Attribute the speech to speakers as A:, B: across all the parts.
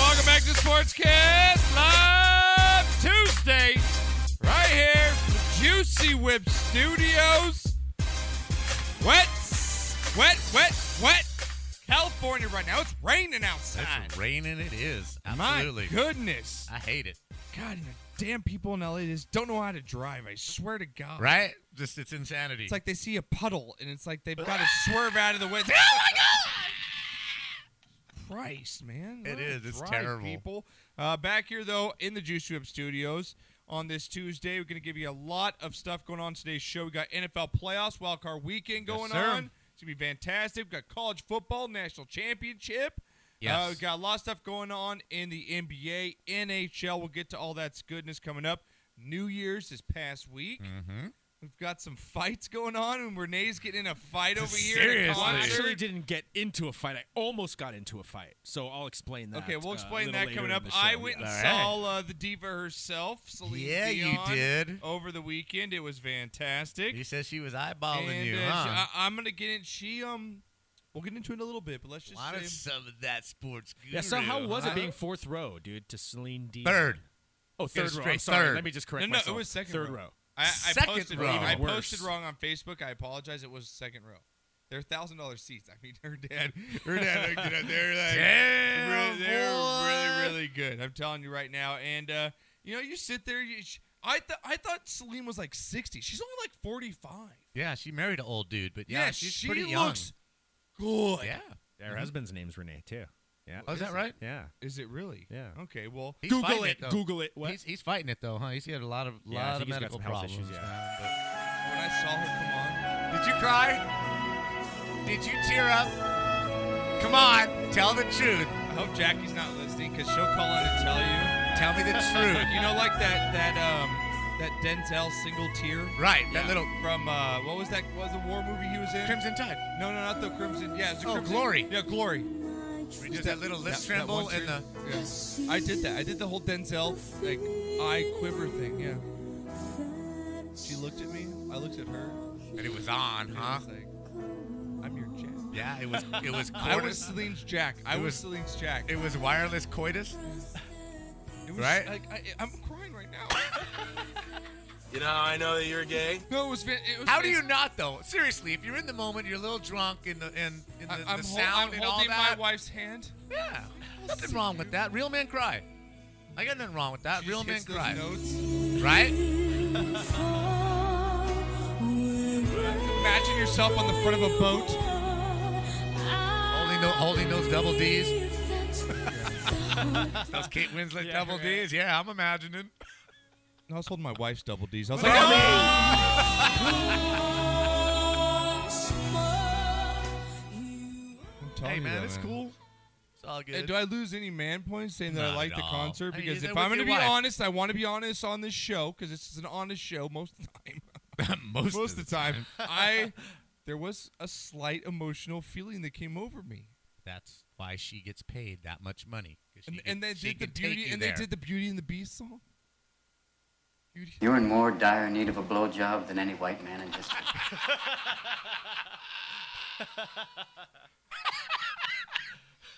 A: Welcome back to Sportscast Live Tuesday, right here, from the Juicy Whip Studios. Wet, wet, wet, wet. California right now. It's raining outside.
B: It's raining. It is
A: My
B: absolutely.
A: goodness.
B: I hate it.
A: God, you know, damn people in LA just don't know how to drive. I swear to God.
B: Right? Just it's insanity.
A: Oh. It's like they see a puddle and it's like they've got to swerve out of the way. It's, Oh my God! Christ, man.
B: It
A: Let
B: is. It's
A: drive,
B: terrible.
A: People. Uh, back here, though, in the Juice Whip Studios on this Tuesday, we're going to give you a lot of stuff going on today's show. We got NFL playoffs, wildcard weekend
B: Yes,
A: going
B: sir.
A: on. It's going to be fantastic. We've got college football, national championship.
B: Yes.
A: Uh, we've got a lot of stuff going on in the NBA, NHL. We'll get to all that goodness coming up. New Year's this past week.
B: Mm-hmm.
A: We've got some fights going on, and Renee's getting in a fight over here. at a
B: Seriously.
C: I
A: concert.
C: actually didn't get into a fight. I almost got into a fight. So I'll explain that.
A: Okay, we'll
C: uh, a
A: explain
C: little
A: that
C: later
A: coming
C: in
A: up.
C: the show,
A: I went and
C: yes.
B: All right.
A: saw uh, the diva herself, Celine
B: Yeah, you
A: Dion,
B: did.
A: over the weekend. It was fantastic.
B: you said she was eyeballing
A: and,
B: you,
A: uh,
B: huh?
A: I, am gonna get in. She um, we'll get into it in a little bit, but let's just
B: Wanted
A: say,
B: some of that sports guru.
C: Yeah, so how was
B: huh?
C: it being fourth row, dude, to Celine Dion?
B: Third.
C: Oh, third row.
B: straight
C: I'm sorry.
B: third.
C: Let me just correct
A: no, no,
C: myself.
A: it was second
C: Third
A: row.
C: row.
A: I, I
B: Second
A: posted
B: row.
A: I
C: Even
A: posted
C: worse.
A: wrong on Facebook. I apologize. It was second row. They're thousand dollar seats. I mean, her dad, her dad looked at it. They're like,
B: Damn,
A: really, they're
B: boy.
A: really, really good. I'm telling you right now. And uh, you know, you sit there. You, sh- I thought I thought Celine was like 60. She's only like 45.
B: Yeah, she married an old dude, but yeah, she's
A: she
B: pretty
A: looks good.
B: young. Yeah. Mm-hmm.
C: Her husband's name's Renee, too. Yeah.
B: Oh, is that right?
C: Yeah.
A: Is it really?
C: Yeah.
A: Okay. Well,
B: He's
C: Google
B: fighting
C: it.
B: though.
C: Google it. What?
B: He's, he's fighting it though, huh? He's had a lot of
C: Yeah, I
B: lot of
C: think he's got
B: medical
C: some health
B: problems.
C: issues,
B: man,
A: when I saw her
B: but- Did you cry? Did you tear up? Come on, tell the truth.
A: come on, I hope Jackie's not listening because she'll call in and tell you.
B: Tell me the truth.
A: You know, like that that um that Denzel single tear.
B: Right,
A: Yeah.
B: that little
A: from uh, what was that? What was the war movie he was in?
B: Crimson Tide.
A: No, no, not the Crimson. Yeah, it's the
B: Oh,
A: Crimson-
B: Glory.
A: Yeah, Glory.
B: Just that little lip
A: That- that
B: tremble
A: one
B: and the.
A: tear- yeah. I did that. I did the whole Denzel like eye quiver thing. Yeah. She looked at me. I looked at her.
B: And it was on,
A: And
B: huh?
A: I was like, I'm your Jack.
B: Yeah, it was. It was.
A: I was
B: coitus.
A: Celine's Jack. I
B: It
A: was,
B: was-
A: Celine's Jack.
B: It was wireless coitus.
A: It was
B: right?
A: Like I, I'm crying right now.
D: You know how I know that you're gay?
A: no, it was. Van- It was
B: How do
A: Van-
B: you not though? Seriously, if you're in the moment, you're a little drunk in the in, in the,
A: I, am
B: the sound
A: I'm
B: and all
A: holding
B: that.
A: my wife's hand.
B: Yeah, nothing wrong with that. Real men cry. I got nothing wrong with that.
A: She
B: Real
A: just
B: men cry,
A: hits those Notes.
B: right?
A: Imagine yourself on the front of a boat.
B: Holding, tho- holding those double D's. those Kate Winslet double D's. Yeah, I'm imagining.
A: I was holding my wife's double D's. I was like,
B: Oh!
A: I'm telling
B: Hey
A: you
B: man,
A: though,
B: it's cool. It's all
A: Hey,
B: good.
A: do I lose any man points saying that I
B: Not
A: like
B: at
A: the
B: all.
A: concert?
B: Hey, you
A: Because
B: did
A: if
B: with
A: I'm going to
B: your
A: be
B: wife.
A: honest, I want to be honest on this show because this is an honest show most of the time.
B: most
A: most of the time, I there was a slight emotional feeling that came over me,
B: That's why she gets paid that much money. 'cause she
A: and,
B: can-
A: and they
B: she
A: did the
B: can take
A: beauty,
B: you
A: and
B: there.
A: they did the Beauty and the Beast song. Beauty.
E: You're in more dire need of a blowjob than any white man in history.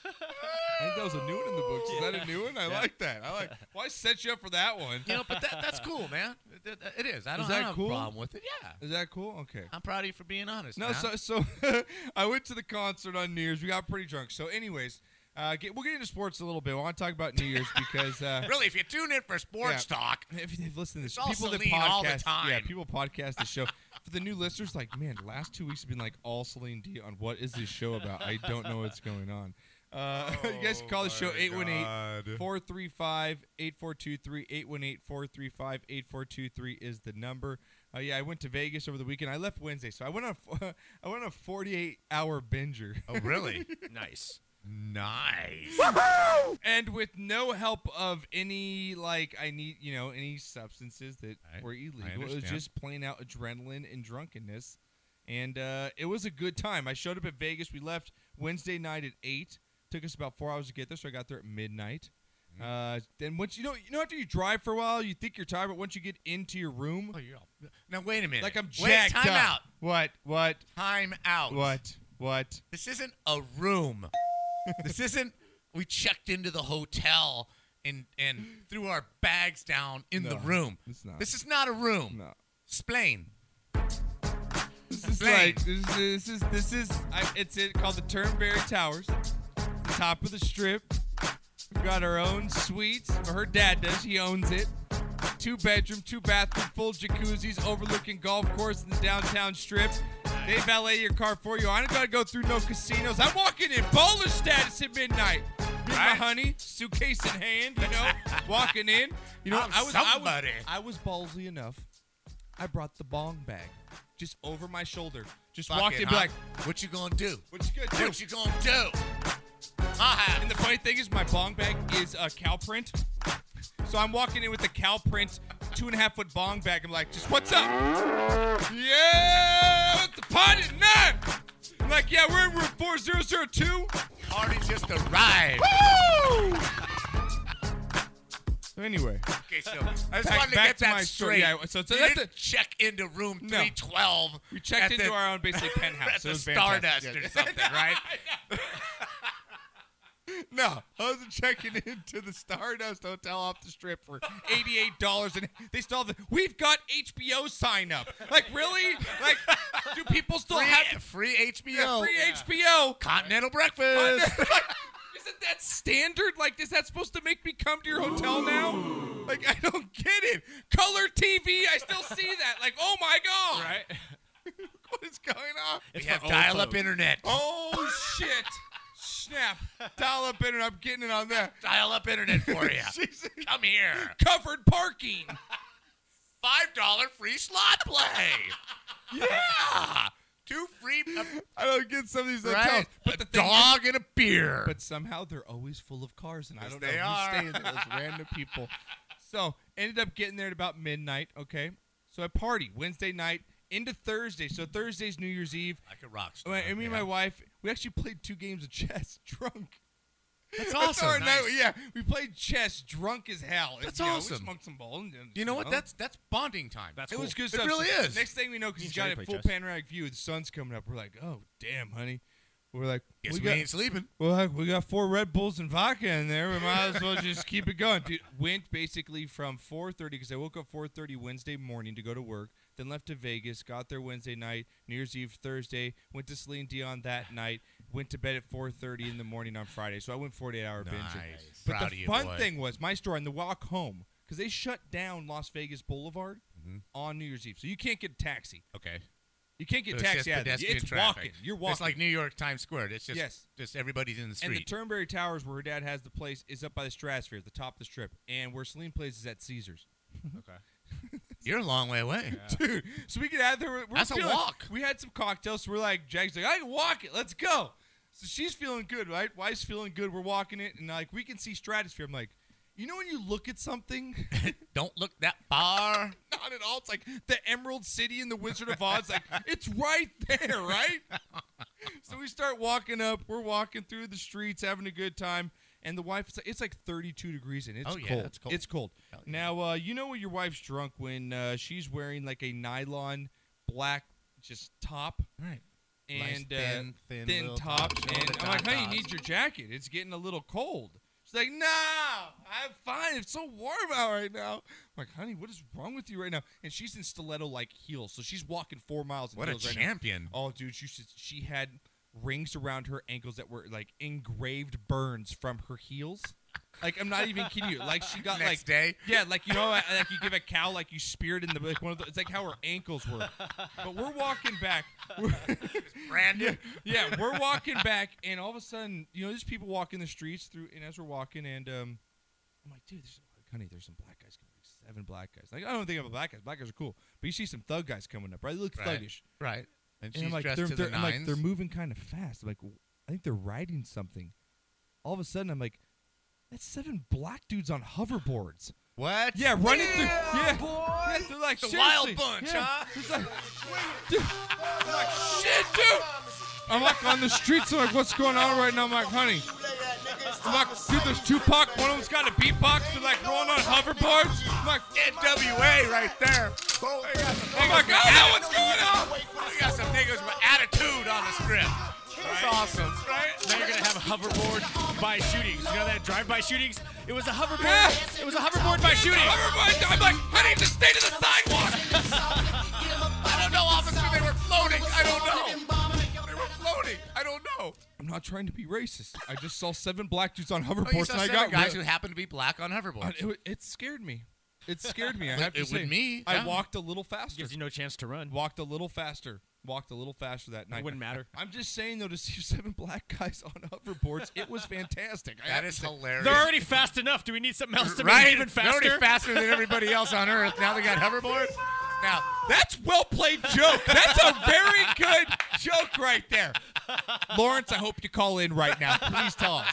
A: I think that was a new one in the books. Is that a new one? I like that. I like. Well, I set you up for that one.
B: You know, but that, that's cool, man. It, it- it is. I don't,
A: that
B: I don't have
A: cool?
B: a problem with it. Yeah,
A: Is that cool? Okay.
B: I'm proud of you for being honest.
A: No,
B: man.
A: so so I went to the concert on New Year's. We got pretty drunk. So, anyways, uh, get, we'll get into sports a little bit. I want to talk about New Year's because uh,
B: really, if you tune in for sports
A: Yeah.
B: talk,
A: if they've listened to this,
B: It's all
A: people that
B: Celine all the
A: podcast, yeah,
B: time.
A: people podcast the show. For the new listeners, like man, the last two weeks have been like all Celine Dion. What is this show about? I don't know what's going on.
B: Oh,
A: Uh, you guys can call the show 818 435 8423. 818 435 8423 is the number. Uh, yeah, I went to Vegas over the weekend. I left Wednesday, so I went on a, I went on a 48 hour binger.
B: oh really?
C: nice.
B: Nice.
A: and with no help of any like I need you know any substances that
B: I-
A: were
B: I
A: illegal. It was
B: understand.
A: just plain out adrenaline and drunkenness, and uh, it was a good time. I showed up at Vegas. We left Wednesday night at eight. Took us about four hours to get there, so I got there at midnight.
B: Mm.
A: Uh, then once you know you know after you drive for a while, you think you're tired, but once you get into your room,
B: Oh, you're all- Now wait a minute.
A: like I'm
B: wait.
A: jacked
B: Time
A: up.
B: out.
A: What? What?
B: Time out.
A: What? What?
B: This isn't a room. this isn't. We checked into the hotel and and threw our bags down in the
A: No,
B: room.
A: it's not.
B: This is not a room.
A: No.
B: Splain.
A: This is
B: Blaine.
A: like this is this is, this is I, it's it called the Turnberry Towers, the top of the strip. We've got our own suites. Or her dad does. He owns it. Two bedroom, two bathroom, full jacuzzis overlooking golf course in the downtown strip. They valet your car for you. I don't gotta go through no casinos. I'm walking in bowler status at midnight. Me and my
B: Right.
A: honey, suitcase in hand, you know, walking in. You know,
B: I'm
A: I was,
B: somebody.
A: I was I was ballsy enough. I brought the bong bag, just over my shoulder. Just
B: Fuck
A: walked
B: it,
A: in, be
B: huh?
A: like,
B: "What you gonna do?
A: "What you gonna do?"
B: What you gonna do?" Ah,
A: And the funny thing is, my bong bag is a cow print. So I'm walking in with the cow print, two and a half foot bong bag. I'm like, just what's up? Yeah, what's the party tonight? I'm like, yeah, we're in room 4002.
B: party just arrived.
A: So anyway,
B: okay, so I just
A: Back-
B: wanted to
A: back
B: get
A: to
B: that
A: my
B: straight.
A: story. Yeah, so- so
B: you
A: that's
B: didn't check into room
A: No.
B: 312.
A: we checked
B: at
A: into
B: the-
A: our own basically penthouse.
B: at
A: It
B: the
A: was
B: Stardust
A: fantastic.
B: or something, right?
A: No, I was checking into the Stardust Hotel off the strip for eighty-eight dollars, and they still have the, we've got HBO sign up. Like really? Like do people still
B: Free,
A: have
B: free HBO.
A: yeah, free HBO?
B: Continental breakfast.
A: Isn't that standard? Like, is that supposed to make me come to your hotel now? Like, I don't get it. Color TV, I still see that. Like, oh my god!
C: Right?
A: What is going on?
B: we
C: It's
B: have
C: for old
B: dial-up
C: folks.
B: internet.
A: Oh shit! Snap! Dial up internet. I'm getting it on that.
B: Dial-up internet for you. Come here.
A: Covered parking.
B: Five dollar free slot play. yeah. Two free a,
A: I don't get some of these hotels.
B: right?
A: But
B: a
A: the thing
B: dog and a beer.
A: but somehow they're always full of cars, and I don't know
B: they
A: who's
B: are.
A: staying there. Those random people. So ended up getting there at about midnight. Okay, so I party Wednesday night into Thursday. So Thursday's New Year's Eve.
B: like a rock
A: I
B: star.
A: mean, me and
B: yeah.
A: my wife, we actually played two games of chess drunk.
B: That's
A: That's our
B: awesome.
A: night-
B: Nice.
A: Yeah, we played chess drunk as hell. And,
B: That's
A: you know,
B: awesome.
A: we smoked some ball. And, and,
B: You know what? That's that's bonding time.
C: That's
A: it
C: cool.
A: was good
B: It
A: stuff.
B: really
A: So
B: is.
A: Next thing we know, because
C: Me
A: he's
C: and
A: got
C: Shay
A: a
C: play
A: full
C: chess.
A: panoramic view, the sun's coming up. We're like, oh damn, honey. We're like,
B: Guess
A: we
B: we,
A: got-
B: ain't sleeping.
A: well, heck, we got four Red Bulls and vodka in there. We might as well just keep it going. Dude, went basically from 4:30 because I woke up 4:30 Wednesday morning to go to work. Then left to Vegas. Got there Wednesday night, New Year's Eve, Thursday. Went to Celine Dion that night. Went to bed at 4:30 in the morning on Friday. So I went 48 hour binging.
B: Nice.
A: But
B: Proud
A: the
B: of you,
A: fun
B: boy.
A: thing was my store on the walk home because they shut down Las Vegas Boulevard on New Year's Eve, so you can't get a taxi.
B: Mm-hmm. Okay.
A: You can't get
B: So
A: a
B: it's just
A: taxi. out there.
B: pedestrian
A: It's
B: traffic.
A: walking. You're walking.
B: It's like New York Times Square. It's just
A: Yes.
B: just everybody's in the
A: And the
B: street.
A: Turnberry Towers, where her dad has the place, is up by the Stratosphere, at the top of the strip. And where Celine plays is at Caesars.
B: You're a long way away.
A: Dude, so we get out there. We're, we're
B: That's a
A: feeling-
B: walk.
A: We had some cocktails. So we're like, Jack's like, I can walk it. Let's go. So she's feeling good, right? Wife's feeling good. We're walking it, and like we can see Stratosphere. I'm like, you know when you look at something,
B: Don't look that far.
A: not at all. It's like the Emerald City in the Wizard of Oz. Like it's right there, right? so we start walking up. We're walking through the streets, having a good time. And the wife, it's like, it's like 32 degrees and it's
B: Oh, yeah,
A: cold.
B: it's cold.
A: It's cold.
B: Hell yeah.
A: Now, uh, you know when your wife's drunk when uh, she's wearing like a nylon black just top
B: Right. Nice
A: and
B: thin,
A: uh,
B: thin
A: thin,
B: little
A: top.
B: top,
A: And
B: shoulder
A: I'm like,
B: top
A: honey, you
B: tops."
A: need your jacket. It's getting a little cold. She's like, no, I'm fine. It's so warm out right now. I'm like, honey, what is wrong with you right now? And she's in stiletto like heels, so she's walking four miles. In
B: What a
A: heels right now.
B: champion.
A: Oh, dude, she should- she had rings around her ankles that were like engraved burns from her heels. Like I'm not even kidding you. Like she got
B: Next
A: like
B: day.
A: yeah, like you know, uh, like you give a cow, like you spear it in the like one of the. It's like how her ankles were. But we're walking back. We're-
B: Brandon.
A: yeah, we're walking back, and all of a sudden, you know, there's people walking the streets through, and as we're walking, and um, I'm like, dude, there's like, honey, there's some black guys coming, like seven black guys. Like, I don't think I'm a black guy. Black guys are cool, but you see some thug guys coming up, right? They look
B: Right.
A: thuggish,
B: Right. And
A: and
B: she's
A: I'm like,
B: dressed
A: they're,
B: to
A: they're,
B: the
A: I'm like,
B: 9s
A: they're moving kind of fast. I'm like, I think they're riding something. all of a sudden I'm like, that's seven black dudes on hoverboards.
B: What?
A: Yeah, running through. Yeah,
B: boy.
A: yeah, they're like
B: The wild
A: seriously,
B: bunch,
A: yeah.
B: huh?
A: It's like, dude, I'm like, shit, dude. I'm like on the streets. I'm like, what's going on right now? I'm like, honey. I'm like, dude, there's Tupac. One of them's got a beatbox. They're like rolling on hoverboards. I'm like,
B: NWA right there. We got some
A: I'm like,
B: niggas
A: oh, now what's going on?
B: with- we got some niggas with attitude on the strip. That's awesome,
C: Now
B: right?
C: you're gonna have a hoverboard by shootings. You know that drive-by shootings? It was a hoverboard.
A: Yeah.
C: It was a hoverboard by shooting.
A: Hoverboard. I'm like, honey, just stay to the sidewalk.
B: I don't know, officer. They were floating. I don't know. They were floating. I don't know.
A: I'm not trying to be racist. I just saw seven black dudes on
B: Oh, you
A: hoverboards,
B: saw
A: and I
B: seven
A: got
B: guys
A: real-
B: who happened to be black on
A: Uh,
B: hoverboards.
A: It, wa- it scared me. It scared me. I
B: It-
A: have to
B: it would
A: say.
B: me,
A: I
B: yeah.
A: walked a little faster.
C: Gives you no chance to run.
A: Walked a little faster. Walked a little faster that night.
C: wouldn't matter.
A: I'm just saying though, to see seven black guys on hoverboards, it was fantastic. I have
B: That
A: to
B: is
A: say.
B: hilarious.
C: They're already fast enough. Do we need something else to make
B: right?
C: it even faster?
B: They're already faster than everybody else on Earth. Now they got hoverboards. Now
A: That's well played joke. That's a very good joke right there, Lawrence. I hope you call in right now. Please tell us.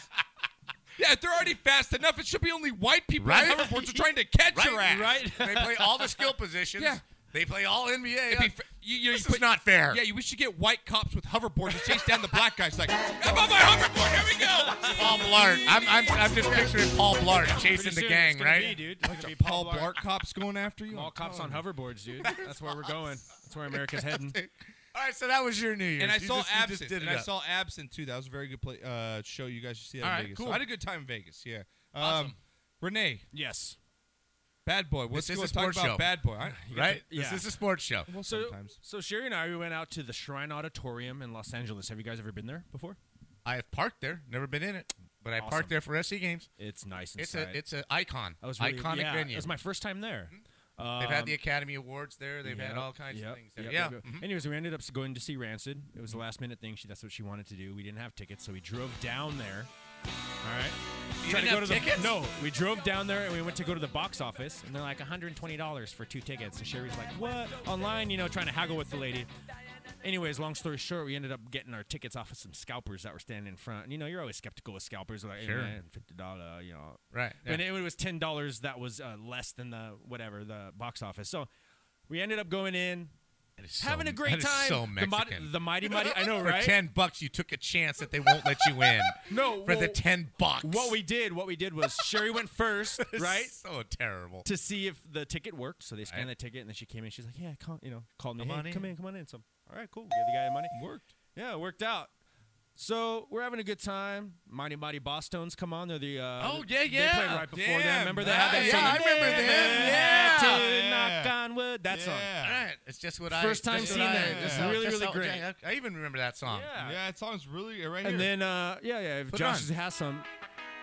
A: Yeah, if they're already fast enough. It should be only white people
B: Right?
A: on hoverboards are trying to catch your ass.
C: Right?
B: they play all the skill positions.
A: Yeah.
B: They play all NBA.
A: It'd be fa- you- you-
B: this
A: you
B: is
A: put-
B: not fair.
A: Yeah, you, we should get white cops with hoverboards to chase down the black guys. Like, I'm on my hoverboard. Here we go.
B: Paul Blart. I'm, I'm, I'm just picturing Paul Blart chasing
C: Pretty
B: the
C: soon
B: gang,
C: it's gonna
B: right?
C: Be, dude. It's gonna be
A: Paul Blart cops going after you.
C: All cops on hoverboards, dude. That's where we're going. That's where America's heading.
B: All right, so that was your New Year's.
A: And I
B: You
A: saw
B: just- you just
A: Absinthe.
B: did
A: And
B: it
A: I
B: up.
A: saw Absinthe too. That was a very good play, uh, show. You guys should see that
B: All
A: in
B: right,
A: Vegas.
B: cool.
A: I had a good time in Vegas. Yeah. Um,
B: Awesome.
A: Renee,
C: Yes.
A: Bad Boy. What's
B: This is
A: going
B: a
A: to talk
B: sports
A: about
B: show.
A: Bad Boy? I,
B: right?
C: Yeah.
B: This is a sports show.
A: well,
C: So,
A: sometimes.
C: so Sherry and I, we went out to the Shrine Auditorium in Los Angeles. Have you guys ever been there before?
B: I have parked there, never been in it, but I
C: Awesome.
B: parked there for SC games.
C: It's nice
B: It's
C: inside.
B: a it's an icon,
C: I was really,
B: iconic
C: yeah,
B: venue.
C: It was my first time there. Um,
B: They've had the Academy Awards there. They've had
C: Yep,
B: all kinds
C: yep,
B: of things there.
C: yep,
B: yeah. Mm-hmm.
C: yep, yep. Anyways, we ended up s- going to see Rancid. It was a last minute thing. She that's what she wanted to do. We didn't have tickets, so we drove down there. All right.
B: You
C: Tried
B: didn't
C: go
B: have
C: to the-
B: tickets?
C: no, we drove down there and we went to go to the box office, and they're like $120 for two tickets. And Sherry's like, "What?" Online, you know, trying to haggle with the lady. Anyways, long story short, we ended up getting our tickets off of some scalpers that were standing in front. And you know, you're always skeptical with scalpers, like,
B: Sure.
C: sure. fifty
B: uh,
C: dollar, you know,
B: Right,
C: And
B: yeah.
C: it was ten dollars that was uh, less than the whatever the box office. So we ended up going in,
B: That is so-
C: having a great
B: that is
C: time.
B: So
C: the, mod-
B: Mexican.
C: the mighty mighty, I know,
B: for
C: right?
B: ten bucks, you took a chance that they won't let you in.
C: No,
B: for the
C: well,
B: ten bucks.
C: What we did, what we did was Sherry went first,
B: It's
C: right?
B: So terrible.
C: to see if the ticket worked. So they scanned
B: Right.
C: the ticket, and then she came in. She's like, "Yeah, come, you know, called me.
B: Come
C: Come,
B: on
C: hey,
B: in."
C: come in, come on in." So, all right, cool. Give the guy the money.
A: Worked.
C: Yeah, it worked out. So we're having a good time. Mighty Mighty Bosstones come on. They're the uh,
B: Oh, yeah,
C: They
B: yeah.
C: played right before
A: Yeah,
C: them. Remember they had that
B: yeah,
C: song?
B: I remember them.
C: Never
B: Yeah.
C: had To knock on wood. That song.
B: All right, it's just what I
C: First time
B: just what
C: seeing
B: I-
C: that.
B: just
C: Yeah.
B: how-
C: Really,
B: just
C: really
B: how-
C: great.
B: Oh, I- I even remember that song.
C: Yeah.
A: Yeah, it sounds really right
C: And
A: here.
C: then uh, yeah, yeah. If
B: Put it
C: Josh
B: on.
C: has some,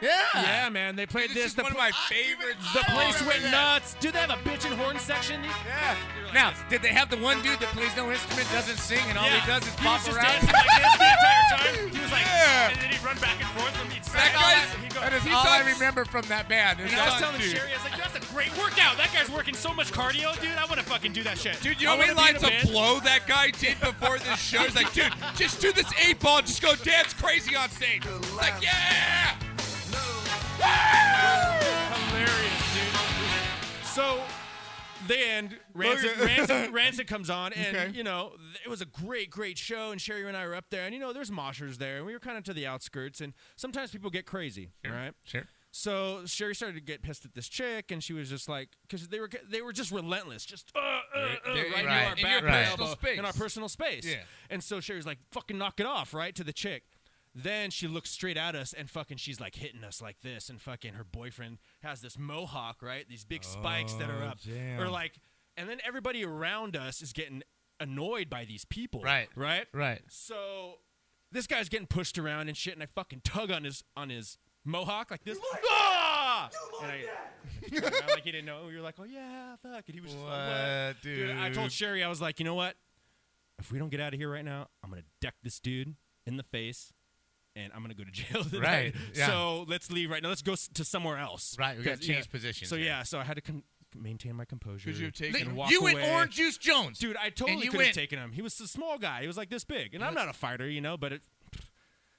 B: Yeah.
C: yeah, man, they played
A: this
C: this.
A: is
C: the
A: one of
C: pla-
A: my favorite.
C: the
B: I
C: place
B: remember
C: went
B: that.
C: nuts. Do they have a bitch and horn section?
B: Yeah. Now, did they have the one dude that plays no instrument, doesn't sing, and all he does is pop
C: was just
B: around?
C: dancing like this the entire time. He was like,
A: Yeah.
C: and then he'd run back and forth from each side.
B: That,
A: guy's-
C: He'd
B: guy-
C: go-
B: that is
A: he
B: all I
A: sucks.
B: remember from that band. is
C: And I was
B: that-
C: telling Sherry, I was like, that's a great workout. That guy's working so much cardio, dude. I want to fucking do that shit.
A: Dude, you know
C: I
A: how many
C: wanna
A: lines
C: be in a
A: of
C: band.
A: blow that guy did before this show? He's like, dude, just do this eight ball, just go dance crazy on stage. It's Like, yeah!
C: Hilarious, dude. So they end. Rancid,
A: Okay.
C: Rancid, Rancid comes on, and
A: Okay.
C: you know th- it was a great, great show. And Sherry and I were up there, and you know there's moshers there, and we were kind of to the outskirts. And sometimes people get crazy, right?
B: Sure.
C: So Sherry started to get pissed at this chick, and she was just like, because they were they were just relentless, just uh, uh, uh,
A: There-
B: right.
C: right, in
B: In
C: our
B: your
C: back, right.
A: personal
C: elbow,
A: space.
C: in our personal space.
A: Yeah.
C: And so Sherry's like, fucking knock it off, right, to the chick. Then she looks straight at us, and fucking she's like hitting us like this, and fucking her boyfriend has this mohawk, right, these big spikes that are up,
A: damn.
C: or like, and then everybody around us is getting annoyed by these people,
B: Right.
C: right,
B: Right.
C: so this guy's getting pushed around and shit, and I fucking tug on his on his mohawk like this. ah! and I, I turned around like he didn't know. We were like, oh yeah, fuck. And he was just like,
B: What,
C: what? Dude,
B: dude?
C: I told Sherry, I was like, you know what? If we don't get out of here right now, I'm gonna deck this dude in the face. And I'm gonna go to jail. Tonight.
B: Right, yeah.
C: So let's leave right now. Let's go s- to somewhere else.
B: Right, we gotta
C: 'Cause,
B: change
C: yeah.
B: positions
C: So
B: here.
C: yeah. So I had to con- maintain my composure.
A: Could you have taken
C: and
A: him?
C: walk
B: you went
C: away.
B: Orange Juice Jones.
C: Dude, I totally
B: you
C: could
B: went-
C: have taken him. He was a small guy. He was like this big, and I'm not a fighter, you know. But it,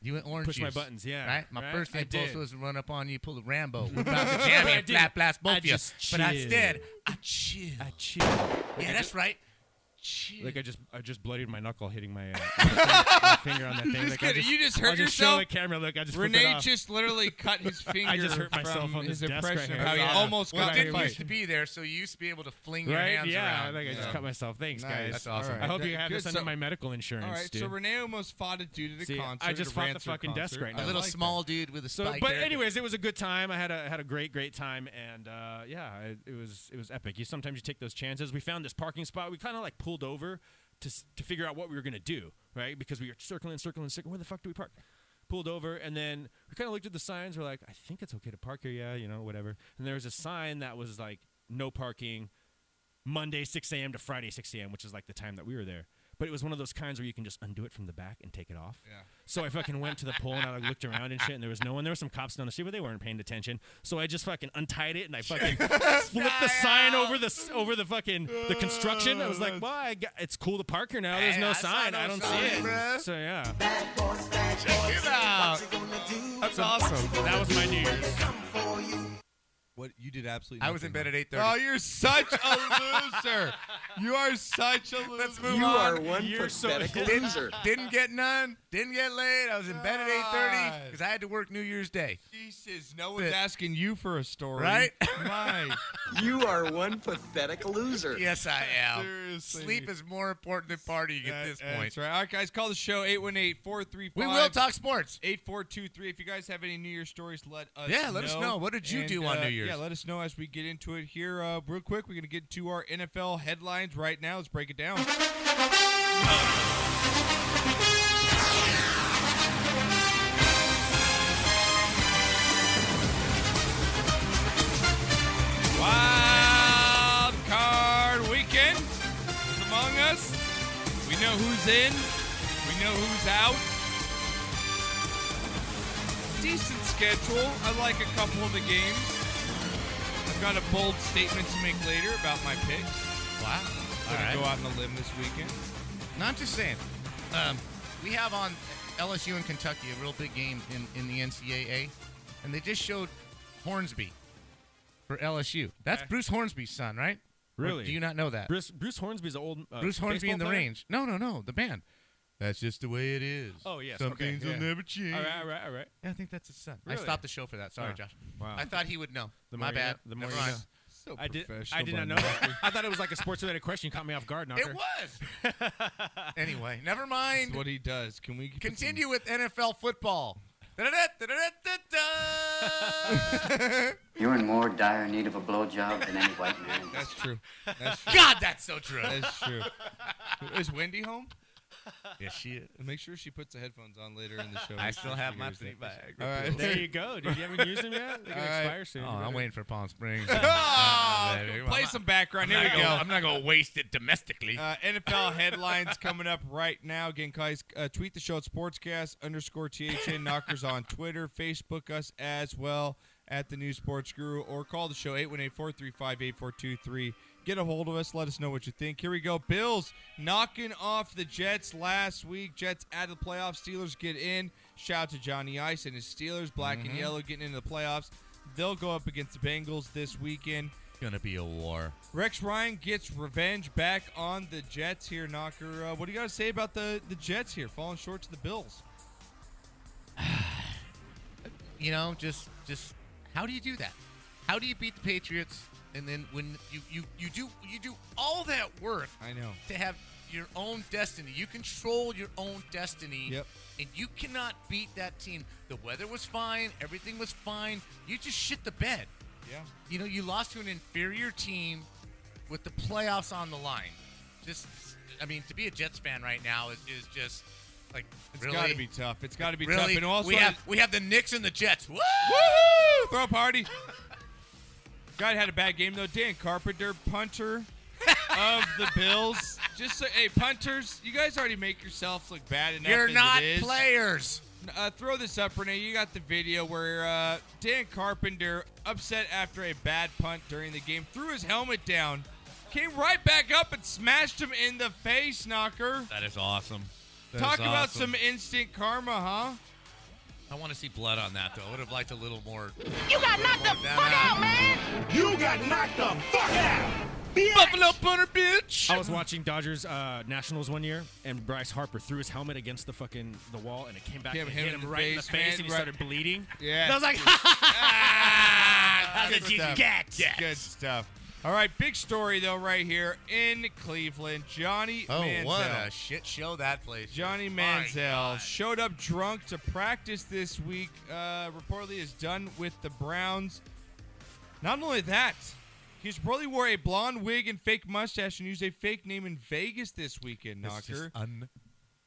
B: You went orange
C: Push my
B: juice,
C: buttons, yeah.
B: Right? My
C: Right?
B: first
C: I
B: impulse
C: did.
B: was to run up on you, pull a Rambo, whip out the jammy, and
C: did.
B: flat blast both
C: I
B: of you.
C: just
B: But
C: chilled.
B: instead, I chill.
C: I chill.
B: yeah, that's right. Chill.
C: Like I just, I just bloodied my knuckle hitting my, uh, my finger- my finger on that thing.
A: just
C: like I
A: kidding.
C: just,
A: You just
C: I'll
A: hurt
C: just Show
A: yourself?
C: the camera. Look, I just flipped it
A: Renee
C: off.
A: just literally cut his finger
C: I just hurt myself
A: from
C: on
A: his
C: this desk
A: impression
C: right
A: of how he
C: here. Yeah.
A: almost
B: well,
A: got
B: it
A: in a
B: didn't
A: fight.
B: used to be there, so you used to be able to fling your
C: right?
B: hands
C: Yeah,
B: around.
C: like I just
B: Yeah.
C: cut myself. Thanks,
A: Nice.
C: guys.
B: That's awesome.
A: All right.
C: I hope you
A: That-
C: have
A: good.
C: this under
A: So-
C: my medical insurance,
A: All right,
C: dude.
A: so Renee almost fought a dude at a
C: See, I
A: concert.
C: just
A: at a
C: fought the
A: Rancer
C: fucking
A: concert.
C: desk right
A: I
B: A
C: now.
B: little
A: like that.
B: small dude with a
C: So,
B: spike.
C: but
B: haircut.
C: anyways, it was a good time. I had a had a great great time, and uh, yeah, it, it was it was epic. You sometimes you take those chances. We found this parking spot. We kind of like pulled over to s- to figure out what we were gonna do, right? Because we were circling, circling, circling. Where the fuck do we park? Pulled over, and then we kind of looked at the signs. We're like, I think it's okay to park here. Yeah, you know, whatever. And there was a sign that was like, no parking. Monday 6 a.m. to Friday 6 a.m., which is like the time that we were there. But it was one of those kinds where you can just undo it from the back and take it off.
A: Yeah.
C: So I fucking went to the pole and I like looked around and shit, and there was no one. There were some cops down the street, but they weren't paying attention. So I just fucking untied it and I fucking flipped the sign over the s- over the fucking the construction. I was like, well, I got, it's cool to park here now.
B: Uh.
C: There's
B: Hey,
C: no
B: I saw
C: sign.
B: no
C: I don't
B: sign,
C: see it.
B: bruh.
C: So yeah,
B: check it out. That's awesome.
C: that was my New Year's.
A: What you did absolutely.
B: I was in
A: nothing
B: bed
A: wrong.
B: at 8:30.
A: Oh, you're such a loser. You are such a loser. Let's move
D: You are
A: on.
D: one
C: You're so-
D: pathetic
C: Didn't-
D: loser.
B: Didn't get none. Didn't get laid. I was in bed at 8:30
A: God.
B: because I had to work New Year's Day.
A: Jesus, no one's
B: That-
A: asking you for a story,
B: Right?
A: My,
D: You are one pathetic loser.
B: Yes, I am.
A: seriously.
B: Sleep is more important than partying at this point.
A: That's right. All right, guys, call the show 818 435
B: We will talk sports.
A: 8423. If you guys have any New Year's stories, let us
B: Yeah, let us know. What did you
A: uh, And,
B: do on
A: uh,
B: New Year's?
A: Yeah, let us know as we get into it here. Uh, real quick, we're going to get to our NFL headlines right now. Let's break it down. Wild Card Weekend is among us. We know who's in, we know who's out. Decent schedule. I like a couple of the games. I've got a bold statement to make later about my picks.
B: Wow.
A: I'm
B: All
A: gonna
B: right.
A: go out on the limb this weekend.
B: No, I'm just saying. Um, we have on LSU and Kentucky a real big game in, in the NCAA, and they just showed Hornsby for LSU. That's Bruce Hornsby's son, right? Or
C: Really?
B: do you not know that?
C: Bruce Bruce Hornsby's an old uh,
B: Bruce Hornsby
C: baseball
B: and the
C: player?
B: Range. No, no, no, the band. That's just the way it is.
C: Oh, yes,
B: Some
C: okay,
B: things
C: yeah.
B: will never change.
C: All right, all right, all right.
B: I think that's his son. I
C: Really?
B: stopped the show for that. Sorry,
C: Huh.
B: Josh.
C: Wow.
B: I thought he would know.
C: The
B: My
C: more you
B: bad.
C: know- the more
B: Never
C: you
B: mind.
C: know.
A: So
C: I did.
A: professional
C: I did not
A: by
C: know.
A: now.
C: that. I thought it was like a sports-related question. You caught me off guard, knocker.
B: It was. anyway, never
A: That's
B: mind.
A: what he does. Can we put some-
B: Continue with NFL football. Da-da-da-da-da-da-da.
E: You're in more dire need of a blowjob than any white man. in this
A: That's true. That's true.
B: God, that's so true.
A: That's true. Is Wendy home?
B: yes, she is.
A: Make sure she puts the headphones on later in the show.
B: I still have my three
A: Figures that-
B: bag.
A: All right.
C: There you go, dude. You haven't used them yet. They can
A: All right.
C: expire soon.
B: Oh,
C: You
B: I'm
C: better-
B: waiting for Palm Springs. Oh,
A: Ah,
B: Baby,
A: play
B: I'm
A: some background. Here
B: not
A: we
B: gonna-
A: go.
B: I'm not going to waste it domestically.
A: Uh, NFL headlines coming up right now. Again, guys, uh, tweet the show at sportscast underscore THN knockers on Twitter, Facebook us as well at the new sports guru, or call the show 818 435 8423. Get a hold of us. Let us know what you think. Here we go. Bills knocking off the Jets last week. Jets out of the playoffs. Steelers get in. Shout out to Johnny Ice and his Steelers, black and yellow, getting into the playoffs. They'll go up against the Bengals this weekend.
B: It's going to be a war.
A: Rex Ryan gets revenge back on the Jets here, Knocker. Uh, what do you got to say about the, the Jets here, falling short to the Bills?
B: you know, just just how do you do that? How do you beat the Patriots and then when you you you do you do all that work
A: I know.
B: to have your own destiny. You control your own destiny.
A: Yep.
B: And you cannot beat that team. The weather was fine, everything was fine. You just shit the bed.
A: Yeah.
B: You know, you lost to an inferior team with the playoffs on the line. Just I mean, to be a Jets fan right now is, is just like
A: it's
B: really
A: got to be tough. It's got to be
B: really
A: tough. And also,
B: we have we have the Knicks and the Jets. Woo!
A: Woohoo! Throw party. Guy had a bad game though. Dan Carpenter, punter of the Bills. Just so, hey, punters, you guys already make yourselves look bad enough.
B: You're
A: as
B: not
A: it is.
B: players.
A: Uh, throw this up, Renee. You got the video where uh, Dan Carpenter, upset after a bad punt during the game, threw his helmet down, came right back up and smashed him in the face, knocker.
B: That is awesome.
A: Talk about some instant karma, huh?
B: I want to see blood on that though. I would have liked a little more.
F: You got knocked the
B: Down
F: fuck
B: out.
F: out, man.
A: Buffalo Bunner, bitch.
C: I was watching Dodgers uh, Nationals one year, and Bryce Harper threw his helmet against the fucking the wall, and it came back
A: Hit
C: and
A: him
C: hit
A: in
C: him
A: the
C: right in the
A: face,
C: face,
A: man,
C: and he
A: right-
C: started bleeding.
A: Yeah. Ah,
C: and I was like, ha ha ha! How did you
A: stuff.
C: get?
A: Good stuff. All right, big story though, right here in Cleveland. Johnny
B: Oh,
A: Manziel.
B: what a shit show that place. is.
A: Johnny
B: My
A: Manziel
B: God.
A: showed up drunk to practice this week. Uh, reportedly, is done with the Browns. Not only that, he's probably wore a blonde wig and fake mustache and used a fake name in Vegas this weekend.
B: This is
A: Knocker
B: just un-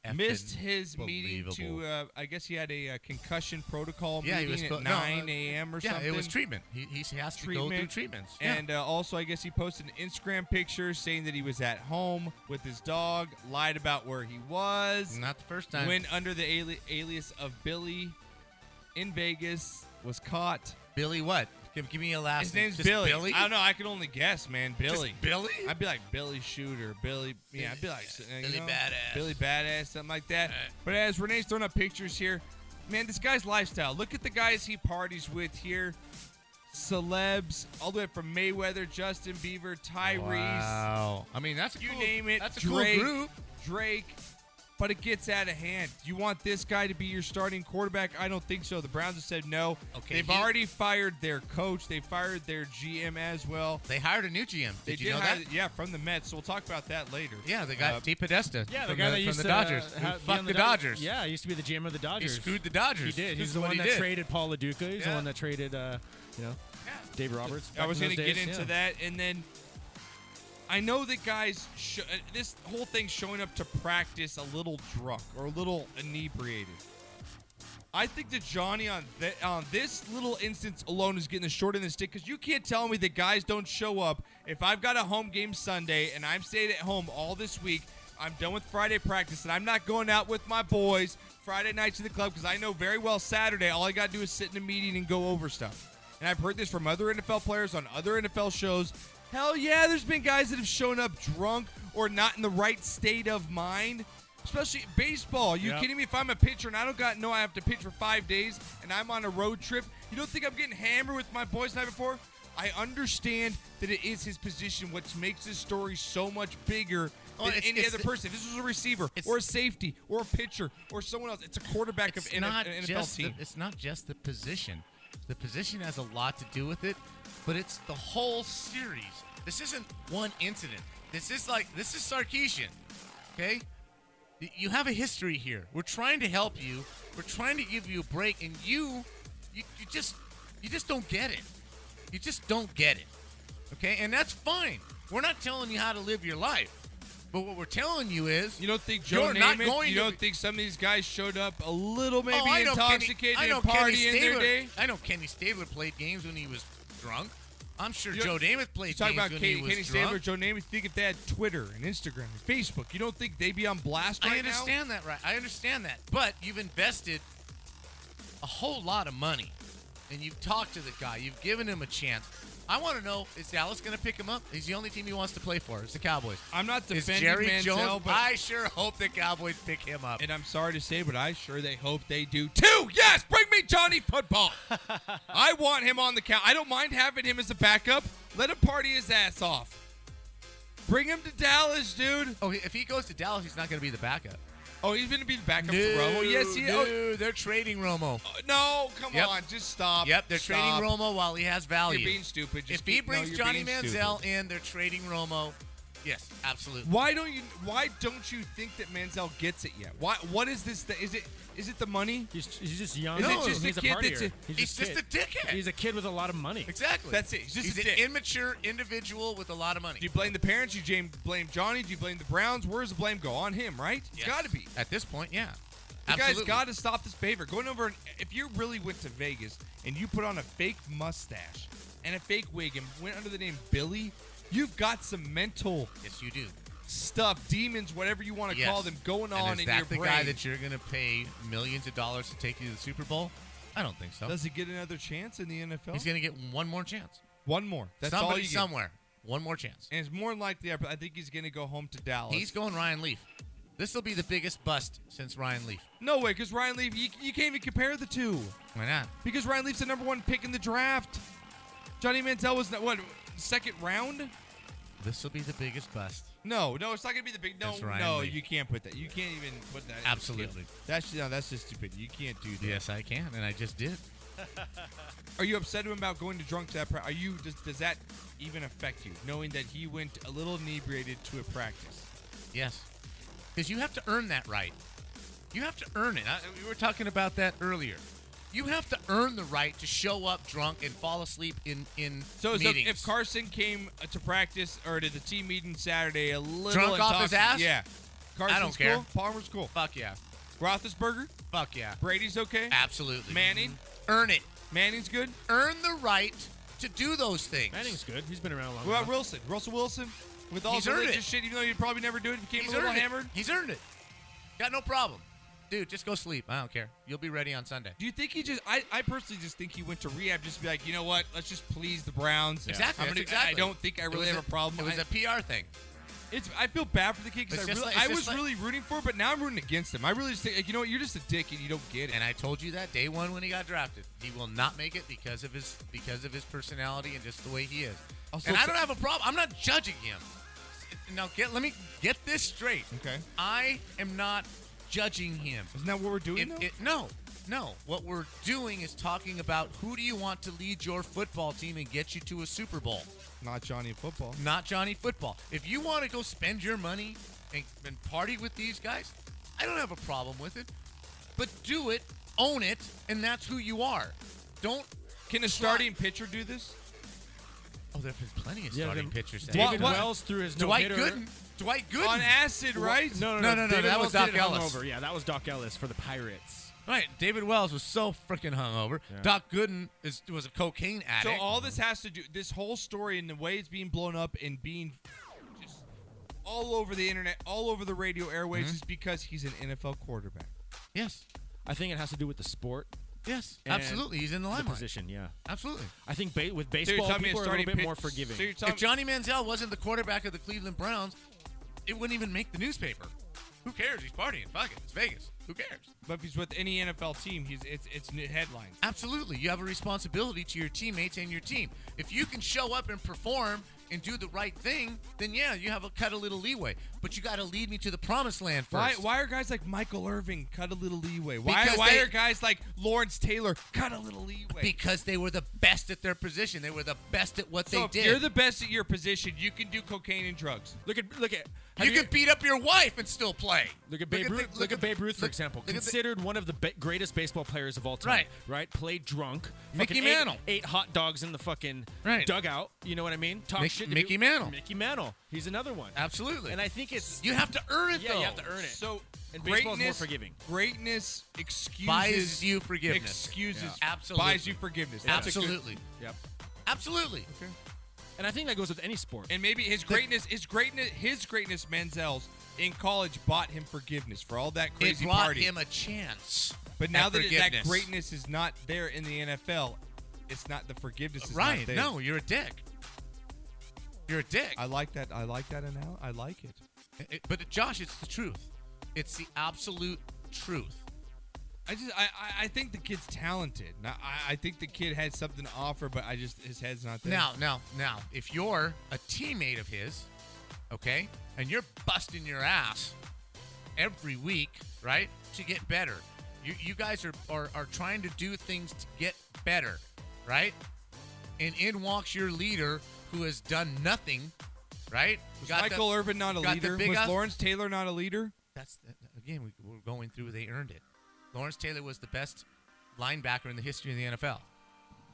B: effing
A: missed his meeting to.
B: believable.
A: Uh, I guess he had a uh, concussion protocol
B: Yeah, he
A: meeting
B: was
A: at
B: supposed- no, uh,
A: 9 a.m. or
B: yeah,
A: something.
B: it was treatment. He, he has to go through treatments. Yeah.
A: And uh, also, I guess he posted an Instagram picture saying that he was at home with his dog, lied about where he was,
B: not the first time.
A: went under the ali- alias of Billy in Vegas, was caught.
B: Billy what? Give, give me a last
A: His
B: name.
A: name's
B: Just
A: Billy.
B: Billy.
A: I don't know. I can only guess, man.
B: Just
A: Billy.
B: Billy.
A: I'd be like Billy Shooter, Billy. Yeah, I'd be like uh, you
B: Billy
A: know,
B: Badass.
A: Billy Badass, something like that. But as Renee's throwing up pictures here, man, this guy's lifestyle. Look at the guys he parties with here. Celebs, all the way up from Mayweather, Justin Bieber, Tyrese,
B: Wow. I mean, that's a
A: you
B: cool,
A: name it.
B: That's a
A: Drake,
B: cool group.
A: Drake. But it gets out of hand. You want this guy to be your starting quarterback? I don't think so. The Browns have said no.
B: Okay,
A: They've
B: he-
A: already fired their coach. They fired their GM as well.
B: They hired a new GM. Did
A: they
B: you
A: did
B: know
A: hire,
B: that?
A: yeah, from the Mets. We'll talk about that later.
B: Yeah, the guy,
A: Uh,
B: T. Podesta.
C: Yeah, the
B: from
C: guy
B: the,
C: that
B: from
C: used
B: the
C: to
B: Dodgers.
C: uh,
B: Who
C: ha- be
B: fucked
C: on
B: the Dodgers.
C: Yeah, he used to be the GM of the
B: He
C: Dodgers.
B: screwed the Dodgers.
C: He did.
B: This
C: He's
B: is
C: the
B: what
C: one
B: he
C: that
B: did.
C: traded Paul LaDuca. He's
B: Yeah.
C: the one that traded, uh, you know, Dave Roberts.
A: I
C: back
A: was
C: in
A: going to
C: those
A: get
C: days,
A: into
C: yeah.
A: that, and then I know that guys. Sh- uh, this whole thing showing up to practice a little drunk or a little inebriated. I think that Johnny on th- on this little instance alone is getting the short end of the stick because you can't tell me that guys don't show up. If I've got a home game Sunday and I'm staying at home all this week, I'm done with Friday practice and I'm not going out with my boys Friday nights to the club because I know very well Saturday all I got to do is sit in a meeting and go over stuff. And I've heard this from other NFL players on other NFL shows. Hell yeah, there's been guys that have shown up drunk or not in the right state of mind. Especially baseball. You
C: Yeah.
A: kidding me? If I'm a pitcher and I don't got know I have to pitch for five days and I'm on a road trip, you don't think I'm getting hammered with my boys the night before? I understand that it is his position, which makes this story so much bigger
B: Well,
A: than
B: Oh, it's-
A: any
B: it's-
A: other person. If this was a receiver
B: it's-
A: or a safety or a pitcher or someone else, it's a quarterback of
B: It's
A: N-
B: not
A: an NFL
B: just the,
A: team.
B: it's not just the position. The position has a lot to do with it, but it's the whole series. This isn't one incident. This is like this is Sarkeesian. Okay? Y- You have a history here. We're trying to help you. We're trying to give you a break and you you, you just you just don't get it. You just don't get it. Okay? And that's fine. We're not telling you how to live your life. But what we're telling you is
A: You don't think Joe
B: You're not
A: Namath-
B: going
A: you
B: to
A: don't
B: be-
A: think some of these guys showed up a little maybe
B: Oh, I know Kenny-
A: intoxicated
B: I know
A: and party
B: Kenny
A: in their
B: Stabler-
A: day?
B: I know Kenny Stabler played games when he was drunk. I'm sure
A: You're-
B: Joe Namath played
A: You talk
B: games
A: about
B: when
A: Kenny,
B: he was
A: Kenny
B: drunk.
A: Stabler, Joe Namath. You think if they had Twitter and Instagram and Facebook, you don't think they'd be on blast right
B: I
A: now?
B: understand that, right? I understand that. But you've invested a whole lot of money, and you've talked to the guy. You've given him a chance. I want to know: Is Dallas going to pick him up? He's the only team he wants to play for. It's the Cowboys.
A: I'm not
B: Is
A: defending
B: Jerry
A: Manziel,
B: Jones?
A: but
B: I sure hope the Cowboys pick him up.
A: and I'm sorry to say, but I sure they hope they do too. Yes, bring me Johnny Football. I want him on the count. I don't mind having him as a backup. Let him party his ass off. Bring him to Dallas, dude.
B: oh, if he goes to Dallas, he's not going to be the backup.
A: Oh, he's gonna be the backup for Romo. Yes, he.
B: no,
A: Oh,
B: they're trading Romo.
A: Uh, no, come
B: Oh. Yep.
A: on, just stop.
B: Yep, they're
A: Stop.
B: trading Romo while he has value.
A: You're being stupid. Just
B: if he
A: keep- no,
B: brings
A: you're
B: Johnny
A: being stupid.
B: Manziel in, they're trading Romo. Yes, absolutely.
A: Why don't you? Why don't you think that Manziel gets it yet? Why? What is this? Th- is it? Is it the money?
C: He's, he's just young.
A: Is it
C: No,
A: just a
C: he's
A: kid
C: partier.
A: that's a-
B: He's just a dickhead.
C: He's a kid with a lot of money.
B: Exactly.
A: That's it. He's just a
B: an
A: dick.
B: immature individual with a lot of money.
A: Do you blame the parents? You jam- blame Johnny? Do you blame the Browns? Where's the blame go? On him, right? It's
B: Yes.
A: got to be.
B: At this point, yeah.
A: You guys
B: Absolutely.
A: got to stop this behavior. Going over, and if you really went to Vegas and you put on a fake mustache and a fake wig and went under the name Billy, you've got some mental
B: Yes, you do.
A: stuff, demons, whatever you want to
B: Yes.
A: call them, going
B: and
A: on
B: is
A: in
B: that
A: your
B: the
A: brain.
B: guy that you're going to pay millions of dollars to take you to the Super Bowl? I don't think so.
A: Does he get another chance in the NFL?
B: He's going to get one more chance.
A: One more. That's
B: Somebody
A: all you get.
B: somewhere. One more chance.
A: And it's more than likely, I I think he's going to go home to Dallas.
B: He's going Ryan Leaf. This will be the biggest bust since Ryan Leaf.
A: No way, because Ryan Leaf, you, you can't even compare the two.
B: Why not?
A: Because Ryan Leaf's the number one pick in the draft. Johnny Manziel was, not, what, second round?
B: This will be the biggest bust.
A: No, no, it's not gonna be the big. No,
B: That's Ryan
A: no,
B: Leaf.
A: you can't put that. You can't even put that. in the
B: Absolutely.
A: scale. That's no, that's just stupid. You can't do that.
B: Yes, I can, and I just did.
A: Are you upset with him about going to drunk to that? Pra- are you? Does, does that even affect you, knowing that he went a little inebriated to a practice?
B: Yes. Because you have to earn that right. You have to earn it. I, we were talking about that earlier. You have to earn the right to show up drunk and fall asleep in in
A: So, so
B: meetings.
A: if Carson came uh, to practice or to the team meeting Saturday a little
B: Drunk off his
A: intoxic-
B: ass?
A: yeah. Carson's
B: care.
A: cool. Palmer's cool.
B: fuck yeah,
A: Roethlisberger,
B: fuck yeah,
A: Brady's okay.
B: absolutely.
A: Manning,
B: earn it.
A: Manning's good.
B: Earn the right to do those things.
C: Manning's good. He's been around a long
A: What about
C: time.
A: Wilson? Russell Wilson, with all
B: He's
A: the
B: earned
A: religious
B: it.
A: shit, even though you'd probably never do it, became
B: He's
A: a little
B: earned it.
A: hammered.
B: He's earned it. Got no problem, dude. Just go sleep. I don't care. You'll be ready on Sunday.
A: Do you think he just? I, I personally just think he went to rehab just to be like, you know what? Let's just please the Browns.
B: Exactly.
A: I'm gonna-
B: that's exactly.
A: I don't think I
B: It
A: really
B: was
A: have a, problem.
B: It was
A: I,
B: a PR thing.
A: it's, I feel bad for the kid
B: It's
A: because I,
B: just like-
A: really,
B: it's
A: I
B: just
A: was
B: like-
A: really rooting for, it, but now I'm rooting against him. I really just think, like, you know what? You're just a dick and you don't get it.
B: And I told you that day one when he got drafted, he will not make it because of his because of his personality and just the way he is.
A: Also,
B: and I
A: it's-
B: don't have a problem. I'm not judging him. Now get let me get this straight.
A: okay.
B: I am not judging him.
A: Isn't that what we're doing?
B: It-
A: though?
B: it- no, no. What we're doing is talking about who do you want to lead your football team and get you to a Super Bowl,
A: Not Johnny football.
B: not Johnny Football. If you want to go spend your money and, and party with these guys, I don't have a problem with it. But do it, own it, and that's who you are. Don't.
A: Can a starting pitcher do this?
B: Oh, there have been plenty of
C: Yeah,
B: starting
C: then
B: pitchers. that-
C: David
A: What- what-
C: Wells threw his
B: Dwight
C: no-hitter.
B: Gooden. Dwight Gooden.
A: On acid, right?
C: No,
B: No,
C: no,
B: no,
C: no,
B: no,
C: David
B: that
C: Wells
B: was Doc
C: did it
B: Ellis.
C: hungover. Yeah, that was Doc Ellis for the Pirates.
B: Right. David Wells was so freaking hungover.
C: Yeah.
B: Doc Gooden is, was a cocaine
A: So
B: addict.
A: all this has to do this whole story and the way it's being blown up and being just all over the internet, all over the radio
C: Mm-hmm.
A: airways, is because he's an NFL quarterback.
B: yes.
C: I think it has to do with the sport,
B: Yes.
C: And
B: absolutely. He's in the
C: the
B: limelight.
C: position. Yeah,
B: Absolutely.
C: I think ba- with
A: So you're
C: baseball,
A: telling me a
C: people are a little
A: starting
C: bit
A: pitch-
C: more forgiving.
A: So you're telling
B: If Johnny Manziel wasn't the quarterback of the Cleveland Browns, it wouldn't even make the newspaper. Who cares? He's partying. Fuck it. It's Vegas. Who cares?
A: But if he's with any NFL team, he's it's it's new headlines.
B: Absolutely. You have a responsibility to your teammates and your team. If you can show up and perform and do the right thing, then yeah, you have a cut a little leeway. But you got to lead me to the promised land first.
A: Why, why are guys like Michael Irving cut a little leeway? Why,
B: Because
A: why
B: they-
A: are guys like Lawrence Taylor cut a little leeway?
B: Because they were the best at their position. They were the best at what
A: so
B: they
A: if
B: did.
A: you're the best at your position, you can do cocaine and drugs.
C: look at look at have
B: you, could beat up your wife and still play.
C: Look at Babe
B: the-
C: Ruth. Look, at
B: the-
C: Babe Ruth, for
B: look-
C: example,
B: look at the-
C: considered one of the be- greatest baseball players of all time.
B: Right.
C: right. Played drunk.
B: Mickey
C: fucking
B: Mantle.
C: ate, ate hot dogs in the fucking
B: Right.
C: dugout. You know what I mean? Talk
B: Mick-
C: shit. To
B: Mickey
C: people.
B: Mantle.
C: Mickey Mantle. He's another one.
B: Absolutely.
C: And I think it's
B: you have to earn it
C: yeah,
B: though.
C: you have to earn it.
A: So
C: And baseball's more
A: greatness,
C: forgiving.
A: Greatness excuses
B: Buys you forgiveness.
A: Excuses
B: Yeah. Absolutely.
A: buys you forgiveness. That's a good-
B: Absolutely.
C: yep.
B: Absolutely.
C: And I think that goes with any sport.
A: and maybe his greatness, his greatness, his greatness, Manziel's in college bought him forgiveness for all that
B: It
A: crazy
B: brought
A: party.
B: him a chance.
A: but now
B: at
A: that it- that
B: forgiveness.
A: greatness is not there in the NFL, it's not the forgiveness. Is
B: Right.
A: Not there.
B: No, you're a dick. You're a dick.
A: I like that. I like that analogy. I like it.
B: It- but Josh, it's the truth. It's the absolute truth.
A: I just, I, I, I think the kid's talented. Now, I, I think the kid has something to offer, but I just his head's not there.
B: Now, now, now, if you're a teammate of his, okay, and you're busting your ass every week, right, to get better, you, you guys are, are, are trying to do things to get better, right? And in walks your leader who has done nothing, right?
A: was
B: Got the-
A: Michael Irvin not a
B: got the
A: leader?
B: big
A: Was
B: up-
A: Lawrence Taylor not a leader?
B: That's again, we, we're going through. They earned it. Lawrence Taylor was the best linebacker in the history of the NFL.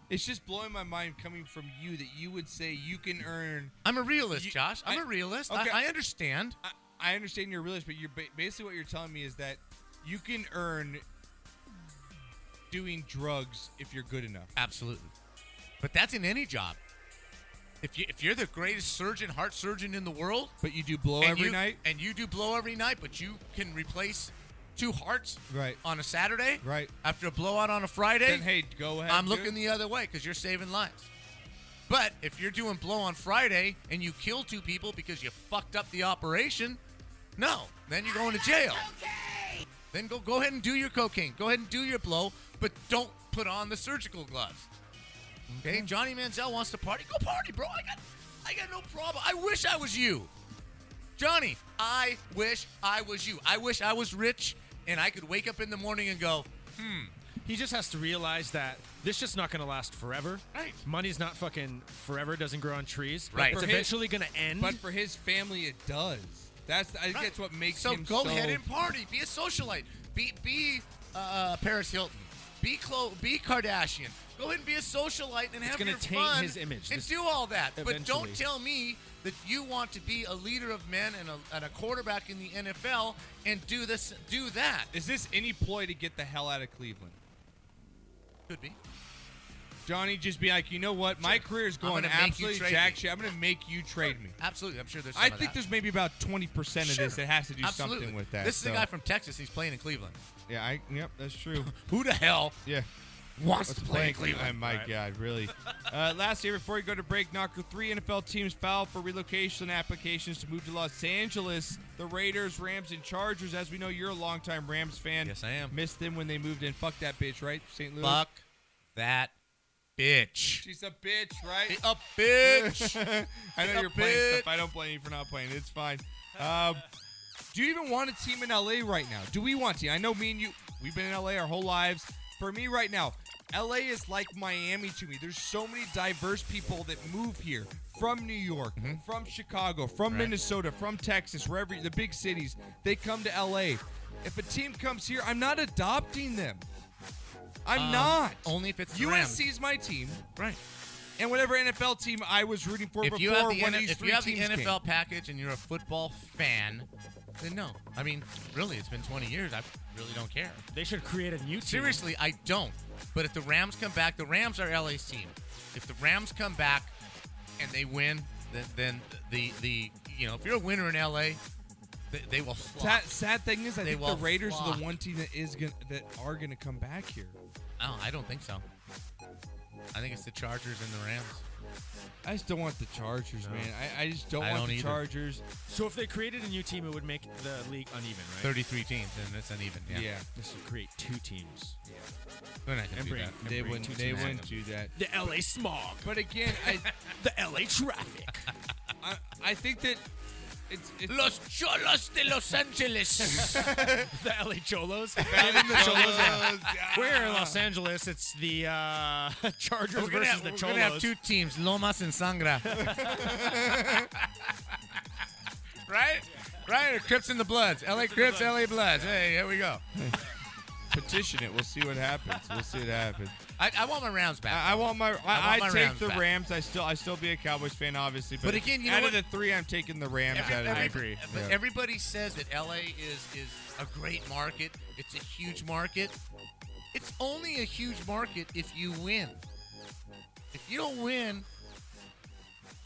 A: It's just blowing my mind coming from you that you would say you can earn.
B: I'm a realist,
A: You-
B: Josh. I'm
A: I-
B: a realist.
A: okay.
B: I, I understand.
A: I, I understand you're a realist, but you're ba- basically what you're telling me is that you can earn doing drugs if you're good enough.
B: Absolutely. But that's in any job. If you if you're the greatest surgeon, heart surgeon in the world,
A: But you do blow
B: and
A: every
B: you-
A: night.
B: and you do blow every night, but you can replace two hearts
A: Right.
B: on a Saturday,
A: Right.
B: After a blowout on a Friday,
A: Then hey, go ahead.
B: I'm
A: and do
B: looking
A: it.
B: the other way because you're saving lives. But if you're doing blow on Friday and you kill two people because you fucked up the operation, No, then you're going to jail. Then go go ahead and do your cocaine. Go ahead and do your blow, but don't put on the surgical gloves. Okay, Johnny Manziel wants to party. Go party, bro. I got I got no problem. I wish I was you. Johnny, I wish I was you. I wish I was rich and I could wake up in the morning and go, hmm,
C: He just has to realize that this shit's not going to last forever.
B: Right.
C: Money's not fucking forever. Doesn't grow on trees.
B: Right.
C: It's
A: For his-
C: eventually going to end.
A: But for his family, it does. That's I think that's what makes
B: so
A: him
B: go
A: so
B: ahead and party. Be a socialite. Be be uh, Paris Hilton. Be Chloe, be Kardashian. Go ahead and be a socialite and have
C: gonna
B: your
C: taint
B: fun
C: his image,
B: and
C: this-
B: do all that. But
C: eventually.
B: don't tell me that you want to be a leader of men and a, and a quarterback in the NFL and do this do that. It
A: Is this any ploy to get the hell out of Cleveland?
B: could be.
A: Johnny, just be like, you know what? My career is
B: I'm
A: going
B: gonna make you
A: absolutely
B: trade
A: jack
B: me."
A: shit. I'm going to make you trade me.
B: Absolutely, I'm sure there's. Some
A: I
B: of
A: think
B: that.
A: there's maybe about 20% of this
B: Sure.
A: that has to do
B: Absolutely.
A: something with that.
B: This is
A: so-
B: a guy from Texas. He's playing in Cleveland.
A: Yeah, I, yep, that's true.
B: Who the hell
A: Yeah.
B: wants
A: Let's
B: to play in
A: Oh,
B: Cleveland?
A: my God, really. Uh, last year, before we go to break, Knocker, three NFL teams filed for relocation applications to move to Los Angeles. The Raiders, Rams, and Chargers. As we know, you're a longtime Rams fan.
B: Yes, I am.
A: Missed them when they moved in. Fuck that bitch, right? St. Louis.
B: Fuck that bitch.
A: She's a bitch, right?
B: A bitch.
A: I know
B: a
A: you're playing
B: bitch.
A: stuff. I don't blame you for not playing. It's fine. Um, do you even want a team in LA right now? Do we want to? I know me and you, we've been in LA our whole lives. For me right now, LA is like Miami to me. There's so many diverse people that move here from New York,
B: Mm-hmm.
A: from Chicago, from Minnesota, from Texas, wherever the big cities. They come to LA. If a team comes here, I'm not adopting them. I'm not.
B: Um, only if it's the Rams.
A: USC's my team
B: right.
A: and whatever NFL team I was rooting for
B: if
A: before
B: you have the,
A: one
B: N-
A: of these
B: if
A: three
B: you have the
A: teams came.
B: NFL package and you're a football fan, then no. I mean, really, it's been 20 years. I really don't care.
C: they should create a new team.
B: Seriously, I don't. But if the Rams come back, the Rams are LA's team. If the Rams come back and they win, then, then the, the you know if you're a winner in LA, they, they will flock.
A: Sad, sad thing is, I
B: They
A: think the
B: will
A: Raiders are
B: flock.
A: the one team that is gonna that are gonna come back here.
B: No, I don't think so. I think it's the Chargers and the Rams.
A: I just don't want the Chargers, man. I, I just don't
B: I
A: want
B: don't
A: the
B: either.
A: Chargers.
C: So if they created a new team, it would make the league uneven, right?
B: 33 teams, and it's uneven. Yeah,
A: Yeah,
C: This would create two teams.
B: We're not gonna
C: And
B: do
C: bring-
B: that.
A: they
C: Every
A: wouldn't.
C: two
A: They
C: teams
A: wouldn't
C: have
A: do that.
C: The LA smog.
A: But again, I,
C: The LA traffic.
A: I, I think that it's, it's
B: Los Cholos de Los Angeles.
C: the LA Cholos. Giving the Cholos a- We're in Los Angeles. It's the uh, Chargers
B: we're gonna,
C: versus
B: have,
C: the
B: we're
C: Cholos.
B: gonna have two teams, Lomas and Sangra. right? Right? Or Crips and the Bloods. LA Crips, LA Bloods. Hey, here we go.
A: petition it. We'll see what happens. We'll see what happens.
B: I, I want my rounds back.
A: I, I want
B: I
A: my. I,
B: want my
A: I take
B: Rams
A: the
B: back.
A: Rams. I still. I still be a Cowboys fan, obviously. But,
B: But again, you know
A: out
B: what?
A: of the three, I'm taking the Rams.
B: Every-
A: out of
B: every-
A: the
B: But
A: Yeah.
B: everybody says that LA is is a great market. It's a huge market. It's only a huge market if you win. If you don't win,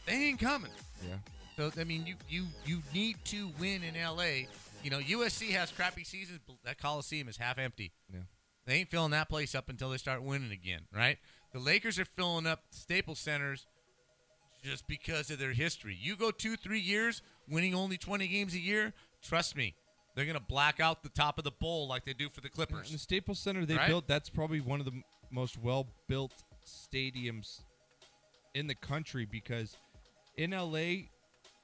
B: they ain't coming.
A: yeah.
B: So I mean, you you you need to win in LA. You know, USC has crappy seasons. But that Coliseum is half empty.
A: Yeah.
B: They ain't filling that place up until they start winning again, right? The Lakers are filling up Staples Centers just because of their history. You go two, three years winning only 20 games a year, trust me, they're going to black out the top of the bowl like they do for the
A: And the
B: Clippers.
A: Staples Center they
B: Right?
A: built, that's probably one of the m- most well built stadiums in the country because in LA,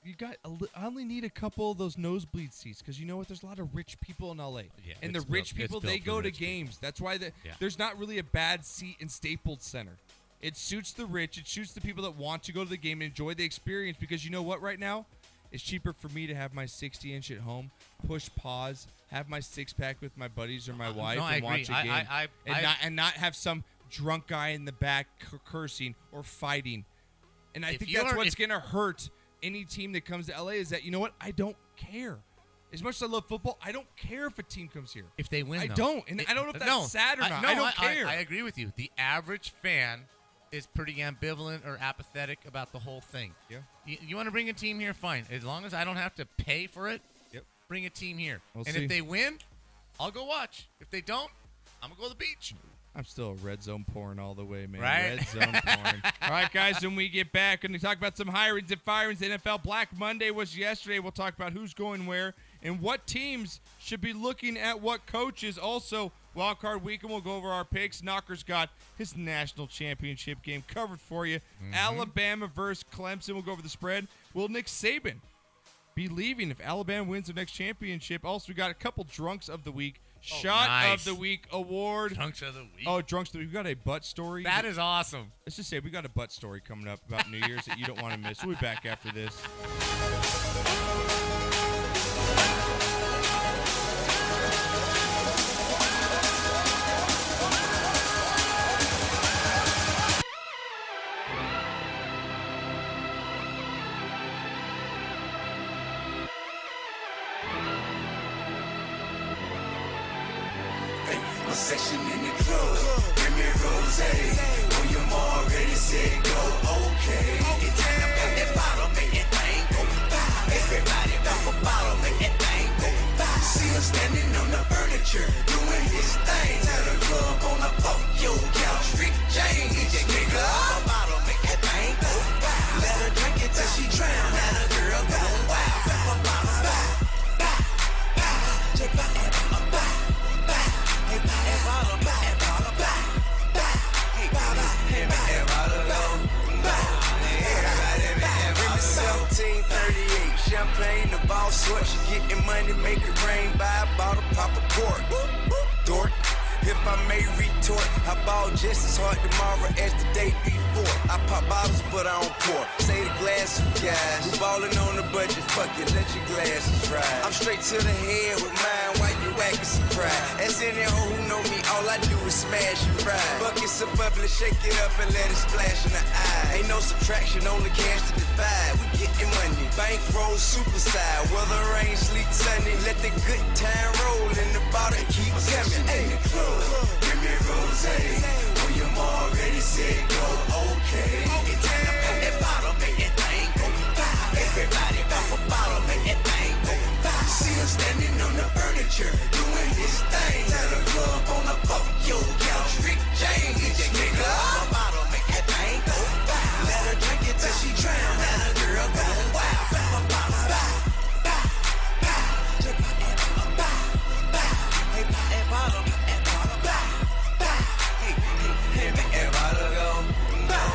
A: you got a li- I only need a couple of those nosebleed seats because you know what? There's a lot of rich people in LA,
B: Yeah,
A: and the
B: it's
A: rich
B: built- it's
A: people
B: built
A: they
B: for
A: go to
B: rich people.
A: games. That's why the,
B: Yeah.
A: there's not really a bad seat in Staples Center. It suits the rich. It suits the people that want to go to the game and enjoy the experience because you know what? Right now, it's cheaper for me to have my 60 inch at home, push pause, have my six pack with my buddies or my
B: Uh, No,
A: wife
B: I
A: and watch a
B: agree.
A: game,
B: I- I- I-
A: and
B: I-
A: not and not have some drunk guy in the back cur- cursing or fighting. And I
B: If
A: think
B: you
A: that's
B: are-
A: what's
B: if-
A: gonna hurt any team that comes to LA is that you know what? I don't care. As much as I love football, I don't care if a team comes here.
B: If they win,
A: I
B: though.
A: don't, and I don't know if that's
B: no,
A: sad or
B: I-
A: not.
B: no,
A: I don't care.
B: I, agree with you. The average fan is pretty ambivalent or apathetic about the whole thing.
A: Yeah.
B: You, you want to bring a team here? Fine. As long as I don't have to pay for it,
A: Yep.
B: bring a team here.
A: We'll
B: and
A: see.
B: if they win, I'll go watch. If they don't, I'm gonna go to the beach.
A: I'm still a red zone porn all the way, man.
B: Right?
A: Red zone porn. all right, guys, when we get back, we're going to talk about some hirings and firings. NFL Black Monday was yesterday. We'll talk about who's going where and what teams should be looking at what coaches. Also, wild card weekend, we'll go over our picks. Knocker's got his national championship game covered for you.
B: Mm-hmm.
A: Alabama versus Clemson, we'll go over the spread. Will Nick Saban be leaving if Alabama wins the next championship? Also, we got a couple drunks of the week.
B: Oh,
A: Shot
B: nice.
A: of the week award.
B: Punks of the week.
A: Oh, drunks! of the week. We got a butt story.
B: that is awesome.
A: Let's just say we got a butt story coming up about New Year's that you don't want to miss. We'll be back after this.
F: Session in the club, give me rose. When you already said go, okay. It's time to pop that bottle, make that thing go by. Everybody pop a bottle, make that thing go by. See him standing on the furniture, doing his thing. Tell the club on the fuck yo couch, Rick James. DJ nigga, pop a bottle, make that thing go by. Let her drink it till she drown. Let a girl go wild. Pop a bottle, bye, bye, bye. Check my app, I'm bye. Champagne, the ball sweat, she getting money, make it rain. Buy a bottle, pop a cork. Dork. If I may retort, I ball just as hard tomorrow as the day before. I pop bottles, but I don't pour. Say the glass, you guys. We ballin' on the budget, fuck it, let your glasses ride. I'm straight to the head with mine, why you acting surprised? As any hoe who know me, all I do is smash and ride. Buckets of bubbly, shake it up and let it splash in the eye. Ain't no subtraction, only cash to divide. We getting money, bankroll super side. Weather rain, sleet, sunny, let the good time roll in the bottle, keep coming. Hey. Give me rose, when you already said go, okay. It's time to pop that bottle, make that thing go pop. Everybody pop a bottle, make that thing go pop. See him standing on the furniture, doing his thing. Tell the club on the fuck yo couch, Rick James. Get your nigga up. Bottle, make that thing go pop. Let her drink it till she drown. Let a girl go wild. Pop a bottle, pop, pop, pop. Drink my ass, pop, pop. Hey, pop that bottle, pop that bottle, pop, pop. Hey, hey, hey, make that bottle go pop.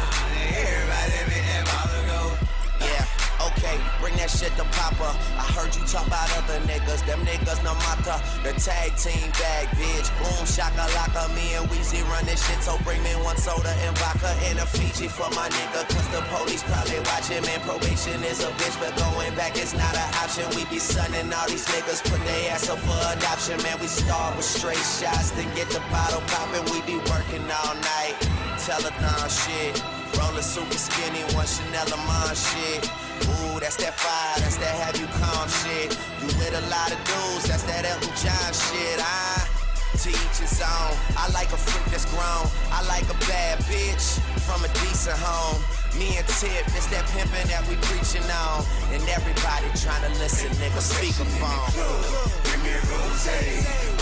F: Everybody make that bottle go
G: Yeah, okay, bring that shit to Papa. I heard you talk about other niggas, them niggas no matter. The tag team bag, bitch. Boom, shakalaka. Me and Weezy run this shit, so bring me one soda and vodka and a Fiji for my nigga. Cause the police probably watching, man. Probation is a bitch, but going back is not an option. We be sunning all these niggas, put their ass up for adoption, man. We start with straight shots, then get the bottle poppin'. We be working all night. Telethon shit. Rollin' super skinny, one Chanel a mom shit. Ooh, that's that fire, that's that have you calm shit. You with a lot of dudes, that's that Elton John shit. I teach his own. I like a freak that's grown. I like a bad bitch from a decent home. Me and Tip, it's that pimpin' that we preachin' on. And everybody tryna listen, nigga, speak a phone.
F: Give me rose.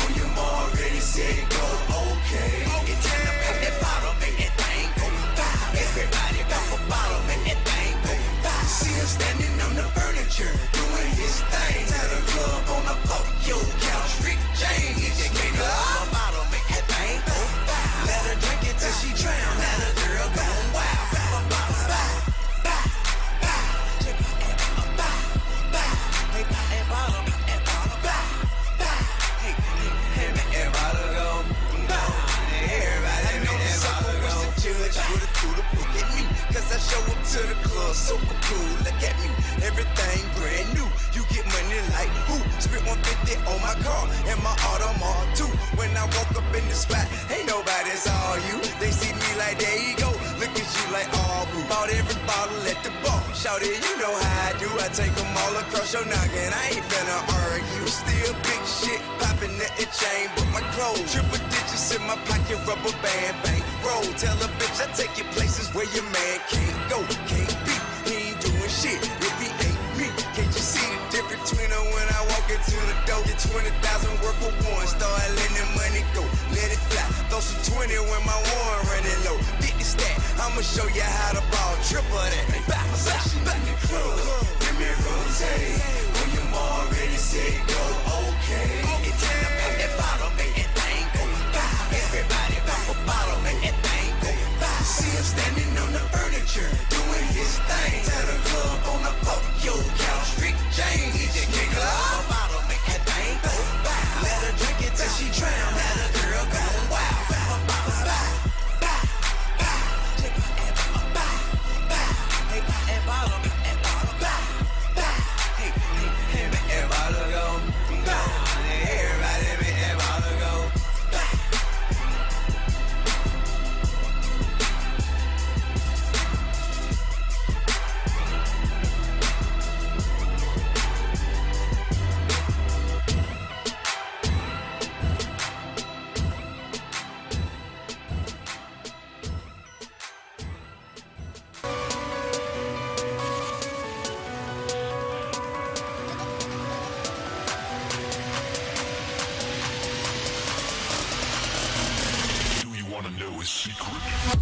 F: When your mom already said go, okay. It's time to pop that bottle, make that thing go pop. Everybody pop a bottle, make that thing go pop. See him standing on the furniture, doing his thing. Tell the club on the fuck yo couch, Rick James. Get your nigga up. A bottle, make that thing go pop. Let her drink it till she drown. Let a girl go wild. Pop a bottle, pop, pop, pop. Drink my ass, pop, pop. Hey, pop that bottle, pop that bottle, pop, pop. Hey, hey, hey, make that bottle go. Pop. Everybody make that bottle go. Judge with a tool to look at me, cause I show up to the club super cool. Look at me, everything brand new. You get money like who? Spent 150 on my car and my auto mark too. When I walk up in the spot, ain't nobody's all you. They see me like there you go, look at you like all boo. Bought every bottle at the bar. Shout it, you know how I do. I take 'em all across your noggin. I ain't finna argue. Still big shit popping at the chain, but my clothes. Triple digits in my pocket, rubber band, bang. Roll, tell a bitch I take you places where your man can't go, can't be. He ain't doing shit if he ain't me. Can't you see the difference between her when I walk into the door? Get 20,000 worth for one. Start letting the money go, let it fly. Throw some 20 when my warrant running low. 50 stack, I'ma show you how to ball. Triple that. Back, back, back. Give me rose. When your him already said go okay. It time to pop that bottle, make that thing go pop. Everybody pop a bottle, make that thing go pop. See him standing on the furniture, doing his thing. Tell the club on the pop, yo, couch, Rick James. He just kick her off. Bottle, make that thing go pop. Let her drink it till she drown. Let her girl go wild. Pop a bottle, pop, pop, pop. Check it out, pop, pop, pop. Hey, pop that bottle, pop that bottle, pop, pop. Hey, hey, hey, make that bottle go pop. Everybody make that bottle go pop.
H: Do you want to know his secret?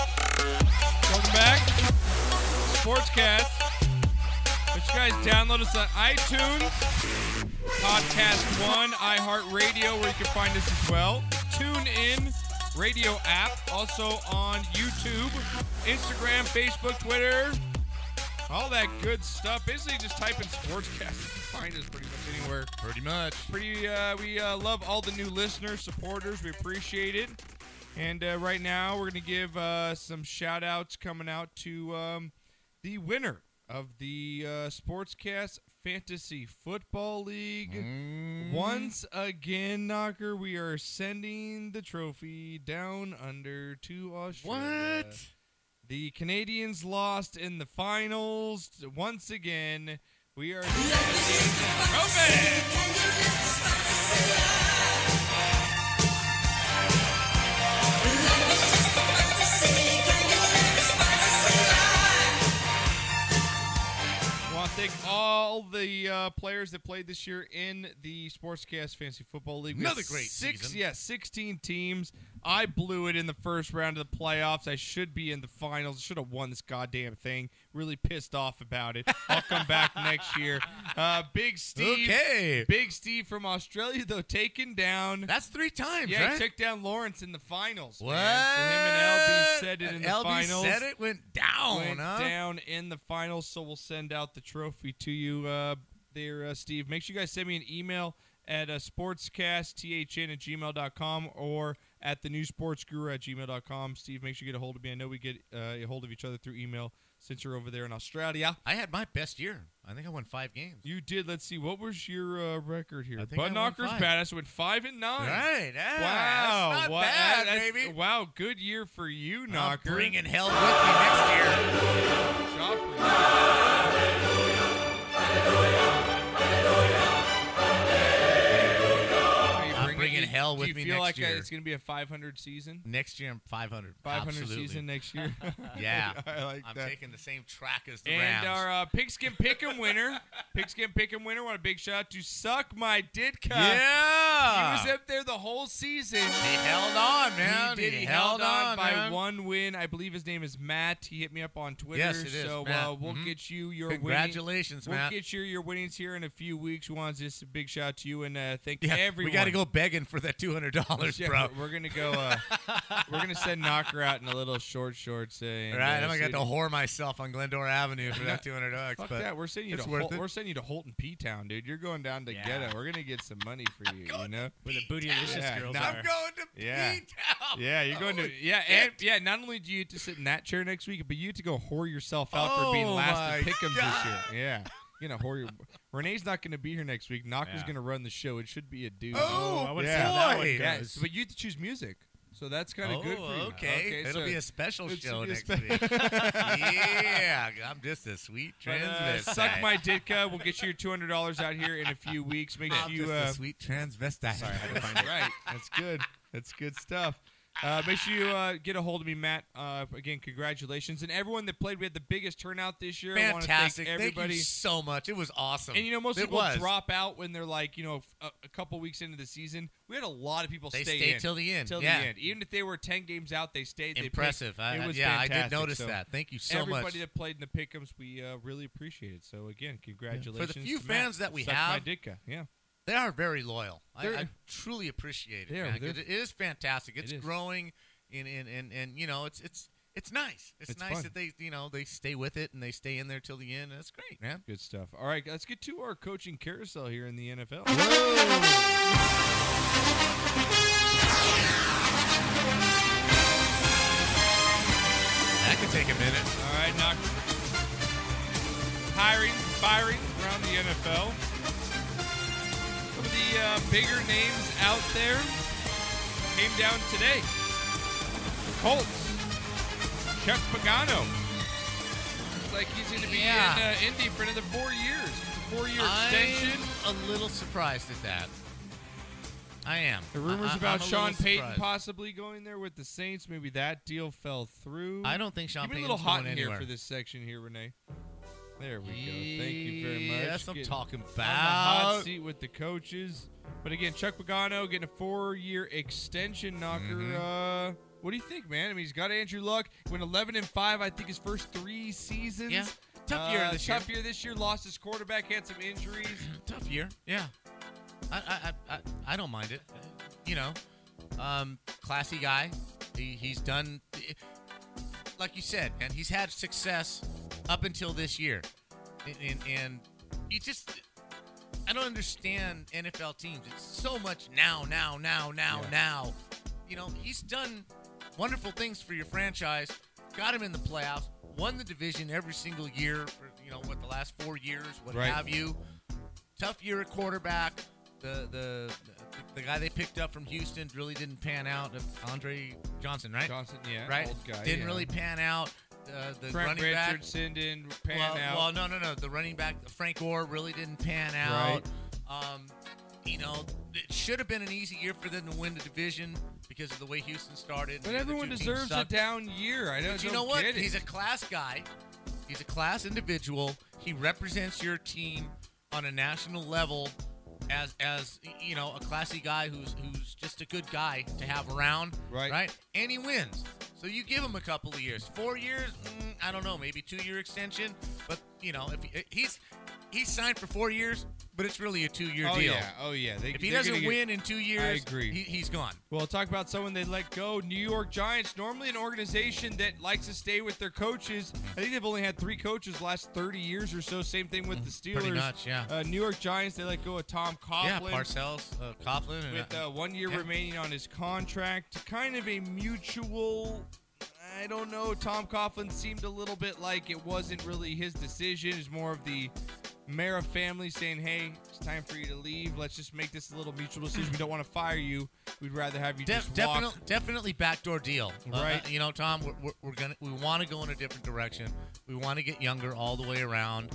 A: Welcome back. Sportscast. Which you guys download us on iTunes, Podcast One, iHeartRadio, where you can find us as well. Tune in radio app, also on YouTube, Instagram, Facebook, Twitter, all that good stuff. Basically, just type in Sportscast. You can find us pretty much anywhere.
B: Pretty much.
A: Pretty, uh, we uh, love all the new listeners, supporters. We appreciate it. And uh, right now, we're going to give uh, some shout outs coming out to um, the winner of the uh, Sportscast Fantasy Football League. Once again, Knocker, we are sending the trophy down under to Australia.
B: What?
A: The Canadians lost in the finals once again. We are sending the trophy. I want to thank all the uh, players that played this year in the Sportscast Fantasy Football League. We had
B: Another great
A: six,
B: season.
A: yeah, sixteen teams. I blew it in the first round of the playoffs. I should be in the finals. I should have won this goddamn thing. Really pissed off about it. I'll come back next year. Uh, Big Steve,
B: Okay.
A: Big Steve from Australia, though taken down.
B: That's three times,
A: yeah,
B: right?
A: he took down Lawrence in the finals.
B: what?
A: Man. So him and LB said it in the
B: LB
A: finals
B: said it went down,
A: went
B: huh?
A: down in the finals, so we'll send out the trophy to you uh, there, uh, Steve. Make sure you guys send me an email at uh, sportscastthn at gmail.com or at the new sports guru at gmail.com. Steve, make sure you get a hold of me. I know we get uh, a hold of each other through email since you're over there in Australia.
B: I had my best year. I think I won five games.
A: You did. Let's see. What was your uh, record here?
B: I think I won
A: Butt Knockers
B: five.
A: Badass went 5 and 9.
B: Right.
A: Wow.
B: Ah, that's not
A: wow.
B: bad,
A: That's-
B: baby.
A: Wow. Good year for you,
B: I'm
A: Knocker.
B: bringing hell with me next year.
A: Job for you. Are you
B: I'm bringing
A: do-
B: hell
A: do
B: with
A: you
B: me
A: feel
B: next
A: like uh,
B: year.
A: it's going to be a 500 season?
B: Next year, I'm 500.
A: 500
B: Absolutely.
A: season next year.
B: Yeah.
A: I like
B: I'm
A: that.
B: taking the same track as the
A: and
B: Rams.
A: our uh, pigskin pick'em winner, pigskin pick'em winner, want a big shout out to Suck My Ditka.
B: yeah.
A: he was up there the whole season.
B: he held on, man.
A: He did. He, held, on, by
B: man.
A: one win. I believe his name is Matt. He hit me up on Twitter.
B: Yes, it is,
A: So Uh,
B: Matt.
A: we'll
B: Mhm.
A: get you your winning-
B: Congratulations,
A: We'll
B: Matt.
A: get your your winnings here in a few weeks. We want just a big shout out to you and uh, thank
B: yeah, we
A: everyone.
B: got to go begging for that $200,
A: Yeah,
B: bro.
A: we're- We're gonna go. Uh, we're gonna send Knocker out in a little short shorts. Uh, and,
B: All right,
A: uh,
B: I'm gonna
A: send-
B: have to whore myself on Glendora Avenue for that 200 bucks.
A: Fuck
B: but
A: that. We're sending you
B: it's
A: to
B: worth
A: Hol-
B: it.
A: we're sending you to Holton P Town, dude. You're going down to
C: Yeah.
A: ghetto. We're gonna get some money for you. You know.
C: Where the booty delicious
A: Yeah,
C: girls
A: now
C: are.
B: I'm going to
A: Yeah.
B: P-Town.
A: Yeah, you're going to yeah, and yeah. Not only do you get to sit in that chair next week, but you get to go whore yourself out for being
B: Oh
A: last in
B: my
A: Pick'em this year. Yeah, you're gonna whore your. Renee's not gonna be here next week. Knocker's
C: Yeah.
A: gonna run the show. It should be a dude.
B: Oh,
C: I wanna
A: see how
B: boy.
C: that one goes.
A: yeah, but you have to choose music, so that's kind of
B: oh,
A: good for you.
B: okay. It'll
A: so-
B: be a special
A: it's
B: show
A: gonna be a
B: next
A: spe-
B: week. yeah, I'm just a sweet
A: but, uh,
B: transvestite.
A: suck my ditka. We'll get you your two hundred dollars out here in a few weeks. Make sure
B: I'm
A: you
B: just
A: uh,
B: a sweet transvestite.
A: Right. That's good. That's good stuff. Uh, make sure you uh, get a hold of me, Matt. Uh, again, congratulations. And everyone that played, we had the biggest turnout this year. I wanna
B: Fantastic.
A: thank
B: Thank
A: everybody.
B: you so much. It was awesome.
A: And you know, most
B: it
A: people
B: was.
A: drop out when they're like, you know, f- a, a couple weeks into the season. We had a lot of people
B: They
A: stay,
B: stayed
A: in.
B: till the end,
A: Till
B: yeah.
A: the end, even if they were ten games out, they stayed. They picked-
B: Impressive. I-
A: it was
B: yeah, I did
A: fantastic.
B: notice
A: So
B: that. Thank you so
A: everybody
B: much.
A: that played in the pickups, we uh, really appreciate it. So again,
B: For
A: congratulations
B: the few
A: to Matt.
B: fans that we
A: Suck
B: have,
A: My ditka. Yeah,
B: they are very loyal. I,
A: They're-
B: I truly appreciate it.
A: They are.
B: man. 'cause
A: They're-
B: It is fantastic. It's
A: is.
B: growing, and, and and and you know, it's it's it's nice. It's,
A: It's
B: nice
A: fun.
B: that they you know they stay with it and they stay in there till the end. That's great, man.
A: good stuff. All right, let's get to our coaching carousel here in the NFL.
B: That could take a minute.
A: All right, knock. Hiring, firing around the NFL. Some of the uh, bigger names out there came down today. Colts, Chuck Pagano. Looks like he's going to be
B: Yeah.
A: in uh, Indy for another four years. It's a four-year extension.
B: I'm a little surprised at that. I am.
A: The rumors
B: I- I-
A: about
B: I'm a
A: Sean
B: little
A: Payton
B: surprised.
A: possibly going there with the Saints. Maybe that deal fell through.
B: I don't think Sean
A: Give me a
B: Payton's
A: little hot
B: going
A: in
B: anywhere.
A: here for this section here, Renee. There we go. Thank you very much.
B: Yeah, That's what I'm
A: Getting
B: talking
A: On the hot
B: about.
A: seat with the coaches. But again, Chuck Pagano getting a four-year extension knocker.
B: Mm-hmm.
A: Uh, what do you think, man? I mean, he's got Andrew Luck. Went 11 and five. I think his first three seasons.
B: Yeah. Tough year
A: Uh,
B: this
A: tough year this year. Lost his quarterback. Had some injuries.
B: tough year. Yeah, I I, I, I I don't mind it. You know, um, classy guy. He, he's done, like you said, man. He's had success up until this year, and and, and you just. I don't understand NFL teams. It's so much now, now, now, now, now. You know, he's done wonderful things for your franchise. Got him in the playoffs. Won the division every single year for you know what the last four years, what
A: Right.
B: have you tough year at quarterback. The, the the the guy they picked up from Houston really didn't pan out. Andre Johnson, right?
A: Johnson, yeah,
B: right.
A: old guy,
B: didn't
A: yeah.
B: really pan out. Uh, the
A: Trent
B: running back.
A: Richardson didn't pan
B: well,
A: out.
B: well, no, no, no. The running back, Frank Gore, really didn't pan out. Um, you know, it should have been an easy year for them to win the division because of the way Houston started. and
A: But
B: the other
A: everyone
B: two teams
A: deserves a
B: sucked.
A: down year. I don't.
B: But you
A: don't
B: know what?
A: Get it.
B: He's a class guy. He's a class individual. He represents your team on a national level as as you know, a classy guy who's who's just a good guy to have around.
A: Right.
B: Right? And he wins. So you give him a couple of years. Four years, mm, I don't know, maybe two year extension. But you know, if he- uh, he's he's signed for four years, but it's really a two year
A: oh
B: deal.
A: yeah. Oh yeah. They,
B: If he
A: they're gonna
B: doesn't
A: get-
B: win in two years,
A: agree.
B: He, he's gone.
A: Well, talk about someone they let go. New York Giants, normally an organization that likes to stay with their coaches. I think they've only had three coaches the last 30 years or so. Same thing with the Steelers.
B: Hmm. pretty much, yeah.
A: Uh, New York Giants, they let go of Tom
B: Yeah,
A: Coughlin.
B: Parcells, uh, Coughlin, and
A: with
B: uh,
A: uh, one year
B: yeah.
A: remaining on his contract. Kind of a mutual. I don't know. Tom Coughlin seemed a little bit like it wasn't really his decision. It's more of the Mara family saying, "Hey, it's time for you to leave. Let's just make this a little mutual decision. We don't want to fire you. We'd rather have you
B: Def-
A: just walk."
B: definitely, definitely backdoor deal, Uh,
A: Right.
B: you know, Tom, we're, we're, we're gonna we want to go in a different direction. We want to get younger all the way around.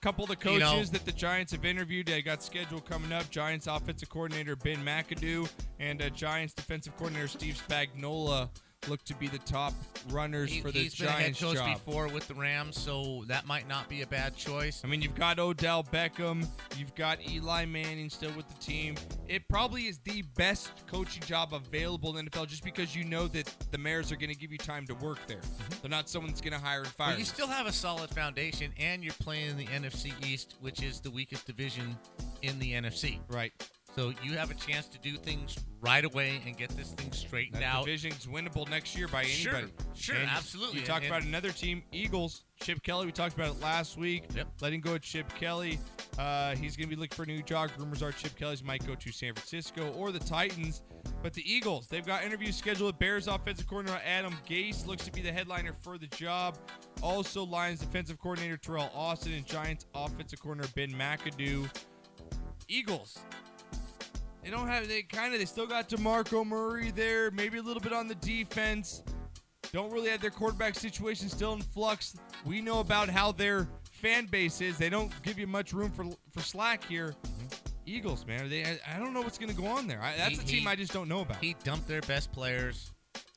A: couple of the coaches
B: You know-
A: that the Giants have interviewed. They got scheduled coming up. Giants offensive coordinator Ben McAdoo and uh, Giants defensive coordinator Steve Spagnola look to be the top runners
B: He,
A: for the
B: has been a head
A: Giants
B: coach
A: job.
B: before with the Rams, so that might not be a bad choice.
A: I mean, you've got Odell Beckham, you've got Eli Manning still with the team. It probably is the best coaching job available in the NFL, just because you know that the mayors are going to give you time to work there. They're not someone that's going to hire and fire.
B: Mm-hmm. But you
A: you.
B: still have a solid foundation, and you're playing in the NFC East, which is the weakest division in the NFC.
A: right?
B: So you have a chance to do things right away and get this thing straightened
A: That
B: out.
A: division's winnable next year by
B: Sure,
A: anybody.
B: sure,
A: And
B: absolutely.
A: You talk
B: And-
A: about another team, Eagles. Chip Kelly. We talked about it last week.
B: Yep.
A: Letting go of Chip Kelly. Uh, he's going to be looking for a new job. Rumors are Chip Kelly's might go to San Francisco or the Titans. But the Eagles, they've got interviews scheduled with Bears offensive coordinator Adam Gase. Looks to be the headliner for the job. Also, Lions defensive coordinator Terrell Austin and Giants offensive coordinator Ben McAdoo. Eagles, they don't have they kind of they still got DeMarco Murray there, maybe a little bit on the defense. Don't really have their quarterback situation still in flux. We know about how their fan base is. They don't give you much room for for slack here.
B: Mm-hmm.
A: Eagles, man, they I, I don't know what's going to go on there. I, that's
B: He-
A: a team
B: he-
A: I just don't know about.
B: He dumped their best players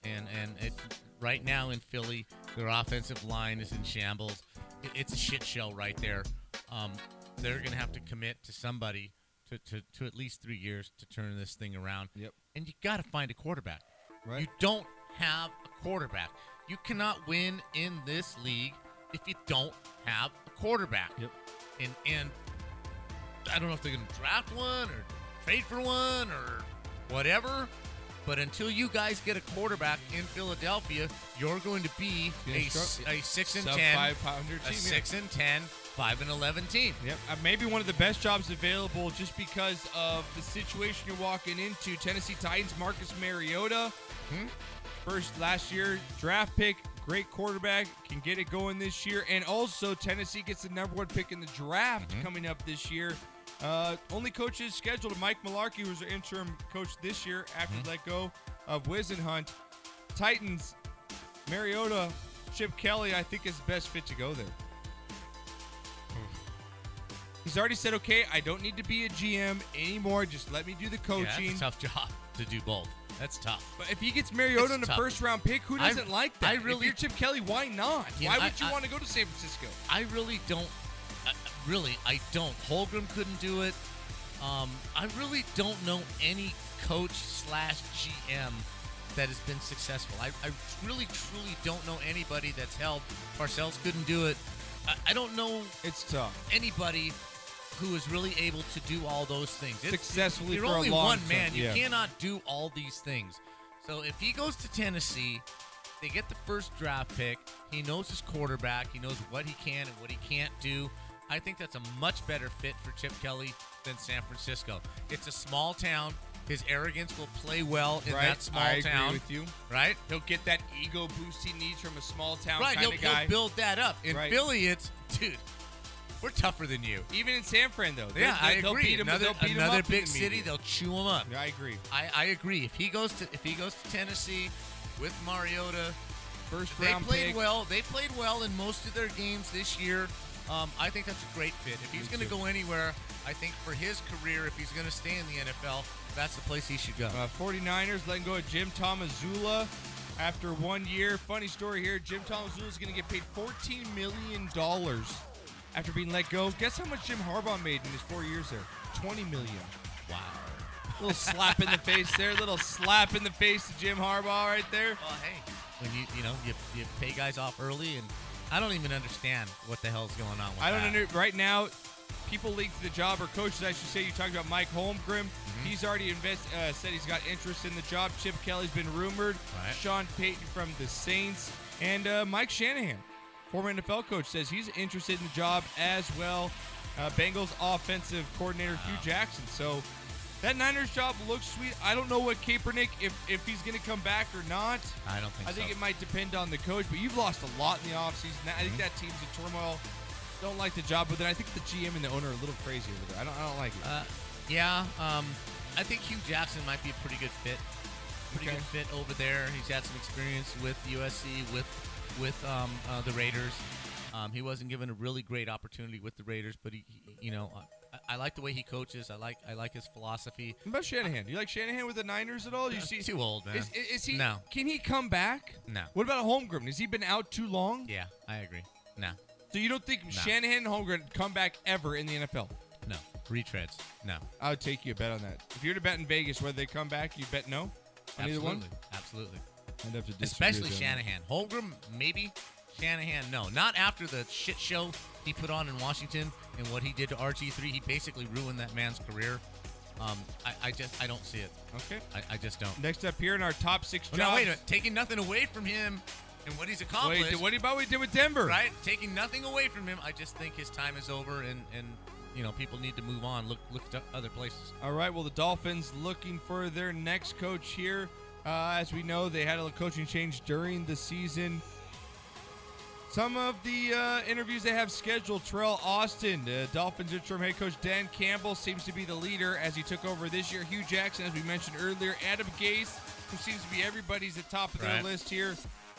B: and and it, right now in Philly, their offensive line is in shambles. It, it's a shit show right there. Um, they're gonna have to commit to somebody to, to, to at least three years to turn this thing around.
A: Yep.
B: And you got to find a quarterback.
A: Right.
B: You don't have a quarterback. You cannot win in this league if you don't have a quarterback.
A: Yep.
B: And and I don't know if they're going to draft one or trade for one or whatever. But until you guys get a quarterback in Philadelphia, you're going to be
A: Gonna
B: a, s-
A: struggle.
B: a six and
A: Sub
B: ten, a
A: 500 team, yeah.
B: six and 10, five and eleven team.
A: Yep, uh, maybe one of the best jobs available just because of the situation you're walking into. Tennessee Titans, Marcus Mariota,
B: Hmm?
A: first last year draft pick, great quarterback, can get it going this year, and also Tennessee gets the number one pick in the draft
B: Mm-hmm.
A: coming up this year. Uh, only coaches scheduled are Mike Malarkey, who's their interim coach this year after
B: Mm-hmm.
A: they let go of Wizenhunt. Titans, Mariota, Chip Kelly, I think is the best fit to go there. He's already said, okay, I don't need to be a GM anymore. Just let me do the
B: Yeah,
A: coaching.
B: that's a tough job to do both. That's tough.
A: But if he gets Mariota
B: It's
A: in a
B: tough.
A: first round pick, who
B: I-
A: doesn't like that?
B: I
A: if
B: really-
A: you're Chip Kelly, why not?
B: You
A: why
B: know, I-
A: would you
B: I-
A: want to go to San Francisco?
B: I really don't. I, I- really, I don't. Holgram couldn't do it. Um, I really don't know any coach slash GM that has been successful. I, I really, truly don't know anybody that's held. Parcells couldn't do it. I, I don't know
A: It's tough.
B: anybody who is really able to do all those things It's-
A: Successfully
B: You're
A: for a
B: only
A: long
B: one
A: term,
B: man. You
A: yeah.
B: cannot do all these things. So if he goes to Tennessee, they get the first draft pick. He knows his quarterback. He knows what he can and what he can't do. I think that's a much better fit for Chip Kelly than San Francisco. It's a small town. His arrogance will play well in
A: right?
B: that small
A: I agree
B: town.
A: with you.
B: Right?
A: He'll get that ego boost he needs from a small town
B: right.
A: kind
B: He'll,
A: of guy.
B: he'll build that up. In
A: Right.
B: Philly, it's, dude, we're tougher than you.
A: Even in San Fran, though. They-
B: Yeah,
A: they,
B: I
A: they'll
B: agree.
A: Beat him,
B: another
A: they'll beat him
B: another
A: up in
B: big
A: the
B: city,
A: media.
B: they'll chew him up.
A: Yeah, I agree.
B: I, I agree. If he goes to if he goes to Tennessee with Mariota,
A: First
B: they
A: round
B: played
A: pick.
B: well. They played well in most of their games this year. Um, I think that's a great fit. If he's going to go anywhere, I think for his career, if he's going to stay in the NFL, that's the place he should go.
A: Uh, 49ers letting go of Jim Tomazula after one year. Funny story here Jim Tomazula is going to get paid $14 million after being let go. Guess how much Jim Harbaugh made in his four years there? $20 million.
B: wow.
A: Little slap in the face there. Little slap in the face to Jim Harbaugh right there.
B: Well, hey, when you you know you, you pay guys off early, and I don't even understand what the hell's going on. With
A: I don't
B: that.
A: know. Right now, people linked to the job or coaches, I should say. You talked about Mike Holmgren.
B: Mm-hmm.
A: He's already invest, uh, said he's got interest in the job. Chip Kelly's been rumored.
B: Right.
A: Sean Payton from the Saints and uh, Mike Shanahan, former NFL coach, says he's interested in the job as well. Uh, Bengals offensive coordinator Hugh Jackson. So that Niners job looks sweet. I don't know what Kaepernick if if he's going to come back or not.
B: I don't think
A: I think
B: so.
A: it might depend on the coach, but you've lost a lot in the offseason. I
B: Mm-hmm.
A: think that team's in turmoil. Don't like the job, but then I think the GM and the owner are a little crazy over there. I don't, I don't like it.
B: Uh, yeah, um, I think Hugh Jackson might be a pretty good fit. Pretty
A: Okay.
B: good fit over there. He's had some experience with USC, with with um, uh, the Raiders. Um, he wasn't given a really great opportunity with the Raiders, but he, he- you know, uh, I, I like the way he coaches. I like I like his philosophy.
A: what about Shanahan? Do you like Shanahan with the Niners at all? You see,
B: He's too old, man.
A: Is, is, is he?
B: No.
A: Can he come back?
B: No.
A: What about Holmgren? Has he been out too long?
B: Yeah, I agree. No,
A: So you don't think Shanahan and Holmgren come back ever in the NFL?
B: no retreads. No,
A: I would take you a bet on that. If you're to bet in Vegas whether they come back, you bet no. On either
B: absolutely,
A: one.
B: absolutely.
A: I'd have to
B: Especially Shanahan. Holgram, maybe. Shanahan, no. Not after the shit show he put on in Washington and what he did to RG3. He basically ruined that man's career. Um, I, I just, I don't see it.
A: Okay.
B: I, I just don't.
A: Next up here in our top six jobs.
B: Oh, No, wait a minute. Taking nothing away from him and what he's accomplished,
A: Wait, what about what we did with Denver?
B: right? Taking nothing away from him. I just think his time is over and, and you know, people need to move on. Look, look to other places.
A: All right. Well, the Dolphins looking for their next coach here. Uh, as we know, they had a coaching change during the season. Some of the uh, interviews they have scheduled: Terrell Austin, uh, Dolphins interim head coach Dan Campbell seems to be the leader as he took over this year. Hugh Jackson, as we mentioned earlier, Adam Gase, who seems to be everybody's at top of their
B: Right.
A: list here,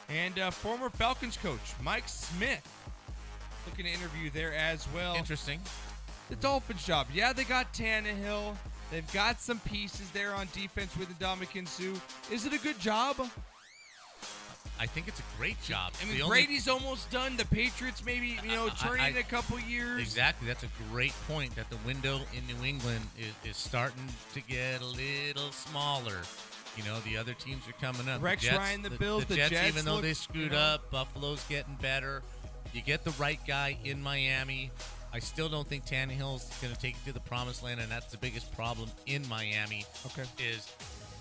A: and uh, former Falcons coach Mike Smith looking to interview there as well.
B: Interesting.
A: The Dolphins job. Yeah, they got Tannehill. They've got some pieces there on defense with Indomitian Sue. Is it a good job?
B: I think it's a great job.
I: I mean,
B: The only-
I: Brady's almost done. The Patriots maybe you know
B: I-
I: turning
B: I-
I: in a couple years.
B: Exactly. That's a great point that the window in New England is, is starting to get a little smaller. You know, the other teams are coming up.
I: Rex
B: the Jets,
I: Ryan, the Bills, the
B: Jets,
I: Jets
B: even though
I: look,
B: they
I: you
B: screwed
I: know.
B: up, Buffalo's getting better. You get the right guy in Miami. I still don't think Tannehill's going to take you to the promised land, and that's the biggest problem in Miami.
I: Okay.
B: Is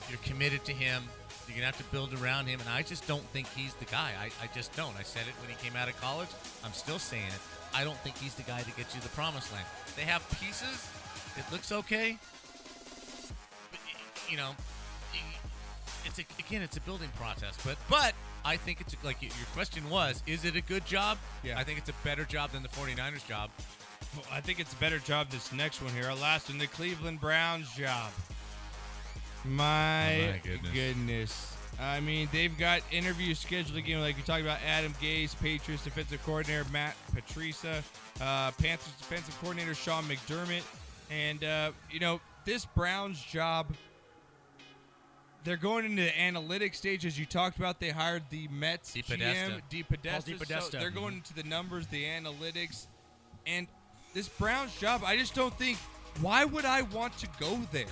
B: you're committed to him. You're gonna have to build around him, and I just don't think he's the guy. I, I just don't. I said it when he came out of college. I'm still saying it. I don't think he's the guy to get you the promised land. They have pieces. It looks okay. But, y- you know, y- it's a, again, it's a building process. But but I think it's like y- your question was: Is it a good job?
I: Yeah.
B: I think it's a better job than the 49ers job.
A: Well, I think it's a better job this next one here. Our last one, the Cleveland Browns job.
I: My,
A: Oh, my
I: goodness.
A: goodness. I mean, they've got interviews scheduled again. Like we talked about, Adam Gase, Patriots defensive coordinator Matt Patricia, uh, Panthers defensive coordinator Sean McDermott, and uh, you know this Browns job. They're going into the analytics stage, as you talked about. They hired the Mets
B: Dee Podesta.
A: GM, D. Podesta.
J: Paul
A: so
J: DePodesta.
A: they're going into the numbers, the analytics, and this Browns job. I just don't think. Why would I want to go there?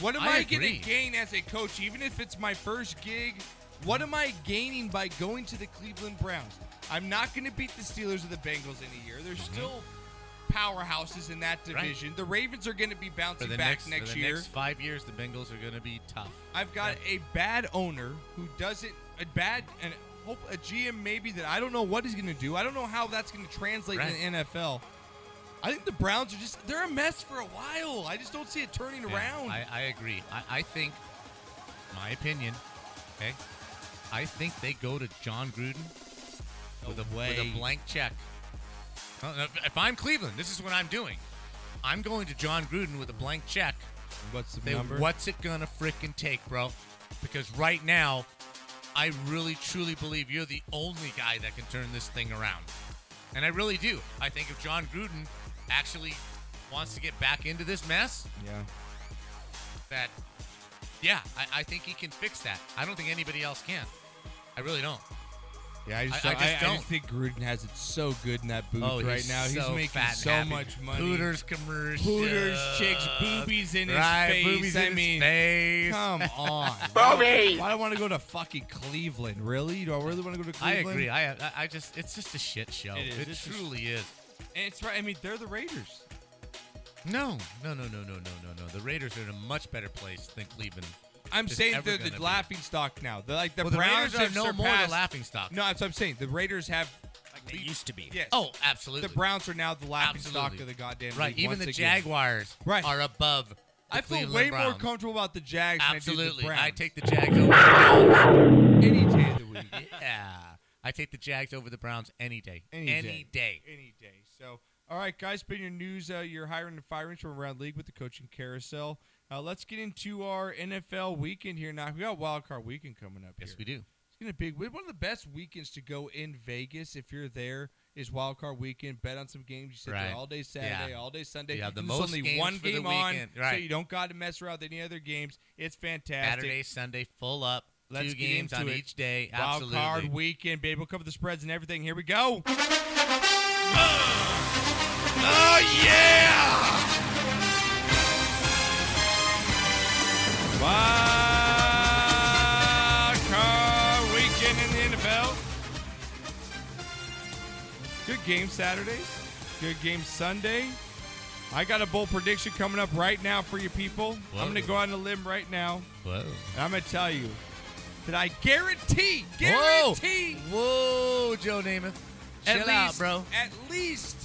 A: What am
B: I
A: I, going to
B: agree.
A: gain as a coach, even if it's my first gig? What am I gaining by going to the Cleveland Browns? I'm not going to beat the Steelers or the Bengals in a year. There's
B: Mm-hmm.
A: still powerhouses in that division. The Ravens are going to be
B: For
A: bouncing
B: the
A: back
B: next
A: next
B: for the
A: year.
B: next five years, the Bengals are gonna be tough.
A: I've got a bad owner who doesn't a bad and hope a GM maybe that I don't know what he's going to do. I don't know how that's going to translate
B: Right.
A: in the NFL. I think the Browns are just they're a mess for a while. I just don't see it turning
B: Yeah,
A: around.
B: I, I agree. I, I think, my opinion, okay, I think they go to John Gruden with, a, Oh, with a blank check. Uh, If if I'm Cleveland, this is what I'm doing. I'm going to John Gruden with a blank check.
A: What's the
B: They- what's it gonna frickin' take, bro? Because right now, I really truly believe you're the only guy that can turn this thing around. And I really do. I think if John Gruden actually wants to get back into this mess,
A: Yeah.
B: that yeah I, I think he can fix that i don't think anybody else can i really don't
A: Yeah, I just,
B: I- I
A: I,
B: just
A: I,
B: don't. Oh,
A: just think Gruden has it so good in that booth right now. he's making so much money.
B: Hooters commercial
A: Hooters, chicks, boobies in
B: right,
A: his face.
B: boobies
A: I
B: in
A: mean,
B: his face.
A: come on, Bobby. Why do I want to go to fucking Cleveland? Really? Do I really want to go to
B: i
A: Cleveland?
B: agree I, I i just it's just a shit show
A: It is.
B: it
A: It's a sh-
B: truly is
A: And it's right. I mean, they're the Raiders.
B: no no no no no no no no the raiders are in a much better place than cleveland
A: I'm
B: is
A: saying
B: ever
A: they're
B: gonna
A: the
B: be.
A: laughing stock now. They're like the
B: well the raiders
A: Browns
B: are
A: have
B: no
A: surpassed.
B: more the laughing stock
A: No, that's what I'm saying. The Raiders have.
J: Like they used to be.
A: Yes.
B: oh absolutely
A: the Browns are now the laughing stock
B: Absolutely.
A: of the goddamn
B: right
A: league
B: even
A: once
B: the
A: again.
B: jaguars
A: Right.
B: are above the
A: I feel
B: Cleveland
A: way more
B: Browns.
A: comfortable about the Jags
B: Absolutely.
A: than
B: I
A: I do
B: take the Jags over the Browns
A: the Browns any day of the week.
B: yeah. I take the Jags over the Browns any day.
A: Any
B: day.
A: any day. So, all right, guys, been your news, uh, your hiring and firings from around the league with the coaching carousel. Uh, let's get into our NFL weekend here now. We got wild card weekend coming up.
B: Yes,
A: here.
B: we do.
A: It's gonna be one of the best weekends to go in Vegas if you're there. Is wild card weekend bet on some games? You sit
B: Right.
A: there all day Saturday,
B: Yeah.
A: all day Sunday.
B: You have the
A: There's
B: most
A: only
B: games
A: one
B: for the
A: game on,
B: weekend. Right.
A: so you don't got to mess around with any other games. It's fantastic.
B: Saturday, Sunday, full up.
A: Let's
B: two
A: get
B: games
A: into
B: on
A: it.
B: each day.
A: Wild
B: Absolutely.
A: card weekend, baby. We'll cover the spreads and everything. Here we go.
B: oh yeah!
A: Wild card weekend in the NFL. Good game Saturdays. Good game Sunday. I got a bold prediction coming up right now for you people.
B: Whoa.
A: I'm going to go on a limb right now,
B: Whoa.
A: and I'm going to tell you that I guarantee,
B: Whoa.
A: guarantee,
B: Whoa, Joe Namath. Chill
A: at
B: out,
A: least,
B: bro.
A: At least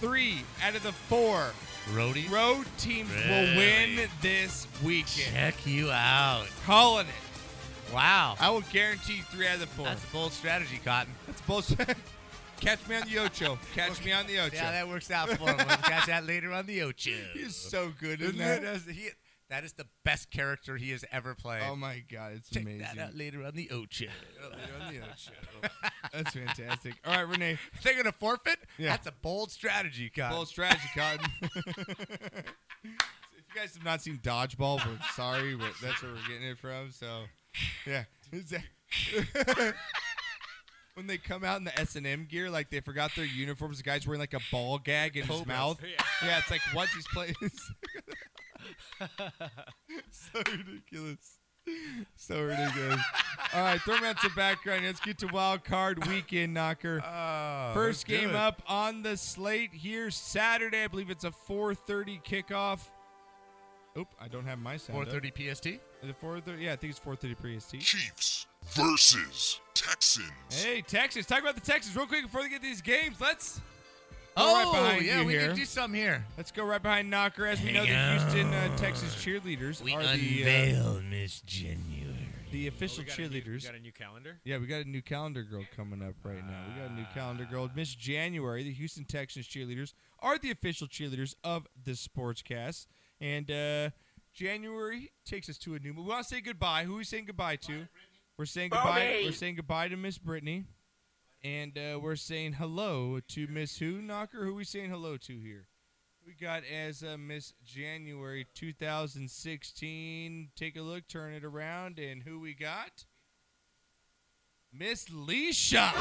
A: three out of the four
B: Roadie.
A: road teams will win this weekend.
B: Check you out.
A: Calling it.
B: Wow.
A: I will guarantee three out of the four.
B: That's a bold strategy, Cotton.
A: That's bullshit. Catch me on the Ocho. Catch me on the Ocho.
B: Yeah, that works out for him. We'll catch that later on the Ocho.
A: He's so good in
B: Isn't that-
A: that.
B: that's- he- that is the best character he has ever played.
A: Oh my god, it's
B: Check
A: amazing.
B: that out later on the Ocho.
A: Later on the Ocho. That's fantastic. All right, Renee.
B: They're gonna forfeit.
A: Yeah.
B: That's a bold strategy, Cotton.
A: Bold strategy, Cotton. if you guys have not seen Dodgeball, we're sorry, but that's where we're getting it from. So, yeah. Is that- when they come out in the S and M gear, like they forgot their uniforms. The guy's wearing like a ball gag in his
K: Cobras.
A: mouth.
K: Yeah.
A: Yeah, it's like what these plays. so ridiculous. So ridiculous. All right, throw me out some background. Let's get to wild card weekend knocker. First
B: Oh,
K: let's do
A: game
K: it.
A: up on the slate here Saturday. I believe it's a 4:30 kickoff. Oop, I don't have my sound.
B: 4:30
A: PST. Is it 4:30? Yeah, I think it's 4:30 PST.
H: Chiefs versus Texans.
A: Hey, Texas. Talk about the Texans real quick before they get these games. Let's go
B: Oh,
A: right behind
B: yeah,
A: you
B: we
A: here.
B: need to do something here.
A: Let's go right behind Knocker. As we know, the Houston uh, Texas cheerleaders are the, uh,
B: Miss January.
A: the official
C: got a new-
A: cheerleaders.
C: Oh, we got a new calendar? Ah.
A: Yeah, we got a new calendar girl coming up right now. We got a new calendar girl. Miss January, the Houston Texans cheerleaders are the official cheerleaders of this sportscast. And uh, January takes us to a new. We want to say goodbye. Who are we saying goodbye to? We're saying goodbye.
K: Bobby.
A: We're saying goodbye to Miss Brittany, and uh, we're saying hello to Miss Who Knocker. Who we saying hello to here? We got as uh, Miss January 2016. Take a look, turn it around, and who we got? Miss Leisha.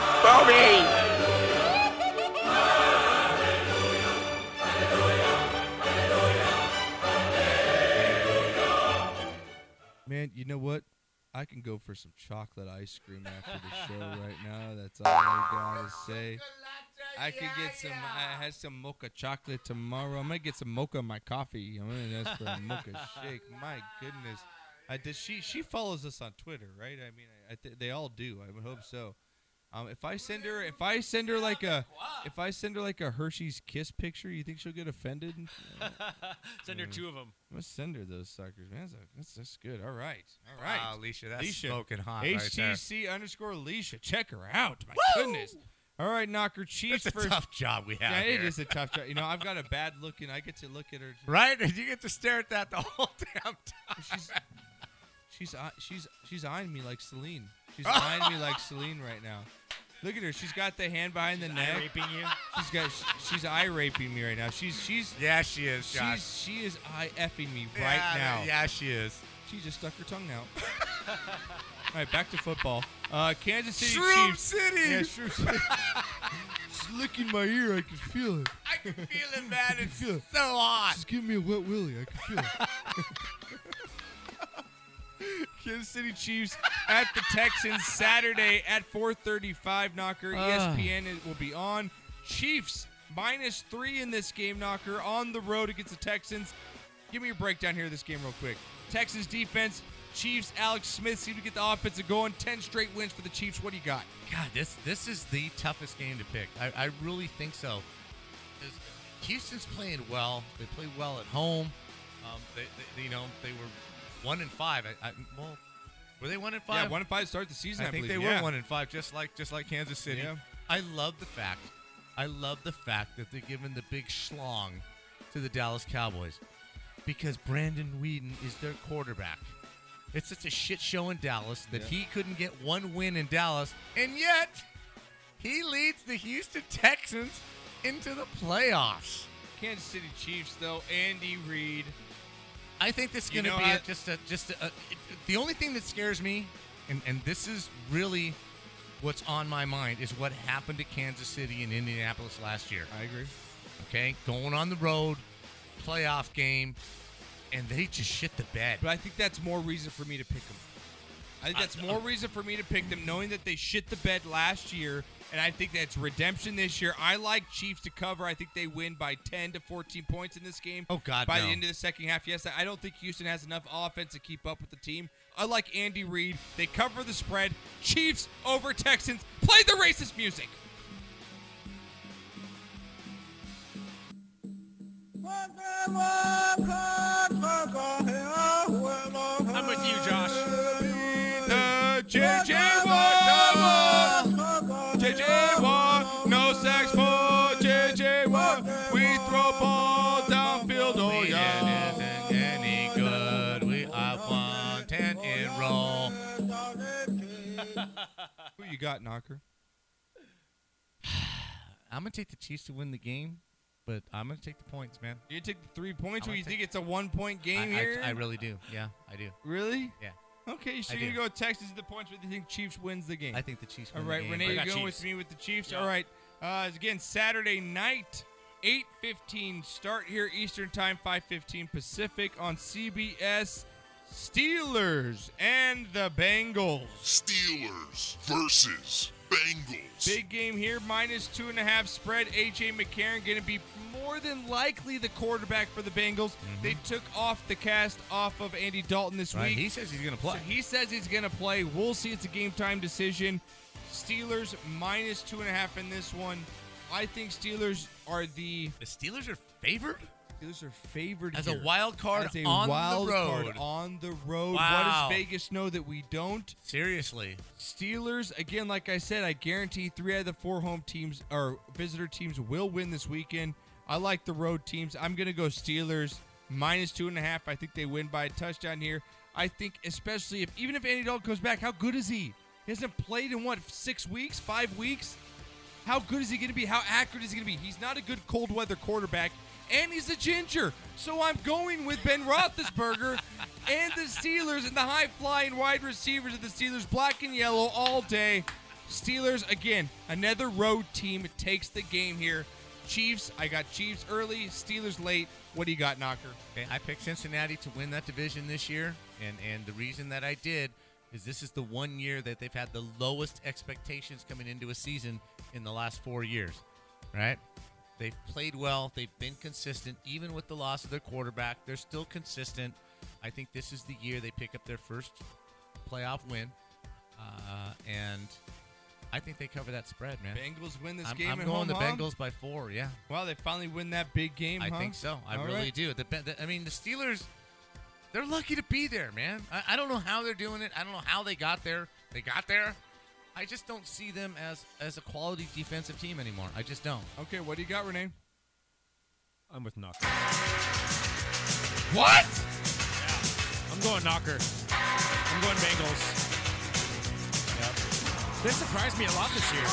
A: Man, you know what? I can go for some chocolate ice cream after the show right now. That's all I gotta say. I could get some. I had some mocha chocolate tomorrow. I'm gonna get some mocha in my coffee. I'm gonna ask for a mocha shake. My goodness. I, does she? She follows us on Twitter, right? I mean, I, I th- they all do. I would hope so. Um, if I send her, if I send her like a, if I send her like a Hershey's Kiss picture, you think she'll get offended? Uh,
C: Send her two of 'em.
A: I'm gonna send her those suckers, man. That's, a- that's, that's good. All right, all right.
B: Wow, Leisha, that's smoking hot right there.
A: HTC underscore Leisha. Check her out. My goodness. All right, Knocker Chiefs.
B: That's a
A: versus-
B: tough job we have
A: Yeah, it
B: here.
A: is a tough job. You know, I've got a bad looking. I get to look at her.
B: Right? You get to stare at that the whole damn time.
A: She's she's eye- she's she's eyeing me like Celine. She's eyeing me like Celine right now. Look at her. She's got the hand behind the neck.
C: raping you.
A: She's got. She's eye raping me right now. She's she's.
B: Yeah, she is. Josh.
A: She's she is eye effing me right
B: Yeah,
A: now.
B: Yeah, she is.
A: She just stuck her tongue out. All right, back to football. Uh, Kansas City
B: Shroom
A: Chiefs.
B: City!
A: Yeah, Shroom City. She's licking my ear. I can feel it.
B: I can feel it, man. It's
A: feel
B: so
A: it.
B: hot.
A: Just give me a wet willy. I can feel it. Kansas City Chiefs at the Texans Saturday at 4:35. Knocker.
B: Ah.
A: E ESPN it will be on. Chiefs minus three in this game. Knocker on the road against the Texans. Give me your breakdown here of this game real quick. Texans defense. Chiefs. Alex Smith seem to get the offense going. Ten straight wins for the Chiefs. What do you got?
B: God, this this is the toughest game to pick. I, I really think so. 'Cause Houston's playing well. They play well at home. Um, they, they, you know, they were one and five. I, I, well, were they one and five?
A: Yeah, one and five to start the season. I,
B: I think
A: believe.
B: they
A: yeah.
B: were one and five, just like just like Kansas City.
A: Yeah.
B: I love the fact, I love the fact that they're giving the big schlong to the Dallas Cowboys because Brandon Whedon is their quarterback. It's such a shit show in Dallas that
A: Yeah.
B: he couldn't get one win in Dallas, and yet he leads the Houston Texans into the playoffs.
A: Kansas City Chiefs though. Andy Reid.
B: I think this is
A: You
B: going to
A: know,
B: be
A: I-
B: a, just a just a, it- it- the only thing that scares me, and and this is really what's on my mind is what happened to Kansas City and Indianapolis last year.
A: I agree.
B: Okay, going on the road, playoff game, and they just shit the bed.
A: But I think that's more reason for me to pick them. I think that's more reason for me to pick them, knowing that they shit the bed last year, and I think that's redemption this year. I like Chiefs to cover. I think they win by 10 to 14 points in this game.
B: Oh, God,
A: By
B: no.
A: the end of the second half, yes, I don't think Houston has enough offense to keep up with the team. I like Andy Reid. They cover the spread. Chiefs over Texans. Play the racist music.
C: I'm with you, Josh.
A: The JJ Watt JJ Watt, no sacks for JJ Watt. We throw ball downfield, oh yeah.
B: isn't any good. We are one ten in roll.
A: Who you got, Knocker?
B: I'm gonna take the Chiefs to win the game, but I'm gonna take the points, man.
A: You take the three points,
B: I'm
A: or
B: gonna
A: you
B: take-
A: think it's a one-point game
B: I,
A: here?
B: I, I really do. Yeah, I do.
A: really?
B: Yeah.
A: Okay, so
B: I
A: you're
B: do.
A: going to go Texans at the points, but you think Chiefs wins the game.
B: I think the Chiefs.
A: All
B: Win the
A: right,
B: game. I
A: Renee, you
B: got
A: going
B: Chiefs.
A: with me with the Chiefs.
C: Yeah.
A: All right, uh, it's again Saturday night, eight fifteen start here Eastern Time, five fifteen Pacific on CBS. Steelers and the Bengals.
H: Steelers versus Bengals.
A: Big game here, minus two and a half spread. AJ McCarron going to be more than likely the quarterback for the Bengals. They took off the cast off of Andy Dalton this
B: Mm-hmm. Right,
A: week.
B: he says he's gonna play.
A: So he says he's going to play. We'll see. It's a game time decision. Steelers minus two and a half in this one. I think Steelers are the
B: The Steelers are favored
A: Steelers are favored
B: as
A: here.
B: a wild card
A: As a
B: on
A: wild
B: the road.
A: card on the road.
B: Wow.
A: What does Vegas know that we don't?
B: Seriously,
A: Steelers, again, like I said, I guarantee three out of the four home teams or visitor teams will win this weekend. I like the road teams. I'm going to go Steelers minus two and a half. I think they win by a touchdown here. I think, especially if even if Andy Dalton comes back, how good is he? He hasn't played in what six weeks, five weeks. How good is he going to be? How accurate is he going to be? He's not a good cold weather quarterback, and he's a ginger. So I'm going with Ben Roethlisberger and the Steelers and the high flying wide receivers of the Steelers, black and yellow all day. Steelers again, another road team takes the game here. Chiefs, I got Chiefs early, Steelers late. What do you got, Knocker?
B: Okay, I picked Cincinnati to win that division this year, and and the reason that I did is this is the one year that they've had the lowest expectations coming into a season in the last four years, right? They've played well. They've been consistent, even with the loss of their quarterback. They're still consistent. I think this is the year they pick up their first playoff win, uh, and I think they cover that spread, man.
A: Bengals win this
B: I'm,
A: game.
B: I'm
A: at
B: going
A: home,
B: the
A: huh?
B: Bengals by four. Yeah.
A: Wow, they finally win that big game.
B: I
A: huh?
B: think so. I
A: All
B: really
A: right.
B: do. The, Ben- the, I mean, the Steelers, they're lucky to be there, man. I, I don't know how they're doing it. I don't know how they got there. They got there. I just don't see them as as a quality defensive team anymore. I just don't.
A: Okay, what do you got, Renee?
C: I'm with Knocker.
A: What?
C: I'm going Knocker. I'm going Bengals. Yep. They surprised me a lot this year.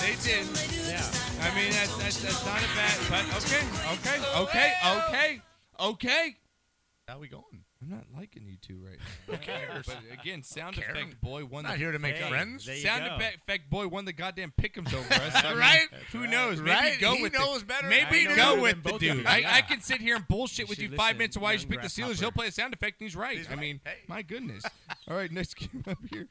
A: They did.
C: Yeah.
A: I mean, that's, that's, that's not a bad, but okay, okay, okay, okay, okay.
B: How we going?
A: I'm not liking you two right now.
B: Who cares?
A: But again, sound
B: Care.
A: effect boy won
B: not
A: the
B: here to make
C: Hey,
B: friends.
C: they- There you
A: sound
C: go.
A: effect boy won the goddamn pickums over us. I mean,
B: Right?
A: Who knows? Maybe
B: Right?
A: go
B: He
A: with
B: knows
A: the,
B: better
A: Maybe
C: than I know better
A: go
C: than
A: with the
C: both of you.
A: dude. I, I
C: Yeah.
A: can sit here and bullshit
C: You
A: with
C: should
A: you five
C: listen,
A: minutes of why you
C: young
A: should pick the Steelers.
C: grasshopper.
A: He'll play a sound effect and he's right. I
B: right.
A: mean,
B: Hey.
A: my goodness. All right, next game up here.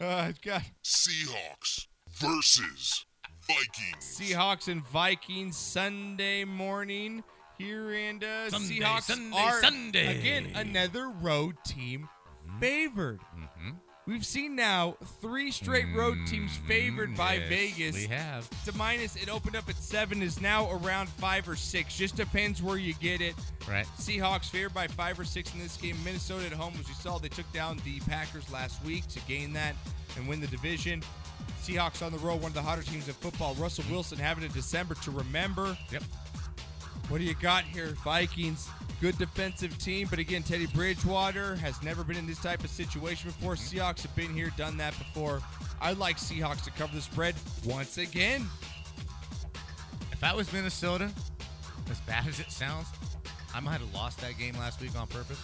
A: Uh, God.
H: Seahawks versus Vikings.
A: Seahawks and Vikings Sunday morning here, and uh,
B: Sunday,
A: Seahawks
B: Sunday,
A: are
B: Sunday. Mm-hmm.
A: again another road team favored. We've seen now three straight road teams favored by
B: Mm-hmm. Yes,
A: Vegas.
B: We have.
A: to minus, it opened up at seven, is now around five or six. Just depends where you get it.
B: Right.
A: Seahawks favored by five or six in this game. Minnesota at home, as you saw, they took down the Packers last week to gain that and win the division. Seahawks on the road, one of the hotter teams in football. Russell Wilson having a December to remember.
B: Yep.
A: What do you got here, Vikings? Good defensive team, but again, Teddy Bridgewater has never been in this type of situation before.
B: Mm-hmm.
A: Seahawks have been here, done that before. I like Seahawks to cover the spread once again.
B: If I was Minnesota, as bad as it sounds, I might have lost that game last week on purpose.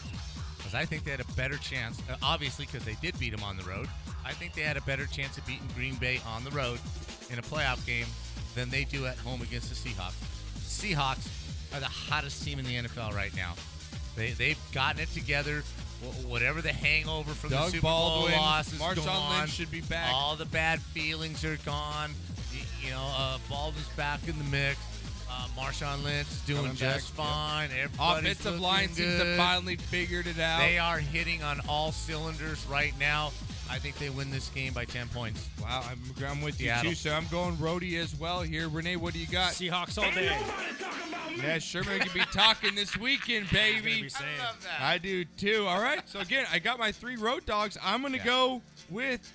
B: Because I think they had a better chance, uh, obviously, because they did beat them on the road. I think they had a better chance of beating Green Bay on the road in a playoff game than they do at home against the Seahawks. Seahawks are the hottest team in the NFL right now. They, they've gotten it together. Wh- Whatever the hangover from the
A: Doug
B: Super
A: Baldwin,
B: Bowl loss is
A: Marshawn
B: gone.
A: Lynch should be back.
B: All the bad feelings are gone. Y- You know, uh, Baldwin's back in the mix. Uh, Marshawn Lynch is doing
A: Coming back,
B: just
A: yep.
B: fine. Everybody's
A: Offensive
B: looking
A: line seems to
B: good.
A: finally figured it out.
B: They are hitting on all cylinders right now. I think they win this game by 10 points.
A: wow, I'm, I'm with you
B: Seattle.
A: too. So I'm going roadie as well here. Renee, what do you got?
C: Seahawks all day.
A: Yeah, Sherman could be talking this weekend,
C: Gonna
A: baby.
C: be saying.
A: I do too. All right. So again, I got my three road dogs. I'm gonna
B: Yeah.
A: go with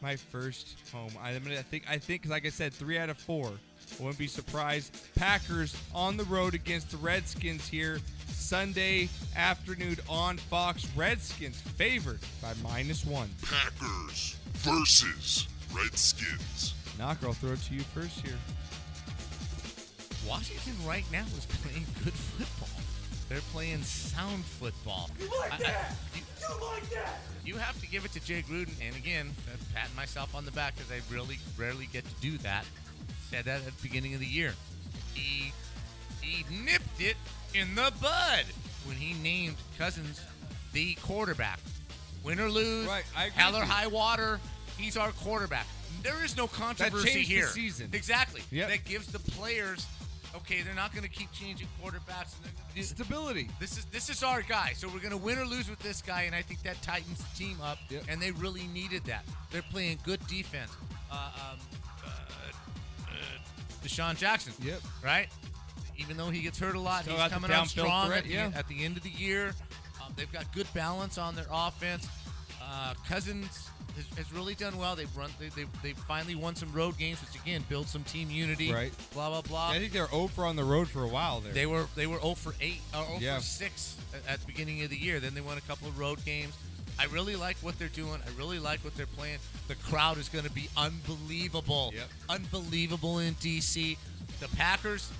A: my first home. I'm gonna I think I think 'cause like I said, three out of four. I wouldn't be surprised. Packers on the road against the Redskins here Sunday afternoon on Fox. Redskins favored by minus one.
H: Packers versus Redskins.
A: Knocker, I'll throw it to you first here.
B: Washington right now is playing good football. They're playing sound football. I- I- you-
F: You like that?
B: You have to give it to Jay Gruden, and again, that's patting myself on the back because I really rarely get to do that. Said that at the beginning of the year. He he nipped it in the bud when he named Cousins the quarterback. Win or lose,
A: Right, I agree
B: hell
A: with
B: or
A: you.
B: high water, he's our quarterback. There is no controversy
A: changed the
B: here.
A: season.
B: Exactly.
A: Yep.
B: That gives the players okay, they're not going to keep changing quarterbacks. and they're gonna do-
A: Stability.
B: this is this is our guy. So we're gonna win or lose with this guy, and I think that tightens the team up.
A: Yep.
B: And they really needed that. They're playing good defense. Uh, um, uh, uh, Deshaun Jackson.
A: Yep.
B: Right. Even though he gets hurt a lot,
A: Still
B: he's
A: got the
B: coming out
A: downfield
B: strong
A: threat,
B: at, the,
A: yeah.
B: at the end of the year. Um, they've got good balance on their offense. Uh, Cousins has, has really done well. They've run. They, they they finally won some road games, which again builds some team unity.
A: Right.
B: Blah blah blah.
A: I think they're over on the road for a while there.
B: Uh, They were they were 0 for 8 or 0
A: Yeah.
B: for 6 at, at the beginning of the year. Then they won a couple of road games. I really like what they're doing. I really like what they're playing. The crowd is going to be unbelievable.
A: Yep.
B: Unbelievable in DC. The Packers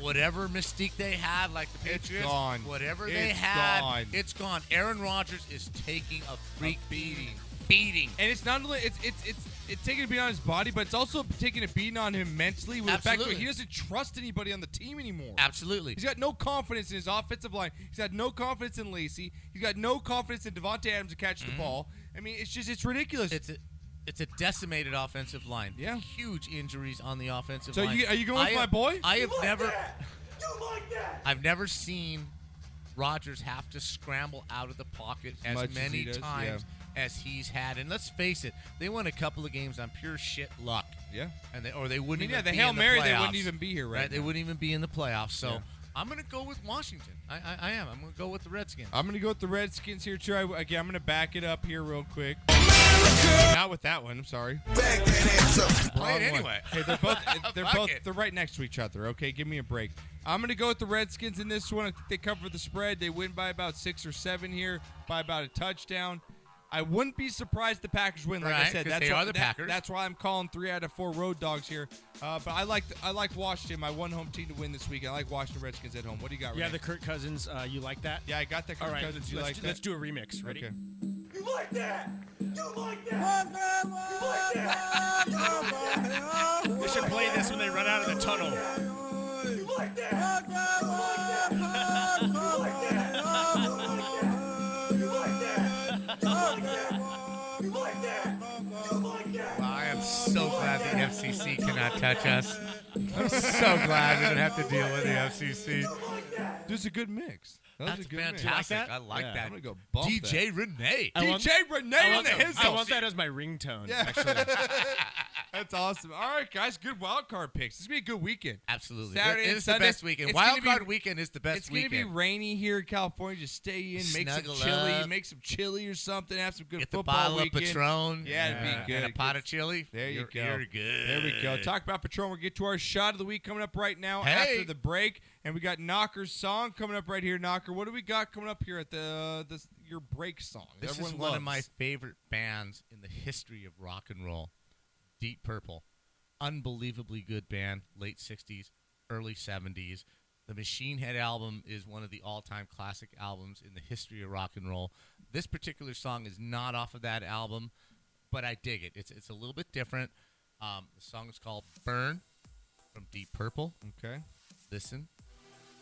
B: whatever mystique they had like the
A: It's
B: Patriots
A: gone.
B: whatever they
A: It's
B: had
A: gone.
B: it's gone. Aaron Rodgers is taking a freak
A: beating.
B: beating.
A: and it's not only it's it's it's it's taking a beating on his body, but it's also taking a beating on him mentally with the fact that
B: Absolutely.
A: he doesn't trust anybody on the team anymore.
B: Absolutely.
A: He's got no confidence in his offensive line. He's got no confidence in Lacey. He's got no confidence in Devontae Adams to catch the ball. I mean, it's just it's ridiculous.
B: Mm-hmm. It's a it's a decimated offensive line.
A: Yeah.
B: Huge injuries on the offensive
A: So
B: line.
A: you- are you going with
B: I
A: my
B: have-
A: boy?
B: I have
F: You like
B: never
F: that? You like that?
B: I've never seen Rodgers have to scramble out of the pocket as
A: much as he
B: many
A: does,
B: times as he's had. And let's face it, they won a couple of games on pure shit luck.
A: yeah.
B: And they or they wouldn't
A: I mean,
B: even
A: yeah, the
B: be
A: Hail
B: in
A: Mary,
B: playoffs,
A: they wouldn't even be here right
B: They
A: now.
B: wouldn't even be in the playoffs. So
A: Yeah.
B: I'm gonna go with Washington. I, I, I am. I'm gonna go with the Redskins.
A: I'm gonna go with the Redskins here too. I, again, I'm gonna back it up here real quick. Not with that one. I'm sorry.
F: Back that ass up.
B: Play it
A: Wrong one.
B: anyway.
A: Oh, Hey, they're both they're
B: Fuck
A: both
B: it.
A: they're right next to each other. Okay, give me a break. I'm gonna go with the Redskins in this one. I think they cover the spread. They win by about six or seven here, by about a touchdown. I wouldn't be surprised the Packers win. Like I
B: Right,
A: said,
B: 'cause
A: that's
B: they
A: why,
B: are the
A: that-
B: Packers.
A: That's why I'm calling three out of four road dogs here. Uh, but I like I like Washington, my one home team to win this week. I like Washington Redskins at home. What do you got?
C: Yeah,
A: Renee?
C: the Kirk Cousins. Uh, you like that?
A: yeah, I got that.
C: All right.
A: Cousins,
C: Let's,
A: you
C: let's
A: like
C: do,
A: that?
C: let's do a remix. Ready?
A: Okay.
F: You like that? You like that? You like that?
C: They should play this when they run out of the tunnel.
F: You like that? You like that? You like that? You like that? You like that?
B: I am so glad the FCC cannot touch us. I'm so glad we don't have to deal with the FCC.
A: This is a good mix. That was
B: That's
A: a good
B: fantastic.
A: mix.
B: I like
A: Yeah,
B: that.
A: I'm gonna go bump
B: DJ Renee.
C: I want-
A: DJ Renee
C: I
A: and
C: want,
A: the
C: that, I
A: Hizzles.
C: want that as my ringtone.
A: Yeah.
C: Actually.
A: That's awesome. All right, guys, good wild card picks. It's gonna be a good weekend.
B: Absolutely.
A: Saturday
B: it
A: and
B: is
A: Sunday.
B: the best weekend.
A: It's
B: Wild
A: gonna be-
B: card weekend is the best
A: it's
B: weekend.
A: gonna be rainy here in California. Just stay in, make
B: Snuggle
A: some chili,
B: up.
A: make some chili or something. Have some good
B: Get the
A: football
B: bottle
A: weekend.
B: of Patron.
A: Yeah, it'd be good.
B: And a pot of chili.
A: There you
B: You're-
A: go.
B: You're good.
A: There we go. Talk about Patron. We'll get to our shot of the week coming up right now
B: Hey.
A: after the break, and we got Knocker's song coming up right here. Knocker, what do we got coming up here at the this your break song? that
B: This
A: everyone
B: is one of
A: loves?
B: my favorite bands in the history of rock and roll. Deep Purple. Unbelievably good band, late 60s, early 70s. The Machine Head album is one of the all time classic albums in the history of rock and roll. This particular song is not off of that album, but I dig it. It's, it's a little bit different. Um, the song is called Burn from Deep Purple.
A: okay.
B: Listen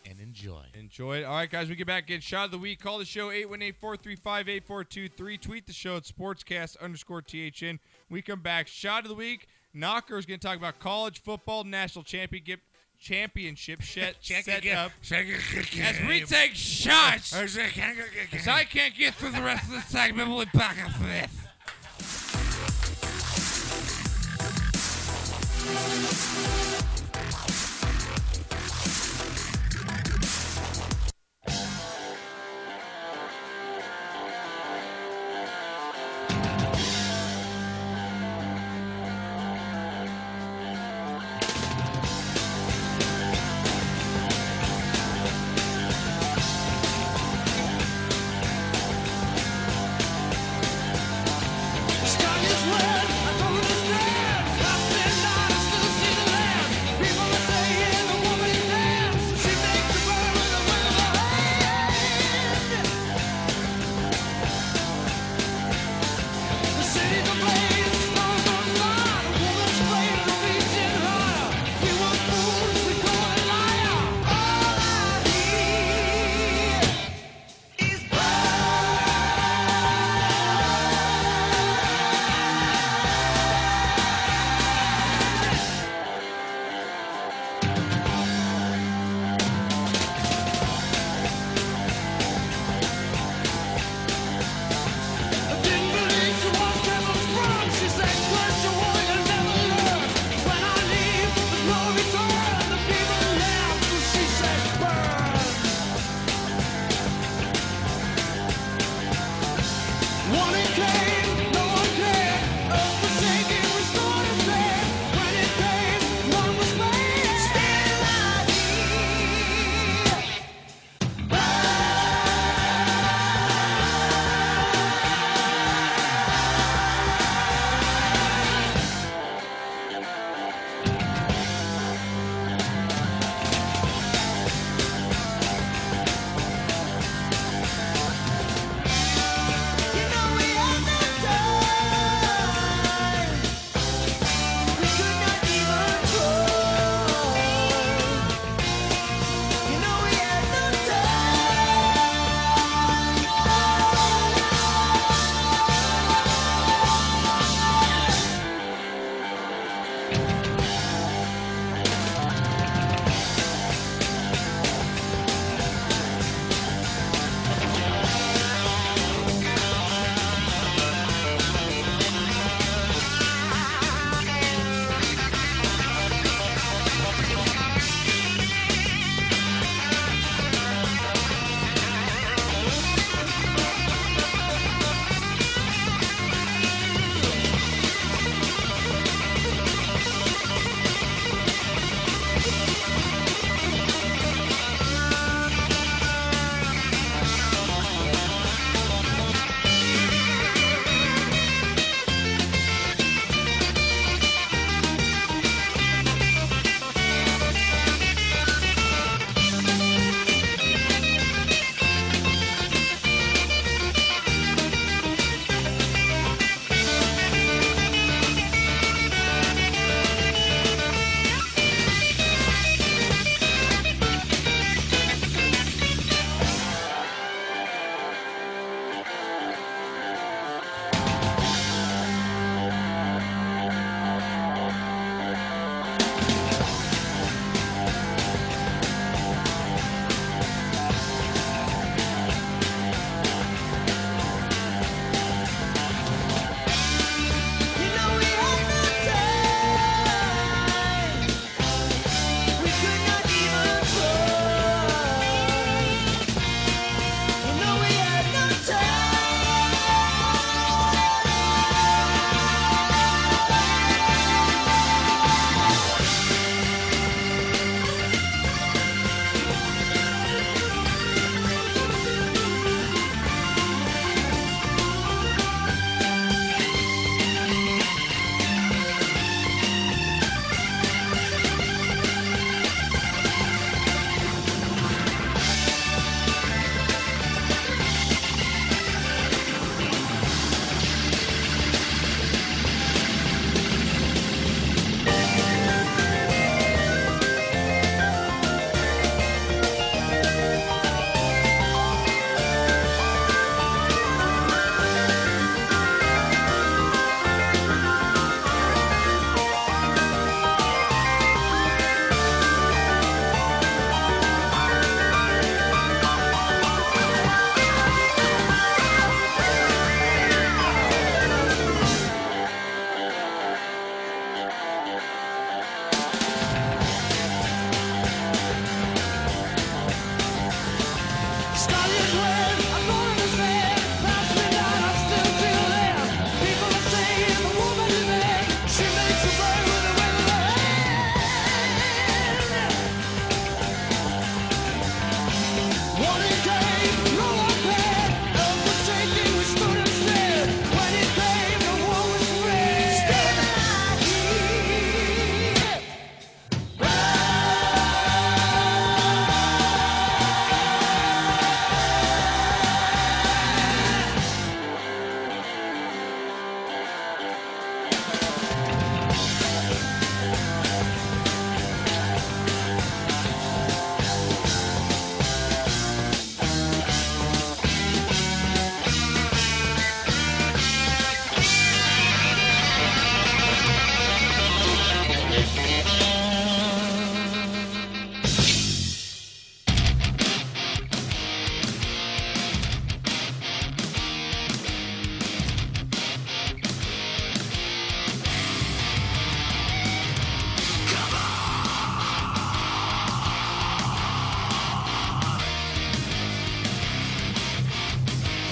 B: and enjoy.
A: Enjoy it. All right, guys, we get back in shot of the week. Call the show 818 435 8423. Tweet the show at sportscast underscore THN. We come back. Shot of the week. Knocker is going to talk about college football national championship championship set, set up as we take shots. Because I can't get through the rest of the segment. We'll be back after this.
F: Sky is red, I don't understand. I've been I still see the land.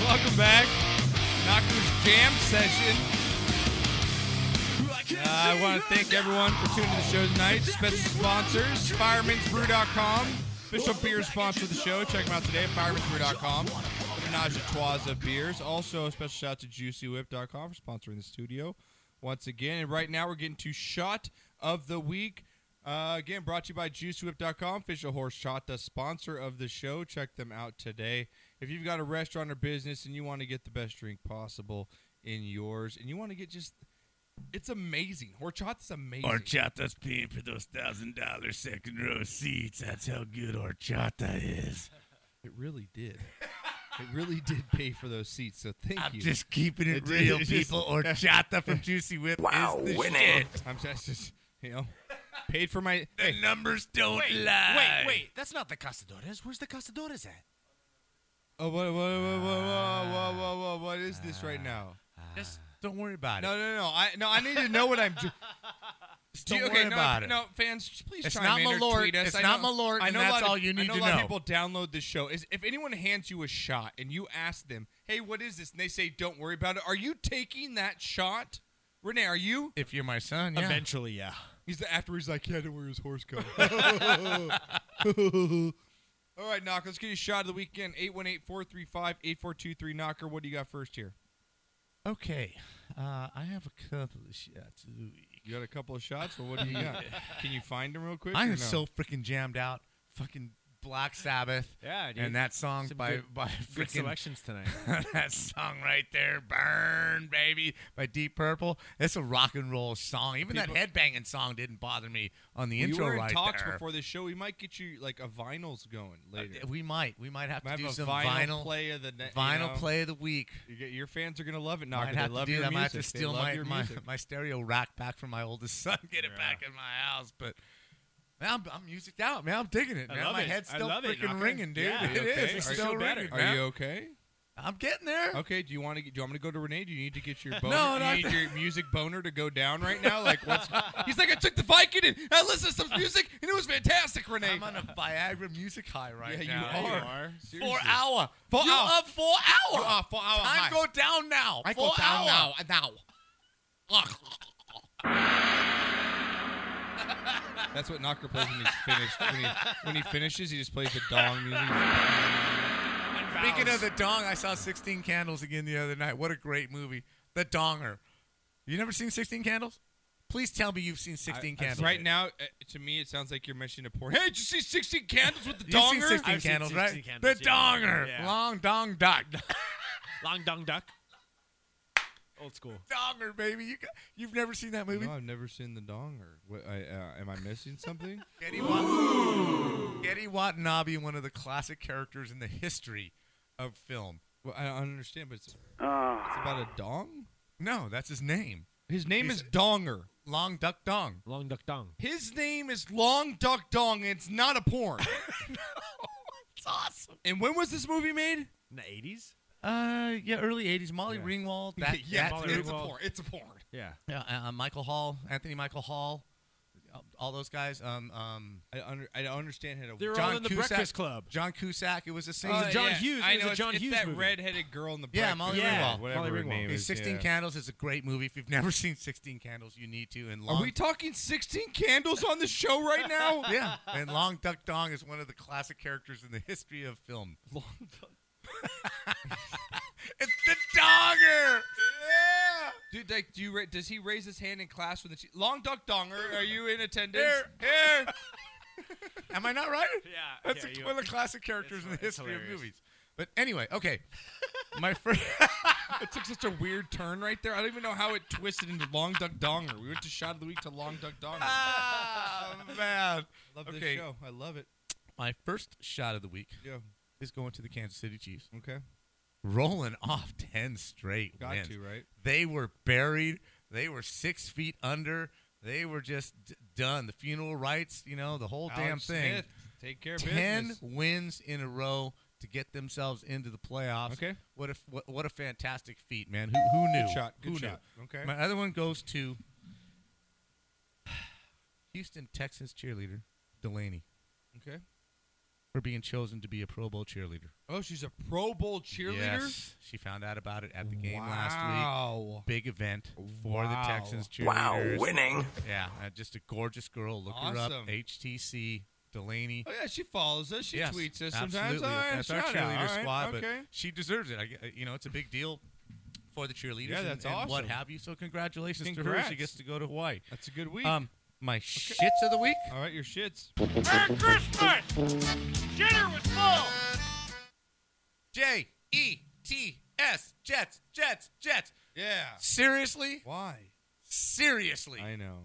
A: Welcome back. Knockers Jam Session. Uh, I want to thank everyone for tuning to the show tonight. Special sponsors, fireman'sbrew.com. Official beer sponsor of the show. Check them out today at fireman'sbrew.com. Menage a trois of beers. Also, a special shout out to juicywhip.com for sponsoring the studio once again. And right now, we're getting to Shot of the Week. Uh, again, brought to you by JuiceWhip.com, official horse shot, the sponsor of the show. Check them out today. If you've got a restaurant or business and you want to get the best drink possible in yours, and you want to get just, it's amazing. Horchata's amazing.
I: Horchata's paying for those thousand dollar second row seats. That's how good horchata is.
A: It really did. It really did pay for those seats. So thank
I: I'm
A: you.
I: just keeping it
A: did.
I: real,
A: It's
I: people. Horchata from Juicy Whip wow, is the shit.
A: I'm just, just, you know, paid for my.
I: The numbers don't
C: Wait,
I: lie.
C: wait, wait. That's not the Castadores. Where's the Castadores at?
A: Oh, what, what, what, what, what, what, what, what, what is this right now?
I: Ah. Just don't worry about
A: No, no, no. I no. I need to know what I'm. Dr-
I: it.
A: Do
I: Don't
A: you-
I: worry
A: no,
I: about it.
A: No, fans, just please
I: It's
A: chime
I: not
A: in or
I: Malort.
A: tweet us.
I: It's
A: I
I: not
A: know-
I: Malort,
A: I
I: and
A: know a lot
I: that's
A: of-
I: all you
A: I
I: need
A: know
I: to
A: a lot of
I: know.
A: people download this show. Is if anyone hands you a shot and you ask them, "Hey, what is this?" and they say, "Don't worry about it," are you taking that shot? Renee, are you?
B: If you're my son, yeah.
C: Eventually, yeah.
A: He's the after he's like, yeah, don't worry, his horse comes. All right, Knock, let's get you a shot of the weekend. 818 435 8423. Knocker, what do you got first here?
B: Okay. Uh, I have a couple of shots. of the week.
A: You got a couple of shots, but what do you got? Can you find them real quick?
B: I
A: or
B: am
A: no?
B: so freaking jammed out. Fucking Black Sabbath.
C: Yeah, dude.
B: And that song
C: Some
B: by
C: good-
B: by
C: Good
B: freaking
C: selections tonight.
B: that song right there, "Burn, Baby" by Deep Purple. It's a rock and roll song. Even that headbanging song didn't bother me on the
A: We
B: intro
A: were in
B: right
A: talks
B: there. Uh,
A: before this show. We might get you like a vinyls going later.
B: We might, we might have to
A: might have
B: do
A: a
B: some
A: vinyl,
B: vinyl,
A: play of the ne- you
B: vinyl
A: know?
B: play of the week.
A: You get- your fans are gonna love it,
B: I
A: Knocker.
B: might
A: They
B: have to
A: love
B: do
A: your
B: that. I
A: music.
B: might have to
A: They
B: steal
A: love
B: my,
A: your
B: my,
A: music.
B: my stereo rack back from my oldest son, get it back in my house. But man, I'm, I'm musicked out, man. I'm digging it,
C: I
B: man.
C: love
B: my
C: it.
B: head's
C: I
B: still
C: love it,
B: freaking
C: Knocker.
B: ringing, dude.
C: Yeah,
B: It
C: okay.
B: is.
C: Makes
B: It's
C: you
B: still
C: feel better.
B: ringing,
A: Are
B: man.
A: you okay?
B: I'm getting there.
A: Okay, do you want to do you want me to go to Renee? Do you need to get your boner?
B: No,
A: do
B: no,
A: you
B: I-
A: need your music boner to go down right now? Like what's? He's like, I took the Viking and I listened to some music and it was fantastic, Renee.
B: I'm on a Viagra music high right
A: yeah, you
B: now.
A: are.
B: Four
A: Seriously.
B: hour.
A: Four
B: you
A: hour.
B: up four hour.
A: Uh, four hour high.
B: Time go down now.
A: I
B: four
A: go down
B: hour.
A: now. Now. That's what Knocker plays when he's finished. When he, when he finishes, he just plays the dong music.
B: Speaking of the dong, I saw 16 Candles again the other night. What a great movie. The Donger. You never seen 16 Candles? Please tell me you've seen 16
A: I- I-
B: Candles.
A: Right now, uh, to me, it sounds like you're mentioning a porn. Hey, did you see 16 candles with the
B: You've
A: donger?
B: seen 16
C: I've seen
B: Candles,
C: 16
B: right?
C: Candles,
B: the
C: yeah.
B: Donger.
C: Yeah.
B: Long dong dock.
C: Long dong duck. Old school.
B: donger, baby. You, got- you've never seen that movie?
A: No, I've never seen the donger. What, I, uh, am I missing something?
B: Getty, Wat- Getty Watanabe, one of the classic characters in the history of film.
A: well, I don't understand, but it's, it's about a dong?
B: No, that's his name.
A: His name
B: He's-
A: is Donger.
B: Long Duck Dong.
C: Long duck dong.
A: His name is Long Duck Dong, and it's not a porn.
B: It's awesome.
A: and when was this movie made?
C: In the 80s?
B: Uh, yeah, early '80s. Molly
C: Yeah.
B: Ringwald. That,
A: yeah,
B: that
C: Molly
B: group.
A: it's a
C: Ringwald.
A: porn. It's a porn.
C: Yeah.
B: Yeah, uh, uh, Michael Hall, Anthony Michael Hall, uh, all those guys. Um, um,
A: I, under, I don't understand how to.
C: They were
B: John
C: all in the
B: Cusack.
C: Breakfast Club.
B: John Cusack. It was the same.
A: Uh,
C: was a John Hughes.
A: Oh, I
C: It was
A: know.
C: a
A: it's-
C: John
A: it's,
C: Hughes
A: that
C: movie.
A: redheaded girl in the
B: Yeah,
A: breakfast.
B: Molly
C: Yeah,
B: Ringwald.
A: whatever
C: Molly
A: her
C: Ringwald.
A: name
B: It's
A: is.
B: 16
A: yeah.
B: Candles is a great movie. If you've never seen 16 Candles, you need to. And long,
A: Are we talking 16 candles on the show right now?
B: yeah, and Long Duck Dong is one of the classic characters in the history of film. Long Duck. it's the Donger. Yeah.
A: Dude, like, do you ra- does he raise his hand in class when the che- long duck donger? Are you in attendance?
B: Here, here. Am I not right?
C: Yeah,
B: That's
C: yeah,
B: a-
C: you-
B: one of the classic characters
C: it's
B: in the
C: hi- it's
B: history of
C: hilarious.
B: movies. But anyway, okay. My first.
A: It took such a weird turn right there. I don't even know how it twisted into long duck donger. We went to shot of the week to long duck donger.
B: ah, man.
A: love
B: okay.
A: this show. I love it.
B: My first shot of the week
A: Yeah.
B: is going to the Kansas City Chiefs.
A: Okay.
B: Rolling off 10 straight
A: Got
B: wins.
A: to right.
B: They were buried. They were six feet under. They were just d- done. The funeral rites, you know, the whole damn
A: Alex
B: thing.
A: Smith, take care of
B: 10
A: business.
B: wins in a row to get themselves into the playoffs.
A: Okay.
B: What a what, what a fantastic feat, man. Who who knew?
A: Good shot. Good
B: who
A: shot.
B: Knew?
A: Okay.
B: My other one goes to Houston Texans cheerleader Delaney.
A: Okay.
B: for being chosen to be a Pro Bowl cheerleader.
A: Oh, she's a Pro Bowl cheerleader.
B: Yes, she found out about it at the game last
A: Wow.
B: week. Big event for
A: Wow.
B: the Texans cheerleaders.
A: Wow, winning.
B: Yeah, uh, just a gorgeous girl. Look her
A: Awesome.
B: up. HTC Delaney.
A: Oh yeah, she follows us. She
B: Yes,
A: tweets us sometimes.
B: absolutely.
A: All right,
B: That's our
A: shout out.
B: cheerleader
A: All right,
B: squad, but
A: okay.
B: she deserves it. I, gu- you know, it's a big deal for the cheerleaders.
A: Yeah,
B: and-
A: that's
B: and What
A: awesome.
B: have you? So congratulations to her.
A: Congrats.
B: She gets to go to Hawaii.
A: That's a good week.
B: Um, my shits of the week.
A: All right, your shits.
F: Merry Christmas! Dinner was full!
B: J E T S Jets Jets Jets.
A: Yeah.
B: Seriously?
A: Why?
B: Seriously.
A: I know.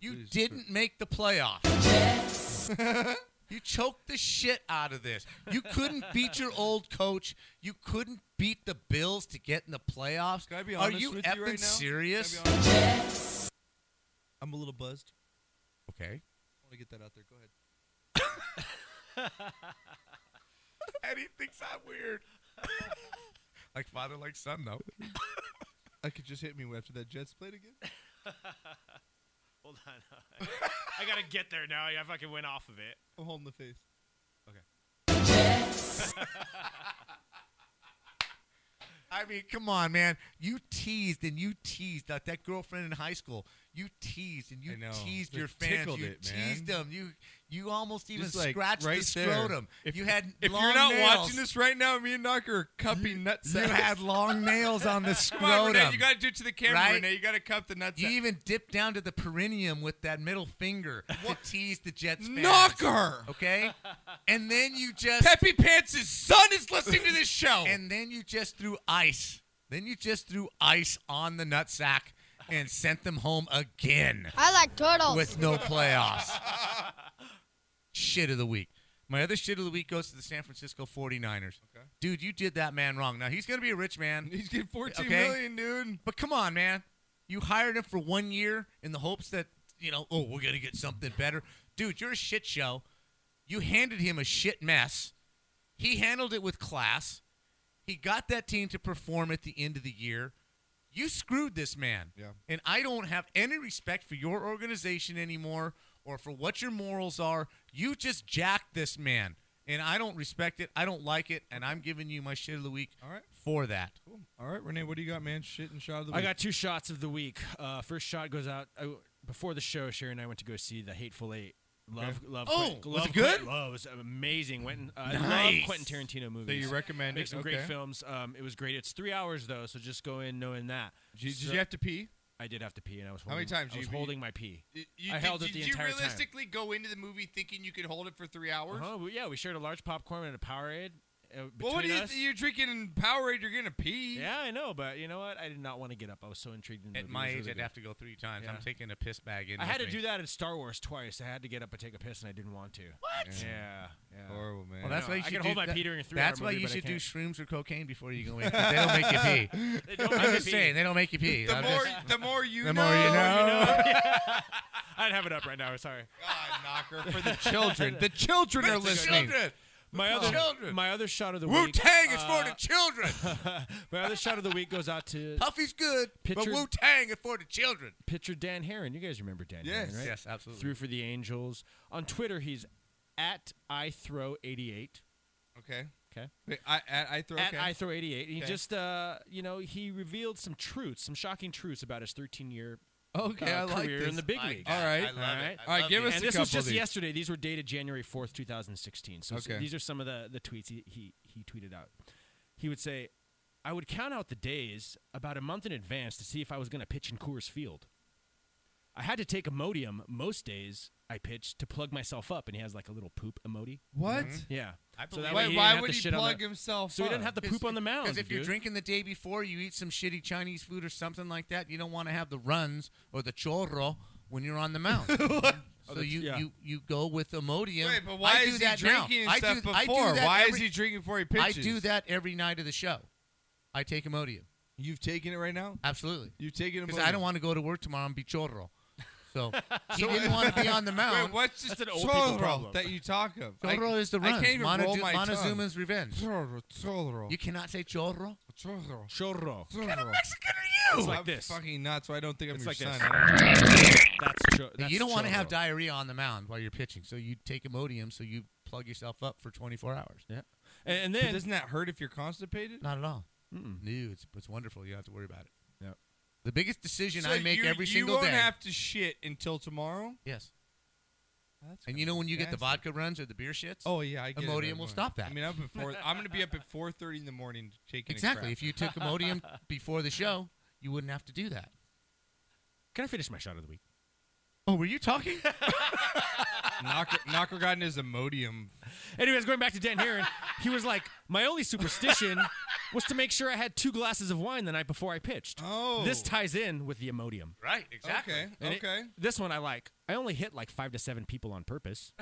B: You didn't make the playoffs. you choked the shit out of this. You couldn't beat your old coach. You couldn't beat the Bills to get in the playoffs.
A: Can I be
B: Are
A: honest
B: you
A: with
B: effing
A: you right now?
B: serious?
A: Can I be honest? I'm a little buzzed.
B: Okay.
A: I want to get that out there. Go ahead.
B: And he thinks I'm weird. like father, like son, though.
A: I could just hit me after that Jets played again.
C: Hold on. I gotta get there now. I fucking went off of it.
A: I'm holding the face.
B: I mean, come on, man. You teased and you teased that that girlfriend in high school. You teased and
A: I
B: you
A: know.
B: teased
A: They
B: your fans.
A: tickled
B: You
A: it, man.
B: teased them. You you almost even
A: Just, like,
B: scratched
A: right
B: the
A: there.
B: scrotum.
A: If-
B: you had
A: If
B: long
A: you're not
B: nails.
A: watching this right now, me and Knocker are cupping nuts.
B: you had long nails on the
A: Come on,
B: scrotum.
A: Renee, you got to do it to the camera,
B: right?
A: Renee. You got to cup the nuts.
B: You even dipped down to the perineum with that middle finger to tease the Jets fans.
A: Knocker!
B: Okay? And then you just
A: Peppy Pants' son is listening to this show.
B: and then you just threw ice. Then you just threw ice on the nutsack and sent them home again
L: I like turtles.
B: with no playoffs. shit of the week. My other shit of the week goes to the San Francisco 49ers.
A: Okay.
B: Dude, you did that man wrong. Now, he's going to be a rich man.
A: He's getting fourteen
B: Okay.
A: million, dude.
B: But come on, man. You hired him for one year in the hopes that, you know, oh, we're going to get something better. Dude, you're a shit show. You handed him a shit mess. He handled it with class. He got that team to perform at the end of the year. You screwed this man.
A: Yeah.
B: And I don't have any respect for your organization anymore or for what your morals are. You just jacked this man. And I don't respect it. I don't like it. And I'm giving you my shit of the week
A: All right.
B: for that.
A: Cool. All right, Renee, what do you got, man? Shit and shot of the
C: I
A: week.
C: got two shots of the week. Uh, first shot goes out I, before the show. Sherry and I went to go see the Hateful Eight. Love, love.
B: Oh,
C: Quentin-
B: was
C: love
B: it good?
C: Quentin- love, it was amazing. Went and, uh, I
B: Nice.
C: love Quentin Tarantino movies.
A: So you recommend it?
C: Makes some great
A: Okay.
C: films. Um, it was great. It's three hours though, so just go in knowing that.
A: Did you, did
C: So-
A: you have to pee?
C: I did have to pee, and I was.
A: How many
C: Holding,
A: times
C: I
A: you-
C: was
A: you-
C: holding my pee.
A: You,
C: I held it the entire
A: Did you
C: time.
A: realistically go into the movie thinking you could hold it for three hours?
C: Uh-huh. we- Yeah, we shared a large popcorn and a Powerade. Uh,
A: Well, what do
C: between
A: you?
C: us.
A: You're drinking Powerade. You're gonna pee.
C: Yeah, I know, but you know what? I did not want to get up. I was so intrigued. In the
B: At
C: movie.
B: my
C: It
B: age,
C: was really
B: I'd
C: good.
B: have to go three times. I'm
C: Yeah.
B: taking a piss bag in.
C: I had to
B: with
C: do
B: me.
C: that in Star Wars twice. I had to get up and take a piss, and I didn't want to. What? Yeah. yeah.
A: Horrible, man.
B: Well, that's
C: No,
B: why you
C: I
B: should
C: can
B: do
C: hold my
B: that-
C: pee during a three-hour
B: That's why
C: movie,
B: you
C: but I
B: should do
C: can't.
B: shrooms or cocaine before you go in. 'cause They don't make you pee.
C: They don't
B: I'm
C: make
B: just
C: me pee.
B: saying they don't make you pee.
A: The
B: I'm
A: more,
B: just-
A: the more you
B: the
A: know.
B: more you know.
C: I'd have it up right now. Sorry.
A: God, knocker for the children. The children are listening.
C: My other
B: Children.
C: my other shot of the
B: Wu
C: week.
B: Tang is for
C: uh,
B: the children.
C: My other shot of the week goes out to
B: Puffy's good, but
C: Picture-
B: Wu Tang is for the children.
C: pitcher Dan Heron. You guys remember Dan
A: Yes.
C: Heron, right?
B: Yes, absolutely.
C: Threw for the Angels. On Twitter, he's at I throw 88.
A: Okay.
C: Okay.
A: Wait, I, I, I throw.
C: At
A: okay.
C: I throw 88. He
A: Okay.
C: just uh, you know, he revealed some truths, some shocking truths about his 13-year
A: okay,
C: uh,
A: I like
C: career
A: this.
C: in the big leagues.
A: All right.
B: I love
C: All
B: it.
C: right.
B: I
A: All right,
B: love
A: give
B: it.
A: us
C: and
A: a
C: this
A: couple
C: was just
A: of these.
C: yesterday. These were dated January 4th, 2016. So s-
A: Okay.
C: these are some of the, the tweets he, he, he tweeted out. He would say, I would count out the days about a month in advance to see if I was going to pitch in Coors Field. I had to take Imodium most days I pitched to plug myself up, and he has like a little poop emoji.
A: What?
C: Yeah.
B: I
C: So that
B: believe-
A: Why,
C: way he
A: why
C: didn't have
A: would
C: to
A: he
C: shit on
A: plug
C: the-
A: himself?
C: So he didn't
A: up?
C: have to poop on the mound.
B: Because if you're
C: dude.
B: drinking the day before, you eat some shitty Chinese food or something like that. You don't want to have the runs or the chorro when you're on the mound. so you,
C: yeah.
B: you you go with Imodium.
A: Wait, but why
B: I do
A: is he
B: that now.
A: drinking and
B: I do-
A: stuff
B: I do
A: before?
B: that
A: Why is
B: every-
A: he drinking before he pitches?
B: I do that every night of the show. I take Imodium.
A: You've taken it right now.
B: Absolutely.
A: You've taken it.
B: Because I don't want to go to work tomorrow and be chorro. So he didn't want to be on the
A: Wait,
B: mound.
A: what's this
C: an old people
A: chorro
C: problem.
A: that you talk of? I-
B: chorro is the run.
A: I can't even
B: Montezu-
A: roll my tongue.
B: Montezuma's revenge.
A: Chorro, chorro,
B: You cannot say chorro.
A: chorro,
C: Chorro.
A: chorro.
B: Mexican are you?
C: It's like
A: I'm
C: this.
A: fucking nuts. So I don't think I'm
C: It's
A: your son.
C: like this.
A: I don't-
C: That's, cho- that's
B: you don't want to have
C: chorro.
B: diarrhea on the mound while you're pitching, so you take Imodium, so you plug yourself up for 24 hours.
C: Yeah. And, and then
A: But doesn't that hurt if you're constipated?
B: Not at all.
C: Mm-mm.
B: No, it's, it's wonderful. You don't have to worry about it.
C: Yep.
B: The biggest decision
A: So
B: I make
A: you-
B: every single
A: You
B: day.
A: won't have to shit until tomorrow.
B: yes.
A: That's
B: And you know when you get the
A: fantastic.
B: vodka runs or the beer shits?
A: Oh yeah, I get it right
B: Imodium will
A: away.
B: stop that.
A: I mean, I'm before. I'm gonna be up at 4:30 in the morning taking
B: exactly.
A: A
B: If you took Imodium before the show, you wouldn't have to do that.
C: Can I finish my shot of the week?
B: Oh, were you talking?
A: crap. Knocker, Knocker got in his Imodium.
C: Anyways, going back to Dan Heron, he was like, my only superstition was to make sure I had two glasses of wine the night before I pitched.
A: Oh.
C: This ties in with the Imodium.
B: right, exactly.
A: Okay.
C: And it-
A: okay.
C: this one I like. I only hit like five to seven people on purpose.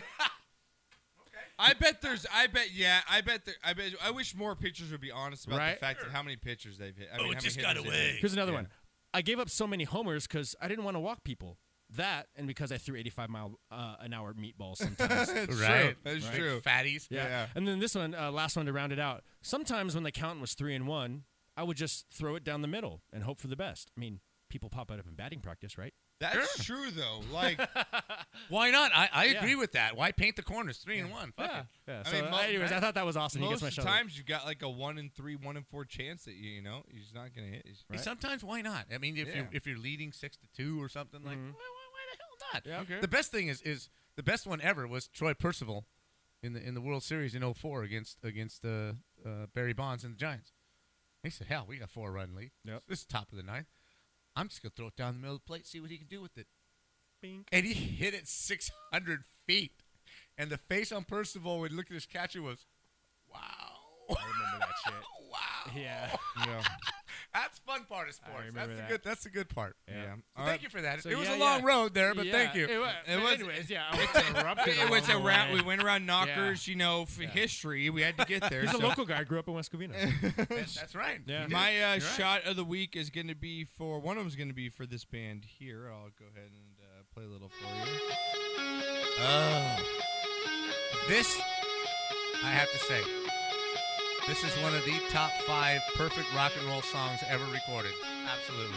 A: I bet there's. I bet. Yeah. I bet. There, I bet. I wish more pitchers would be honest about
C: Right?
A: the fact that how many pitchers they've
B: Oh,
A: hit. I mean,
M: it
A: how
M: just
A: many hitters
M: got
A: they've hit.
M: away.
C: Here's another one. I gave up so many homers because I didn't want to walk people. That and because I threw 85 mile uh, an hour meatballs sometimes.
B: Right.
A: That's
B: right.
A: true.
B: Fatties.
C: Yeah. And then this one, uh, last one to round it out. Sometimes when the count was three and one, I would just throw it down the middle and hope for the best. I mean, people pop out of in batting practice, right?
A: That's true though. Like
B: Why not? I, I
C: Yeah.
B: agree with that. Why paint the corners? Three and one. Fuck it.
C: Yeah.
A: I
C: So,
A: mean, mo-
C: anyways, I
A: right?
C: thought that was awesome. He gets
A: most
C: my
A: of the
C: shot of the week.
A: times you got like a one in three, one in four chance that you you know you're just not gonna hit.
B: And sometimes why not? I mean, if
A: Yeah.
B: you're if you're leading six to two or something like, why,
C: Mm-hmm.
B: why, why the hell not?
A: Yeah. Okay.
B: The best thing is is the best one ever was Troy Percival in the in the World Series in 04 against against uh, uh, Barry Bonds and the Giants. He said, "Hell, we got four run lead.
C: Yep.
B: This is top of the ninth. I'm just gonna throw it down the middle of the plate, see what he can do with it." And he hit it 600 feet, and the face on Percival when he looked at his catcher was, "Wow." I remember that shit. wow.
C: Yeah.
A: Yeah.
B: That's fun part of sports. That's
C: remember
B: the
C: that.
B: good. That's the good part.
A: Yeah.
B: So thank
A: All right.
B: you for that.
C: So
B: it was
C: yeah,
B: a long
C: yeah.
B: road there, but
C: Yeah,
B: thank you.
C: It, wa-
A: It was-
C: anyways, yeah. I was interrupted
A: It was
C: along
A: a
C: the
A: round.
C: way.
A: We went around knockers, you know, for history. We had to get there.
C: He's a
A: so.
C: local guy. Grew up in West Covina.
B: That- that's right.
C: Yeah.
A: My uh,
B: You're right.
A: shot of the week is going to be for one of them is going to be for this band here. I'll go ahead and uh, play a little for you.
C: Oh.
B: This, I have to say, this is one of the top five perfect rock and roll songs ever recorded. Absolutely,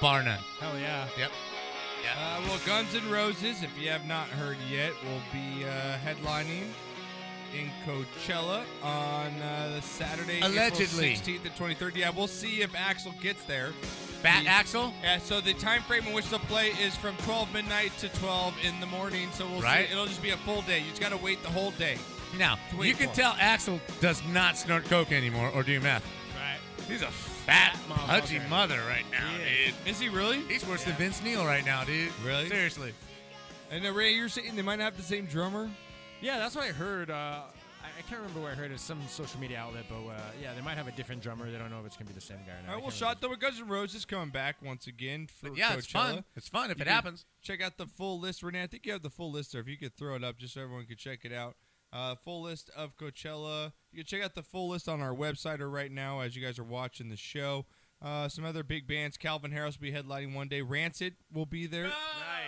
B: bar none.
C: Hell yeah.
B: Yep.
A: Uh, well, Guns N' Roses, if you have not heard yet, will be uh, headlining in Coachella on uh, the Saturday, April
B: Allegedly.
A: 16th and 23rd. Yeah, we'll see if Axel gets there.
B: Bat
A: The-
B: Axel.
A: Yeah, so the time frame in which they'll play is from 12 midnight to 12 in the morning. So we'll
B: Right.
A: see. It'll just be a full day. You just got to wait the whole day.
B: Now
A: Wait
B: you can
A: for it.
B: tell Axel does not snort coke anymore or do meth.
C: Right.
B: He's a fat,
C: motherfucker.
B: pudgy mother right now,
C: He
B: dude.
A: Is he really?
B: He's worse than Vince Neil right now, dude.
A: Really?
B: Seriously.
A: And uh, Ray, you're saying they might not have the same drummer?
C: Yeah, that's what I heard. Uh, I, I can't remember where I heard it. Some social media outlet, but uh, yeah, they might have a different drummer. They don't know if it's gonna be the same guy or not.
A: All
C: I
A: right, well,
C: can't
A: shot though with Guns N' Roses coming back once again for
B: But yeah,
A: Coachella.
B: it's fun. It's fun if
A: You
B: it
A: can
B: happens.
A: Check out the full list, Renee. I think you have the full list there. If you could throw it up, just so everyone could check it out. Uh, full list of Coachella. You can check out the full list on our website or right now as you guys are watching the show. Uh, some other big bands. Calvin Harris will be headlining one day. Rancid will be there.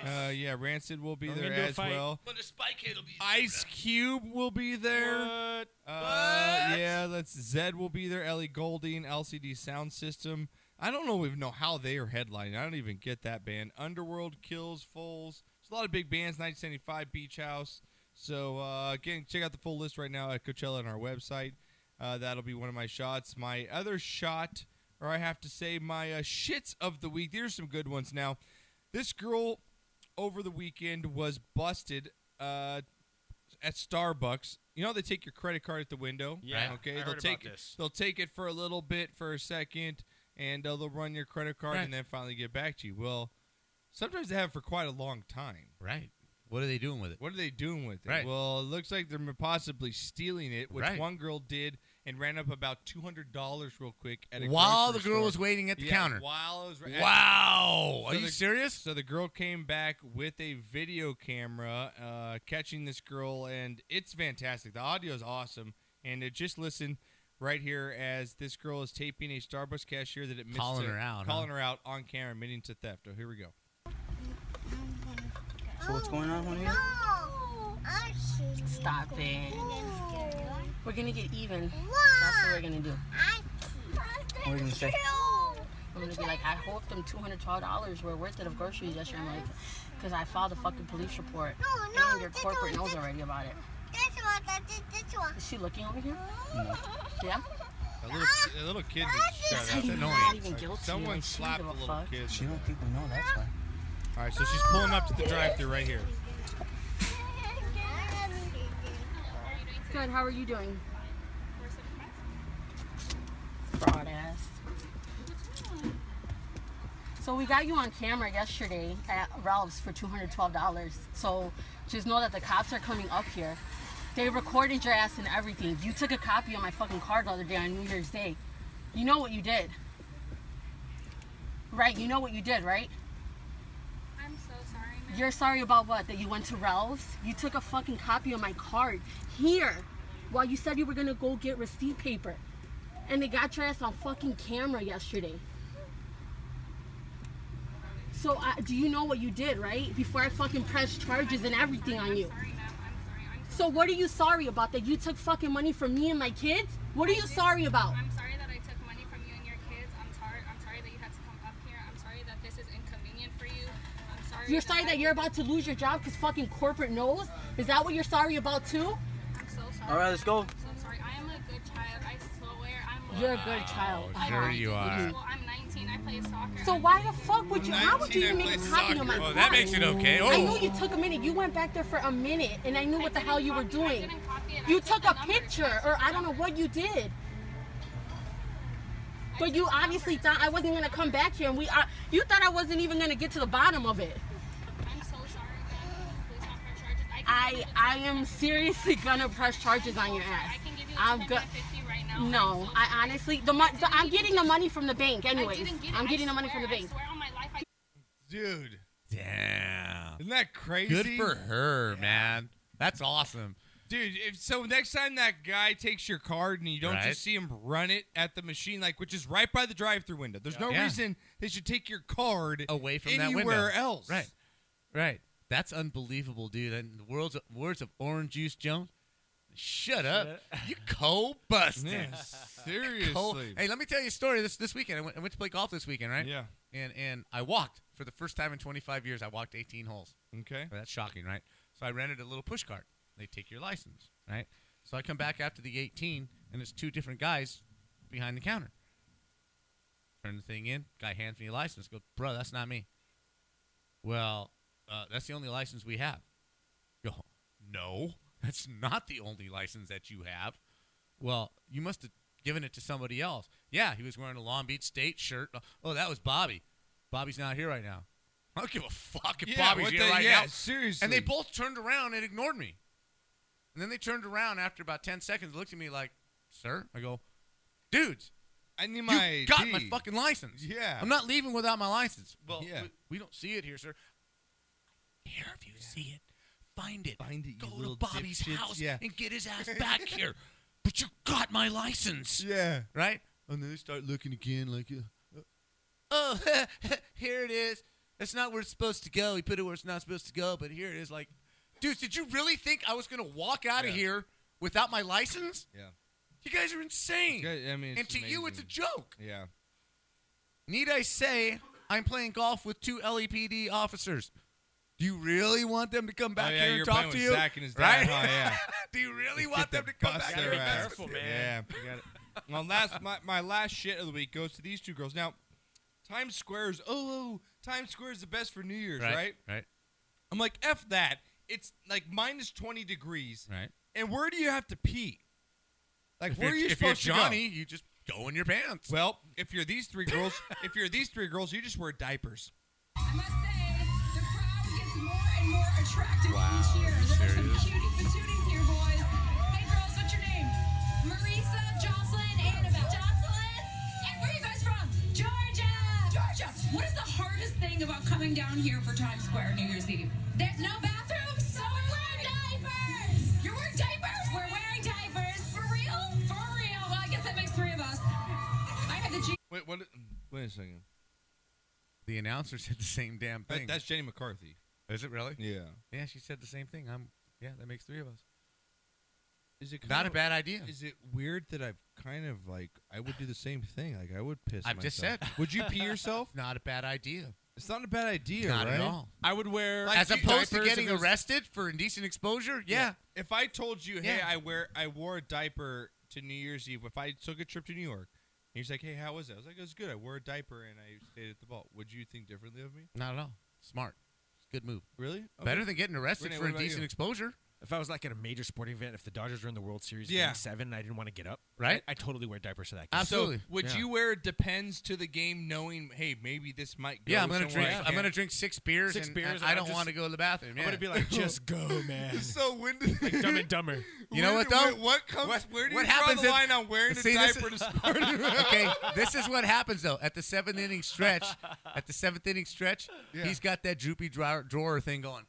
A: Uh, yeah, Rancid will be
C: Don't
A: there
C: get into a
A: as
C: fight.
A: well.
M: But the spike head will be
A: Ice Cube will be there. Uh, yeah, that's Zed will be there. Ellie Golding, LCD Sound System. I don't know even know how they are headlining. I don't even get that band. Underworld, Kills, Foals. There's a lot of big bands. 1975, Beach House. So uh, again, check out the full list right now at Coachella on our website. Uh, that'll be one of my shots. My other shot, or I have to say, my uh, shits of the week. There's some good ones now. This girl over the weekend was busted uh, at Starbucks. You know they take your credit card at the window.
C: Yeah,
A: Okay.
C: I
A: they'll
C: heard
A: take
C: about this.
A: they'll take it for a little bit for a second, and uh, they'll run your credit card
B: Right.
A: and then finally get back to you. Well, sometimes they have it for quite a long time.
B: Right. What are they doing with it?
A: What are they doing with it?
B: Right.
A: Well, it looks like they're possibly stealing it, which
B: Right.
A: one girl did and ran up about two hundred dollars real quick at a
B: While the
A: grocery
B: girl
A: store.
B: was waiting at the
A: Yeah,
B: counter.
A: While it was at-
B: Wow. Are
A: So
B: you
A: the-
B: serious?
A: So the girl came back with a video camera, uh, catching this girl, and it's fantastic. The audio is awesome, and uh, just listen right here as this girl is taping a Starbucks cashier that it missed
B: Calling
A: to-
B: her out, huh?
A: calling her out on camera, admitting to theft. Oh, here we go.
E: So what's going on here?
L: Stop it. We're gonna get even. That's what we're gonna do.
E: What are you gonna say?
L: I'm gonna be like, I hope them $212 were worth it of groceries that you're like, because I filed a fucking police report. and your corporate knows already about it. Is she looking over here? Yeah?
A: That little, that little kid needs to shut
L: I'm not
A: up. Annoying.
L: even
A: Like,
L: guilty,
A: Someone
L: like, she don't
A: slapped the
L: give a
A: little
L: fuck.
A: kid.
L: She
A: don't
G: people know that's why.
A: All right, so she's pulling up to the drive-through right here.
L: Good, how are you doing? Fraud ass. So we got you on camera yesterday at Ralph's for $212. So just know that the cops are coming up here. They recorded your ass and everything. You took a copy of my fucking car the other day on New Year's Day. You know what you did. Right, you know what you did, right?
N: I'm so sorry, ma'am.
L: You're sorry about what? That you went to Ralph's? You took a fucking copy of my card here while you said you were gonna go get receipt paper. And they got your ass on fucking camera yesterday. So uh, do you know what you did, right? Before I fucking pressed charges and everything on you. So what are you sorry about? That you took fucking money from me and my kids? What are you sorry about?
N: I'm sorry that I took money from you and your kids. I'm sorry. I'm sorry that you had to come up here. I'm sorry that this is inconvenient for you. I'm sorry.
L: You're sorry that you're about to lose your job because fucking corporate knows? Is that what you're sorry about too?
N: I'm so sorry.
L: All right, let's go.
N: I'm so sorry. I am a good child. I swear. I'm.
L: You're a good child.
N: I
A: Sure
N: don't
A: you
N: go to
A: are.
N: school. I'm 19. I play soccer.
L: So
N: I'm-
L: why the fuck would you? How would you even make a copy of my
B: Oh,
L: car?
B: that makes it okay.
L: I
B: Oh.
L: knew you took a minute. You went back there for a minute, and I knew what the hell you were doing. You took a picture, or I don't know what you did. But you obviously thought I wasn't gonna come back here, and we are. You thought I wasn't even gonna get to the bottom of it.
N: I'm so sorry. ma'am. Please don't press charges. I can
L: I I am seriously gonna press charges on your ass. I'm good. No, I honestly the, mo- the I'm getting the money from the bank anyways.
N: didn't get it.
L: I'm
N: I
L: getting the money from
N: swear,
L: the
N: I
L: bank.
N: swear on my life. I
B: Dude. Damn.
A: Isn't that crazy?
B: Good for her, man. That's awesome.
A: Dude, if so next time that guy takes your card and you don't
B: Right.
A: just see him run it at the machine, like which is right by the drive-through window. There's no
B: Yeah.
A: reason they should take your card
B: away from
A: anywhere
B: that window.
A: else.
B: Right. Right. That's unbelievable, dude. And the words words of orange juice Jones. Shut up. You cold busting.
A: Yeah,
B: You cold-
A: seriously.
B: Hey, let me tell you a story this this weekend. I went, I went to play golf this weekend, right?
A: Yeah.
B: And and I walked for the first time in 25 years. I walked 18 holes.
A: Okay.
B: That's shocking, right? So I rented a little push cart. They take your license, right? So I come back after the 18 and it's two different guys behind the counter. Turn the thing in. Guy hands me a license. Go, bro, that's not me. Well, uh, that's the only license we have. Go, no, that's not the only license that you have. Well, you must have given it to somebody else. Yeah, he was wearing a Long Beach State shirt. Oh, that was Bobby. Bobby's not here right now. I don't give a fuck if
A: Yeah,
B: Bobby's
A: what
B: here
A: the-
B: right
A: yeah,
B: now.
A: seriously.
B: And they both turned around and ignored me. And then they turned around after about 10 seconds, looked at me like, sir? I go, dudes.
A: I need
B: my got
A: ID."
B: my fucking license.
A: Yeah.
B: I'm not leaving without my license. Well,
A: Yeah.
B: we, we don't see it here, sir. I care if you see it. Find it.
A: Find it,
B: Go to
A: little
B: Bobby's
A: dipshits.
B: house
A: Yeah.
B: and get his ass back here. But you got my license.
A: Yeah.
B: Right? And then they start looking again like, uh, uh, oh, here it is. That's not where it's supposed to go. He put it where it's not supposed to go, but here it is. Like, dude, did you really think I was going to walk out of
A: Yeah.
B: here without my license?
A: Yeah.
B: You guys are insane.
A: Okay, I mean,
B: and to you, it's a
A: amazing.
B: joke.
A: Yeah.
B: Need I say, I'm playing golf with two LEPD officers. Do you really want them to come back
A: Oh, yeah,
B: here
A: you're
B: and talk
A: playing
B: to
A: with
B: you?
A: Zach and his
B: right?
A: dad, huh? Yeah.
B: Do you really want them to come back here?
A: Their
B: and
A: ass.
B: mess with you?
A: Yeah. Well, last my, my last shit of the week goes to these two girls. Now, Times Square is oh, oh, Times Square is the best for New Year's, right?
B: Right.
A: I'm like f that. It's like minus 20 degrees.
B: Right.
A: And where do you have to pee? Like
B: If
A: where are
B: you're-
A: you
B: if you're
A: supposed
B: Johnny,
A: to go?
B: you just go in your pants.
A: Well, if you're these three girls, if you're these three girls, you just wear diapers.
F: I must say, the crowd gets more and more attractive
A: Wow,
F: each year.
A: are you
F: There are some
A: serious?
F: cutie patooties here, boys. Hey, girls, what's your name? Marisa, Jocelyn, Annabelle. Jocelyn? And where are you guys from? Georgia! Georgia! What is the hardest thing about coming down here for Times Square New Year's Eve? There's no bathrooms, so we're wearing diapers! You're wearing diapers? We're wearing diapers. For real? For real. Well, I guess that makes three of us. I have the G.
A: Wait, what? Wait a second.
B: The announcer said the same damn
A: That-
B: thing.
A: that's Jenny McCarthy.
B: Is it really?
A: Yeah.
B: Yeah, she said the same thing. I'm. Yeah, that makes three of us.
A: Is it
B: Not
A: kinda-
B: a bad idea.
A: Is it weird that I've kind of like I would do the same thing? Like I would piss.
B: I've just
A: myself.
B: said.
A: Would you pee yourself?
B: Not a bad idea.
A: It's not a bad idea,
B: Not
A: right?
B: at all.
C: I would wear
B: As opposed to getting arrested for indecent exposure. Yeah.
A: If I told you, hey,
B: Yeah.
A: I wear I wore a diaper to New Year's Eve. If I took a trip to New York, and he's like, hey, how was it? I was like, it was good. I wore a diaper and I stayed at the vault. Would you think differently of me?
B: Not at all. Smart. It's a Good move.
A: Really?
B: Better than getting arrested
A: Renee,
B: for
A: what about
B: indecent
A: you?
B: exposure.
C: If I was like at a major sporting event, if the Dodgers were in the World Series
A: Yeah.
C: game seven, and I didn't want to get up,
B: Right.
C: I, I totally wear diapers to that. Game.
B: Absolutely.
A: So would
C: Yeah.
A: you wear depends to the game, knowing, hey, maybe this might go
B: Yeah, I'm gonna drink.
A: somewhere I
B: I'm
A: can't-
B: gonna drink six beers.
A: Six
B: and
A: beers,
B: I, I
A: I'm
B: don't
A: just-
B: want to go to the bathroom.
A: I'm
B: Yeah.
A: gonna be like,
C: just go, man.
A: So when did
C: like dumb and dumber.
B: You know
A: Where
B: what
A: do-
B: though?
A: wait, what comes- where do you draw the
B: if-
A: line on wearing a
B: this-
A: diaper to sporting events?
B: okay, this is what happens though. At the seventh inning stretch, at the seventh inning stretch,
A: Yeah.
B: he's got that droopy drawer, drawer thing going.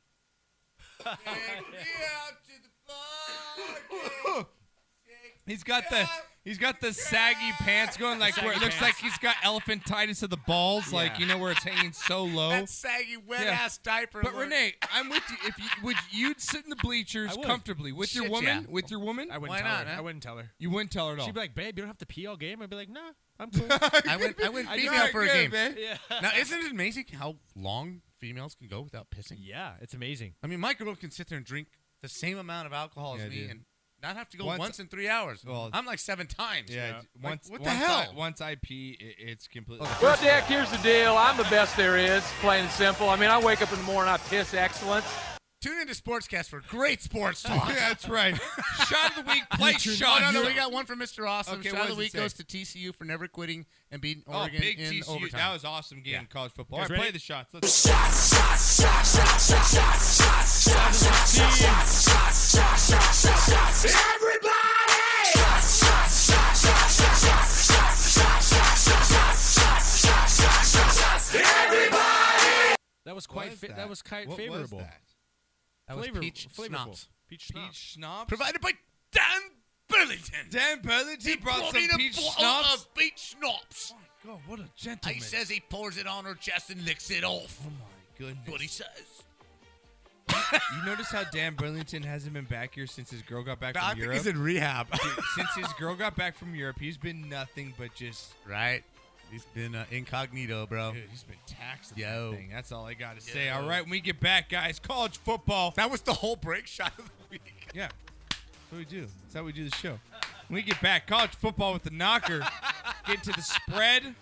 A: Oh. He's got the he's got the saggy pants going like where it looks like he's got elephantitis of the balls like
B: Yeah.
A: you know where it's hanging so low.
B: That saggy wet
A: Yeah.
B: ass diaper.
A: But
B: look.
A: Renee, I'm with you. If you would you'd sit in the bleachers
C: I would.
A: comfortably with your
C: Shit,
A: woman,
C: yeah.
A: with your woman,
C: I wouldn't
B: Why
C: tell
B: not,
C: her.
B: huh?
C: I wouldn't tell her.
A: you wouldn't tell her at all.
C: She'd be like, "Babe, you don't have to pee all game." I'd be like, "No, I'm cool."
B: I went. I went
C: I just
B: female
C: got
B: for a
C: good,
B: game.
C: man. Yeah.
B: Now, isn't it amazing how long females can go without pissing?
C: yeah, it's amazing.
B: I mean, my girl can sit there and drink the same amount of alcohol
A: Yeah,
B: as me
A: dude.
B: and not have to go
A: Once-
B: once, in three hours.
A: Well,
B: I'm like seven times.
A: yeah,
B: Like,
A: once
B: what the
A: once
B: hell?
A: I, once I pee, it, it's oh, completely.
O: Well, Dick, here's the deal. I'm the best there is, plain and simple. I mean, I wake up in the morning, I piss excellence.
B: Tune into Sportscast for great sports talk.
A: Yeah, that's right. Shot of the week, play
B: Oh,
A: shot.
B: No, no, we got one for Mr. Awesome.
A: Okay,
B: Shot
A: what
B: of the
A: does it
B: week
A: say?
B: goes to TCU for never quitting and beating
A: Oh,
B: Oregon
A: big
B: in
A: TCU.
B: overtime.
A: That was an awesome game in college football. All
C: Guys
A: right, play
C: ready?
A: the shots. Let's
F: Shots, shots, shots, shots, shots, shots, shots, shots, shots, shots, shots, shots, shots, shots, shots, shots. Everybody! Shots, shots, shots, shots, shots, shots, shots, shots, shots, shots, shots, shots, shots, shots, shots, shots. Everybody!
C: That was quite.
A: was
C: Fa- that?
A: that?
C: was quite
A: What was
C: favorable.
A: that?
B: That was
C: Flavor-
B: peach
C: flavorful.
B: schnapps.
C: Peach
A: Peach
C: schnapps.
A: schnapps.
B: Provided by Dan Burlington.
A: Dan Burlington brought
B: Brought
A: some
B: in a
A: peach
B: bottle
A: schnapps.
B: of peach schnapps.
A: God, what a
B: He
A: gentleman!
B: says he pours it on her chest and licks it off.
A: "Oh my goodness."
B: What he says.
A: you notice how Dan Burlington hasn't been back here since his girl got back from Europe.
B: in rehab.
A: since his girl got back from Europe, he's been nothing but just.
B: right. He's been uh, incognito, bro.
A: Dude, he's been taxed. at
B: Yo.
A: that thing. that's all I gotta say.
B: Yo.
A: All right, when we get back, guys, college football.
B: That was the whole break shot of the week.
A: Yeah, that's what we do. That's how we do the show. When we get back, college football with the knocker. get to the spread.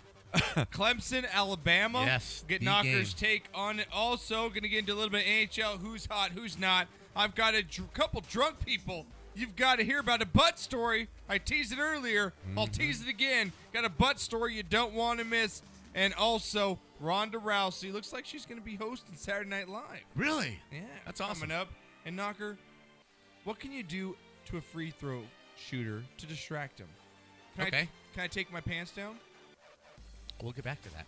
A: Clemson, Alabama.
B: Yes,
A: Get
B: the
A: knockers
B: game.
A: take on it. Also, gonna get into a little bit of NHL. Who's hot? Who's not? I've got a dr- couple drunk people. You've got to hear about a butt story. I teased it earlier. I'll
B: Mm-hmm.
A: tease it again. Got a butt story you don't want to miss. And also, Ronda Rousey looks like she's going to be hosting Saturday Night Live.
B: Really?
A: Yeah,
B: That's awesome.
A: coming up. And Knocker, what can you do to a free throw shooter to distract him? Can
B: Okay.
A: I, can I take my pants down?
B: We'll get back to that.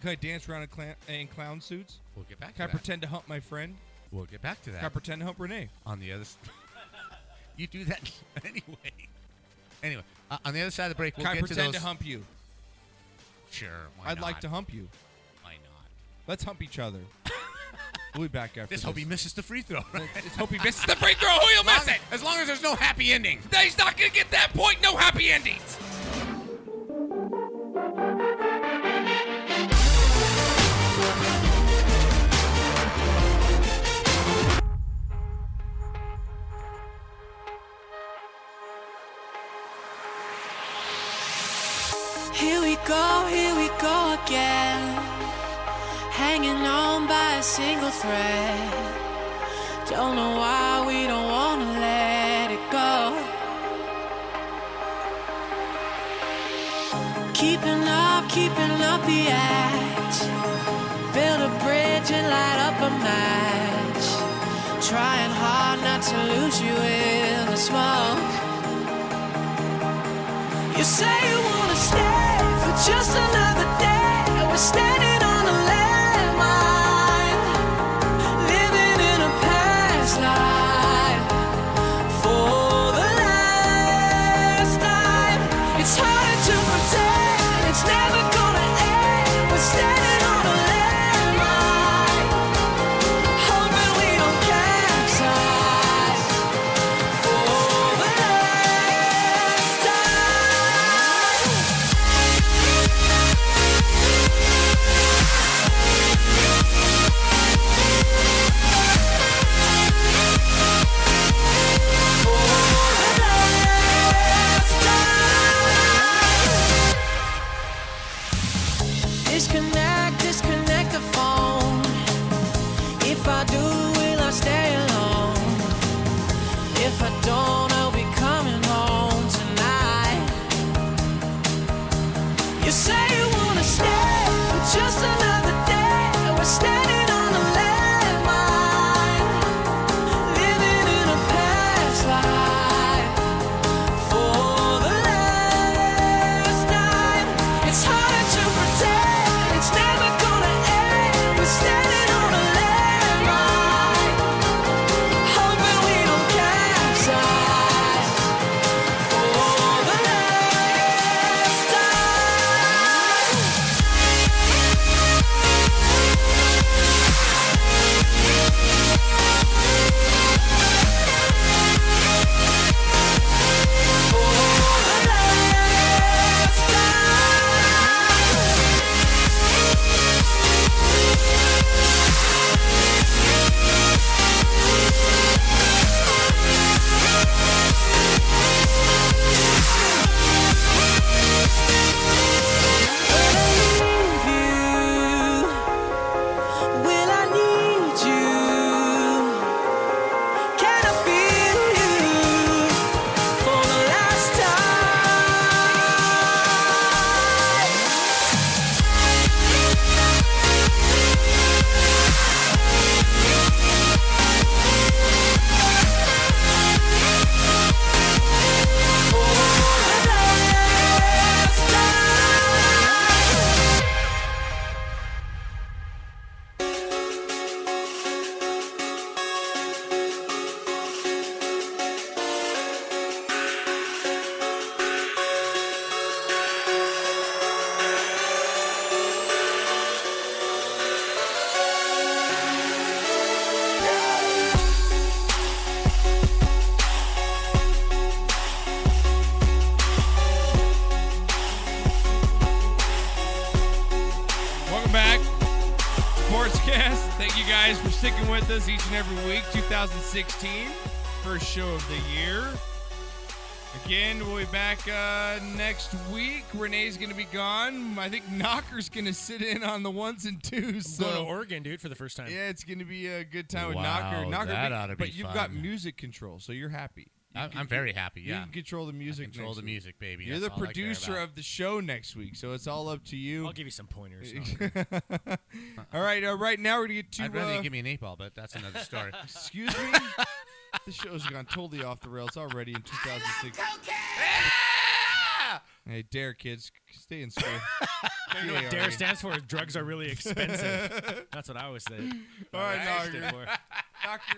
A: Can I dance around in, clown in clown suits?
B: We'll get back
A: Can I
B: to that.
A: pretend to hump my friend?
B: We'll get back to that.
A: Can I pretend to hump Renee?
B: on the other s you do that anyway. Anyway, uh, on the other side of the break, we'll
A: can I
B: get
A: pretend
B: to
A: to
B: those.
A: hump you?
B: Sure, why
A: I'd like
B: not?
A: to hump you.
B: Why not?
A: Let's hump each other. we'll be back after
B: Just
A: this.
B: hope he misses the free throw. Right?
A: Let's hope he misses the free throw. Who he'll miss it?
B: As long as there's no happy ending.
A: He's not gonna get that point. No happy endings.
P: Here we go, here we go again. Hanging on by a single thread. Don't know why we don't wanna let it go. Keeping up, keeping up the act. Build a bridge and light up a match. Trying hard not to lose you in the smoke. You say you wanna stay for just another day. We're standing on a landmine, living in a past life. For the last time, it's harder to pretend it's never gonna end. We're standing on a landmine, hoping we don't capsize. For the last time.
A: you guys for sticking with us each and every week. 2016, first show of the year. Again, we'll be back uh, next week. Renee's going to be gone. I think Knocker's going to sit in on the ones and twos. So.
C: Going to Oregon, dude, for the first time.
A: Yeah, it's going to be a good time with
C: Wow,
A: Knocker. Knocker,
B: that
A: be-
B: oughta be
A: but you've got
B: fun.
A: music control, so you're happy. You
B: I'm-
A: can-
B: I'm very happy,
A: you
B: yeah.
A: can control the music.
B: control
A: next
B: the
A: week.
B: music, baby.
A: You're
B: That's
A: the
B: all I care
A: producer
B: about.
A: of the show next week, so it's all up to you.
C: I'll give you some pointers.
A: all right, uh, right now we're gonna get to.
B: I'd rather
A: uh,
B: you give me an eight ball, but that's another story.
A: Excuse me. this show's gone totally off the rails already in 2006. Hey, dare kids, stay in school.
C: You know
A: Yeah,
C: what DARE
A: already.
C: stands for? Drugs are really expensive. That's what I always said.
A: All right,
C: That's what
A: Doctor.
C: it stood for.
A: Doctor,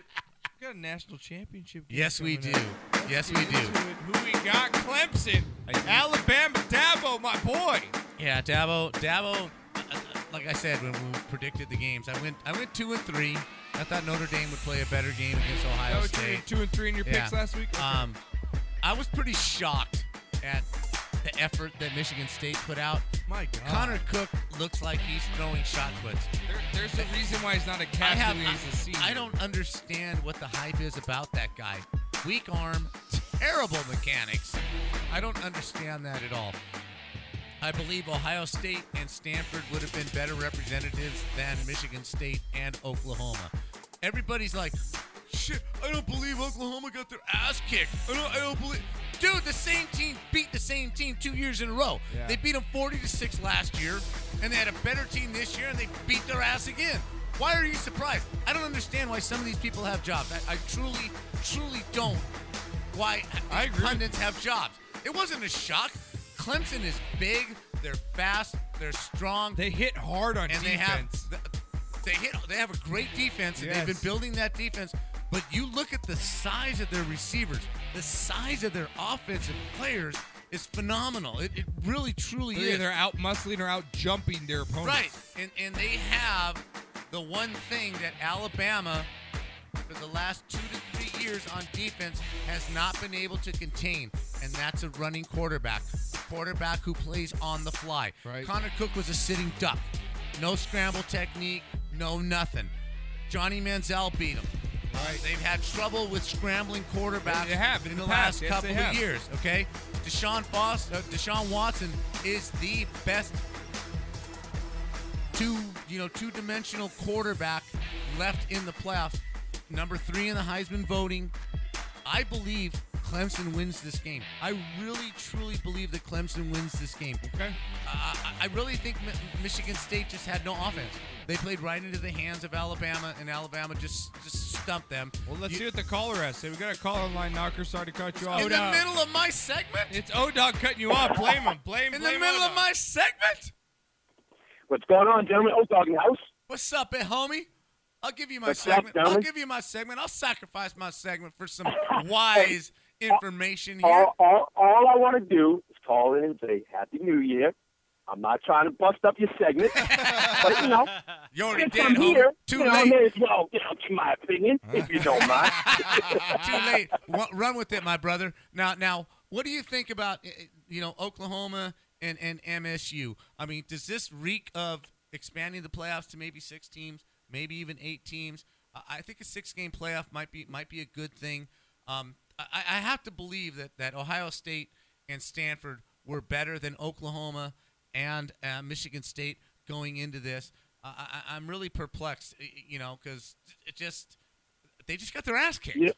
A: we got a national championship. game
B: Yes, we
A: coming
B: do.
A: up. Let's
B: Yes,
A: get
B: we do.
A: into it. Who we got? Clemson, Alabama, Dabo, my boy.
B: Yeah, Dabo. Dabo. uh, uh, Like I said, when we predicted the games, I went. I went two and three. I thought Notre Dame would play a better game against Ohio
A: That was two-
B: State.
A: two and three in your picks last week? Okay.
B: Um, I was pretty shocked at the effort that Michigan State put out.
A: My God.
B: Connor Cook looks like he's throwing shot puts.
A: There's a reason why he's not a
B: I
A: captain.
B: have.
A: and he's a senior.
B: I, I don't understand what the hype is about that guy. Weak arm, terrible mechanics. I don't understand that at all. I believe Ohio State and Stanford would have been better representatives than Michigan State and Oklahoma. Everybody's like, shit, I don't believe Oklahoma got their ass kicked. I don't, I don't believe. Dude, the same team beat the same team two years in a row.
A: Yeah.
B: They beat them 40 to 6 last year, and they had a better team this year, and they beat their ass again. Why are you surprised? I don't understand why some of these people have jobs. I, I truly, truly don't. Why I pundits have jobs. It wasn't a shock. Clemson is big. They're fast. They're strong.
A: They hit hard on
B: and
A: defense.
B: They have, they hit. They have a great defense, and they've
A: Yes.
B: been building that defense. But you look at the size of their receivers, the size of their offensive players is phenomenal. It, it really, truly
A: They're
B: is.
A: either out muscling or out jumping their opponents.
B: Right. And and they have the one thing that Alabama for the last two to three years on defense has not been able to contain, and that's a running quarterback. A quarterback who plays on the fly.
A: Right.
B: Connor Cook was a sitting duck. No scramble technique, no nothing. Johnny Manziel beat him. Right. They've had trouble with scrambling quarterbacks
A: They have in
B: in the,
A: the
B: last
A: past. Yes,
B: couple
A: they have.
B: of years. Okay, Deshaun Foster, uh, Deshaun Watson is the best two you know two dimensional quarterback left in the playoffs. Number three in the Heisman voting. I believe Clemson wins this game. I really truly believe that Clemson wins this game.
A: Okay.
B: Uh, I really think Mi- Michigan State just had no offense. They played right into the hands of Alabama, and Alabama just just stumped them.
A: Well, let's
B: You-
A: see what the caller has. to Say we got a caller line knocker. Sorry to cut you off. Oh,
B: in the middle of my segment.
A: It's O Dog cutting you off. Blame him. Blame.
B: in the
A: blame
B: middle of
A: O-Dog.
B: my segment.
Q: What's going on, gentlemen? Old Dog in the house.
B: What's up, eh, homie? I'll give you my
Q: What's up,
B: segment. I'll
Q: gentlemen?
B: give you my segment. I'll sacrifice my segment for some wise information here.
Q: All, all, all I want to do is call in and say Happy New Year. I'm not trying to bust up your segment, but you know,
B: you already
Q: since
B: did,
Q: I'm
B: homie.
Q: here,
B: Too
Q: you know, I
B: late.
Q: may as well, you know, give my opinion if you don't mind.
B: Too late. Wa- Run with it, my brother. Now, now, what do you think about eh, eh, you know Oklahoma and and MSU? I mean, does this reek of expanding the playoffs to maybe six teams, maybe even eight teams? I- I think a six-game playoff might be might be a good thing. Um, I, I have to believe that that Ohio State and Stanford were better than Oklahoma and uh, Michigan State going into this. I, I, I'm really perplexed, eh, eh, you know, because it just they just got their ass kicked.
Q: You,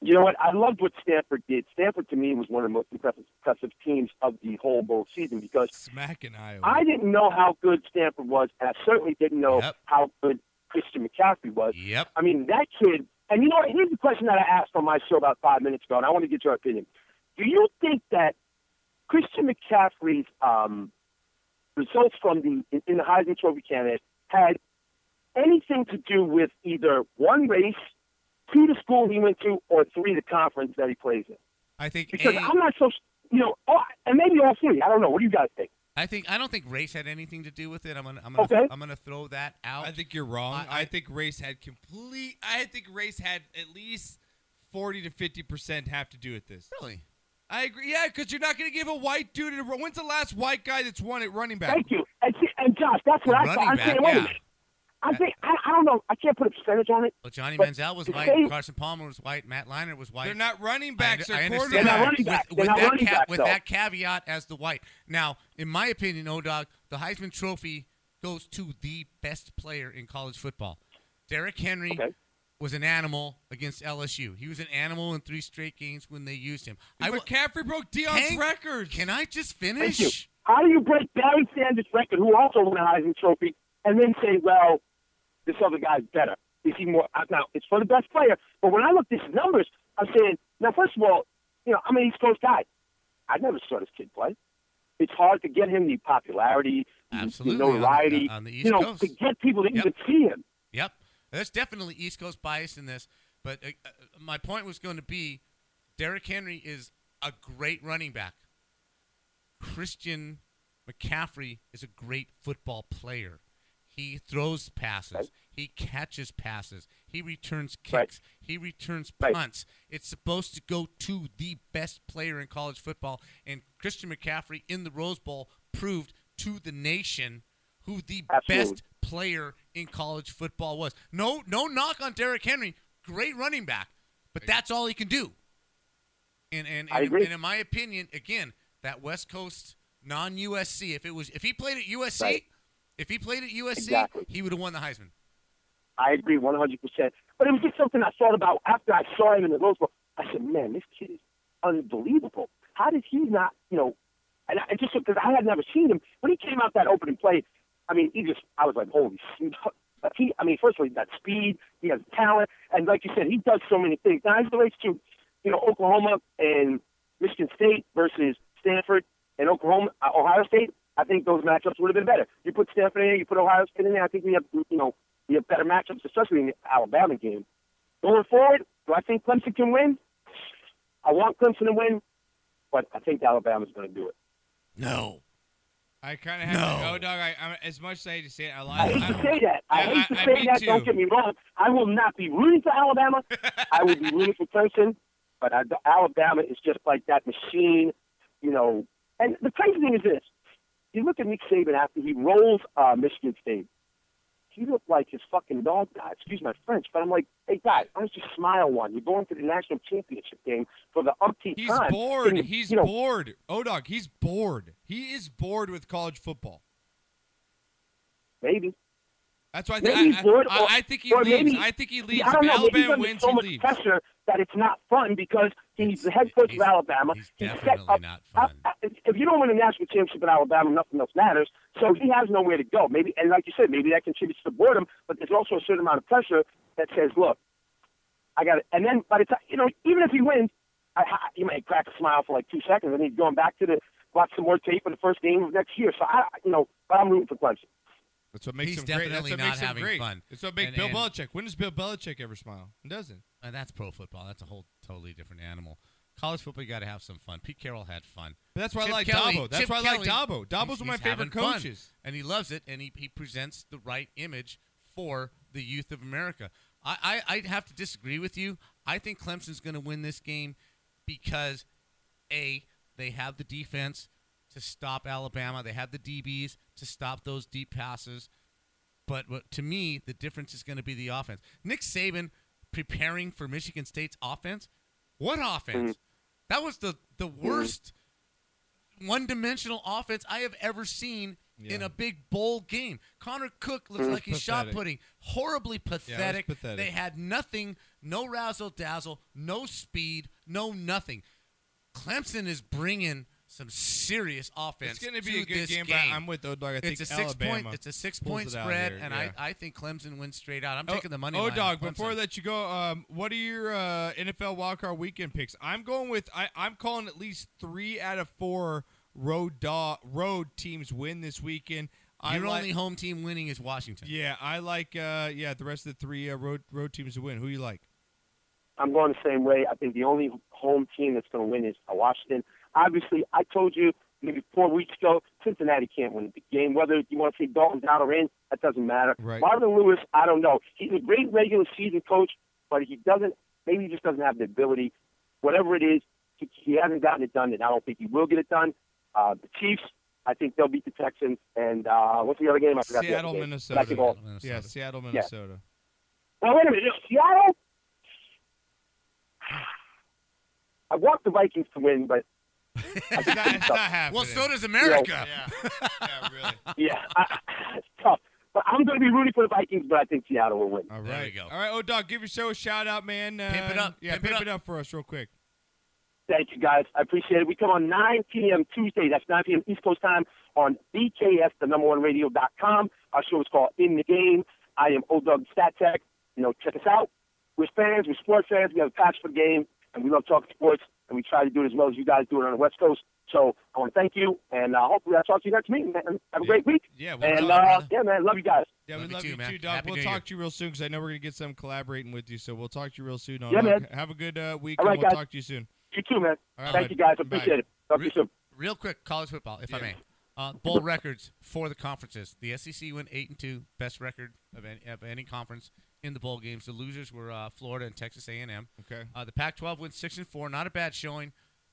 Q: you know what? I loved what Stanford did. Stanford, to me, was one of the most impressive, impressive teams of the whole bowl season because
A: Smacking Iowa.
Q: I didn't know how good Stanford was, and I certainly didn't know how good Christian McCaffrey was.
B: Yep.
Q: I mean, that kid. And you know what? Here's the question that I asked on my show about five minutes ago, and I want to get your opinion. Do you think that Christian McCaffrey's um, results from the in- in the Heisman Trophy candidate had anything to do with either one race, two the school he went to, or three the conference that he plays in?
B: I think
Q: Because
B: A-
Q: i I'm not so you know, all, and maybe all three. I don't know. What do you guys think?
B: I think I don't think race had anything to do with it. I'm gonna I'm gonna
Q: Okay.
B: I'm gonna throw that out.
A: I think you're wrong.
B: I-
A: I, think race had complete. I think race had at least forty to fifty percent have to do with this.
B: Really?
A: I agree. Yeah, because you're not going to give a white dude. A, when's the last white guy that's won at running back?
Q: Thank you. And, see, and Josh, that's what I
A: Running
Q: thought. I'm
A: back,
Q: saying, wait
A: yeah.
Q: a minute. I think I, I don't know. I can't put a percentage on it.
B: Well, Johnny
Q: but
B: Manziel was
Q: to
B: white.
Q: say-
B: Carson Palmer was white. Matt Leinart was white.
A: They're not running backs,
B: I,
A: they're
B: under- I
A: quarterbacks.
B: understand
A: They're not
B: that.
A: running backs,
B: With,
A: they're
B: with
A: not
B: that
A: running
B: ca-
A: backs,
B: with
A: though.
B: that caveat as the white. Now, in my opinion, O Dog, the Heisman Trophy goes to the best player in college football. Derrick Henry was an animal against LSU. He was an animal in three straight games when they used him. I will,
A: McCaffrey broke Dion's record.
B: Can I just
Q: Thank you.
B: finish?
Q: How do you break Barry Sanders' record, who also won a Heisman Trophy, and then say, well, this other guy's better? Is he more? uh, Now, it's for the best player. But when I look at these numbers, I'm saying, now, first of all, you know, I'm an East Coast guy. I never saw this kid play. It's hard to get him the popularity,
B: Absolutely,
Q: the
B: on the-
Q: notoriety,
B: on the East
Q: you know,
B: Coast.
Q: to get people to
B: Yep.
Q: even see him.
B: Yep. There's definitely East Coast bias in this, but uh, uh, my point was going to be Derrick Henry is a great running back. Christian McCaffrey is a great football player. He throws passes. He catches passes. He returns kicks. He returns punts. It's supposed to go to the best player in college football. And Christian McCaffrey in the Rose Bowl proved to the nation who the
Q: Absolutely.
B: best player in college football was. No, no knock on Derrick Henry. Great running back, but that's all he can do. And and,
Q: I
B: and,
Q: agree.
B: and in my opinion, again, that West Coast non USC. If it was if he played at USC,
Q: Right.
B: if he played at USC,
Q: Exactly.
B: he would have won the Heisman.
Q: I agree 100%. But it was just something I thought about after I saw him in the Rose Bowl. I said, man, this kid is unbelievable. How did he not, you know, and I, and just because I had never seen him. When he came out that opening play, I mean, he just, I was like, holy shit. Like he, I mean, first of all, he's got speed, he has talent, and like you said, he does so many things. Now, as it relates to, you know, Oklahoma and Michigan State versus Stanford and Oklahoma, uh, Ohio State, I think those matchups would have been better. You put Stanford in there, you put Ohio State in there, I think we have, you know, we have better matchups, especially in the Alabama game. Going forward, do I think Clemson can win? I want Clemson to win, but I think Alabama's going to do it.
B: No.
A: I kind of have to. Oh, dog. I, I'm, as much as I hate to say it, I
Q: I
A: lied.
Q: hate
A: I'm-
Q: to say that. I
A: Yeah,
Q: hate to
A: I- I
Q: say
A: me
Q: that.
A: too.
Q: Don't get me wrong. I will not be rooting for Alabama. I will be rooting for Clemson. But I, Alabama is just like that machine, you know. And the crazy thing is this: you look at Nick Saban after he rolls uh, Michigan State. He looked like his fucking dog died. Excuse my French, but I'm like, hey guys, why don't you smile one? You're going to the national championship game for the umpteenth
A: He's
Q: time.
A: bored.
Q: And,
A: He's
Q: you know,
A: bored. Oh, dog. He's bored. He is bored with college football.
Q: Maybe.
A: That's why I,
Q: Maybe
A: think
Q: he's bored,
A: I,
Q: or-
A: I think he
Q: or
A: leaves.
Q: maybe-
A: I think he
Q: Yeah,
A: leaves.
Q: I don't
A: if
Q: know. maybe he's
A: Alabama
Q: under
A: wins,
Q: so
A: he
Q: much
A: leaves.
Q: pressure that it's not fun because he's the head coach of Alabama. He's definitely not fun. uh, if you don't win a national championship in Alabama, nothing else matters. So he has nowhere to go. Maybe, and like you said, maybe that contributes to boredom. But there's also a certain amount of pressure that says, "Look, I got it." And then by the time you know, even if he wins, I, I, he might crack a smile for like two seconds, and he's going back to the watch some more tape for the first game of next year. So I, you know, but I'm rooting for Clemson.
A: That's what makes
B: He's
A: him great. That's
B: definitely
A: what
B: not
A: makes him
B: having
A: great.
B: fun.
A: That's what makes
B: And-
A: Bill
B: and-
A: Belichick. When does Bill Belichick ever smile? He doesn't.
B: And that's pro football. That's a whole totally different animal. College football, you got to have some fun. Pete Carroll had fun.
A: But that's why I like Dabo. That's why I like Dabo. Dabo's
B: he's-
A: one of my
B: he's
A: favorite
B: having fun,
A: coaches.
B: and he loves it, and he, he presents the right image for the youth of America. I, I, I have to disagree with you. I think Clemson's going to win this game because, A, they have the defense to stop Alabama, they have the DBs to stop those deep passes. But what, to me, the difference is going to be the offense. Nick Saban preparing for Michigan State's offense. What
A: Hmm.
B: offense? That was the the worst one-dimensional offense I have ever seen in a big bowl game. Connor Cook looked
A: It was
B: like he's shot
A: pathetic.
B: putting, horribly pathetic.
A: pathetic.
B: They had nothing, no razzle dazzle, no speed, no nothing. Clemson is bringing some serious offense.
A: It's going to be a
B: to
A: good
B: this
A: game,
B: game,
A: but I'm with O Dog. I think
B: it's a six
A: Alabama.
B: point. It's a six
A: pulls
B: point
A: it out
B: spread,
A: here,
B: and
A: yeah.
B: I, I think Clemson wins straight out. I'm
A: Oh-
B: taking the money.
A: Oh,
B: line on
A: dog!
B: Clemson.
A: Before I let you go, um, what are your uh, NFL wildcard weekend picks? I'm going with I, I'm calling at least three out of four road dog road teams win this weekend. I
B: your
A: like-
B: only home team winning is Washington.
A: Yeah, I like uh, yeah the rest of the three uh, road road teams to win. Who you like?
Q: I'm going the same way. I think the only home team that's going to win is Washington. Obviously, I told you maybe four weeks ago, Cincinnati can't win the game. Whether you want to say Dalton's out or in, that doesn't matter.
A: Right.
Q: Marvin Lewis, I don't know. He's a great regular season coach, but he doesn't. Maybe he just doesn't have the ability. Whatever it is, he, he hasn't gotten it done, and I don't think he will get it done. Uh, the Chiefs, I think they'll beat the Texans. And uh, what's the other game? I forgot. the other
A: Seattle,
Q: game.
A: Minnesota.
Q: Basketball.
A: Yeah, Seattle, Minnesota.
Q: Now wait a minute, Seattle. I want the Vikings to win, but
B: it's not, it's not happening. Well, so does America. Yeah. yeah, really.
Q: yeah, I, I- it's tough. But I'm going to be rooting for the Vikings, but I think Seattle will win.
A: All right. All right, old dog, give your show a shout out, man. Uh,
Q: Pimp it up,
A: Yeah,
Q: pimp it
A: pimp
Q: up.
A: it up for us real quick.
Q: Thank you, guys. I appreciate it. We come on 9 p.m. Tuesday. That's 9 p.m. East Coast time on BKS, the number one radio.com. Our show is called In the Game. I am Old Dog Stat Tech. You know, check us out. We're fans, we're sports fans. We have a passion for the game, and we love talking sports, and we try to do it as well as you guys do it on the West Coast. So I want to thank you, and uh, hopefully I'll talk to you next meeting, man. Have a great week.
A: Yeah, we'll
Q: and
A: talk,
Q: uh,
A: brother.
Q: yeah, man, love you guys.
A: Yeah, we love you too, dog.
Q: Happy
A: we'll
Q: New
A: talk
Q: Year.
A: to you real soon because I know we're gonna get some collaborating with you. So we'll talk to you real soon. On
Q: Yeah,
A: luck.
Q: man.
A: Have a good uh, week.
Q: All right,
A: and we'll
Q: guys.
A: talk to you soon.
Q: You too, man.
A: All right,
Q: thank
A: bud.
Q: you, guys. I
A: Bye.
Q: Appreciate it. Talk to you soon.
B: Real quick, college football, if I may. Uh, bowl records for the conferences. The SEC went eight and two, best record of any, of any conference in the bowl games. The losers were uh, Florida and Texas A&M.
A: Okay.
B: Uh, the Pac-12 went six and four, not a bad showing.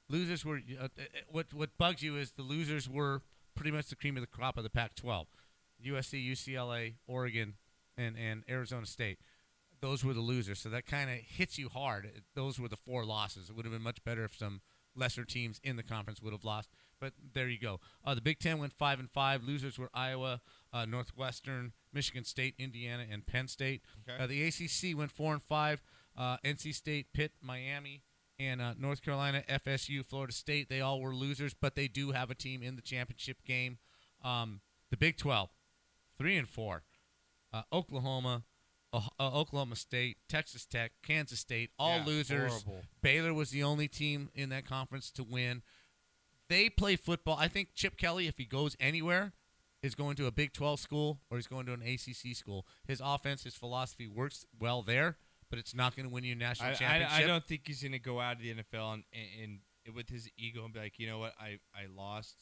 B: Losers were uh, uh, what what bugs you is the losers were pretty much the cream of the crop of the Pac-12. USC, UCLA, Oregon, and and Arizona State. Those were the losers, so that kind of hits you hard. Those were the four losses. It would have been much better if some lesser teams in the conference would have lost, but there you go. Uh, the Big Ten went five and five. Losers were Iowa, uh, Northwestern, Michigan State, Indiana, and Penn State.
A: Okay.
B: Uh, the ACC went four and five. Uh, NC State, Pitt, Miami, and uh, North Carolina, FSU, Florida State. They all were losers, but they do have a team in the championship game. Um, the Big Twelve, three and four. Uh, Oklahoma, Oh- uh, Oklahoma State, Texas Tech, Kansas State, all
A: Yeah,
B: losers.
A: horrible.
B: Baylor was the only team in that conference to win. They play football. I think Chip Kelly, if he goes anywhere, is going to a Big 12 school or he's going to an ACC school. His offense, his philosophy works well there, but it's not going to win you a national
A: I,
B: championship.
A: I, I don't think he's gonna go out of the NFL and, and, and with his ego and be like, you know what, I, I lost.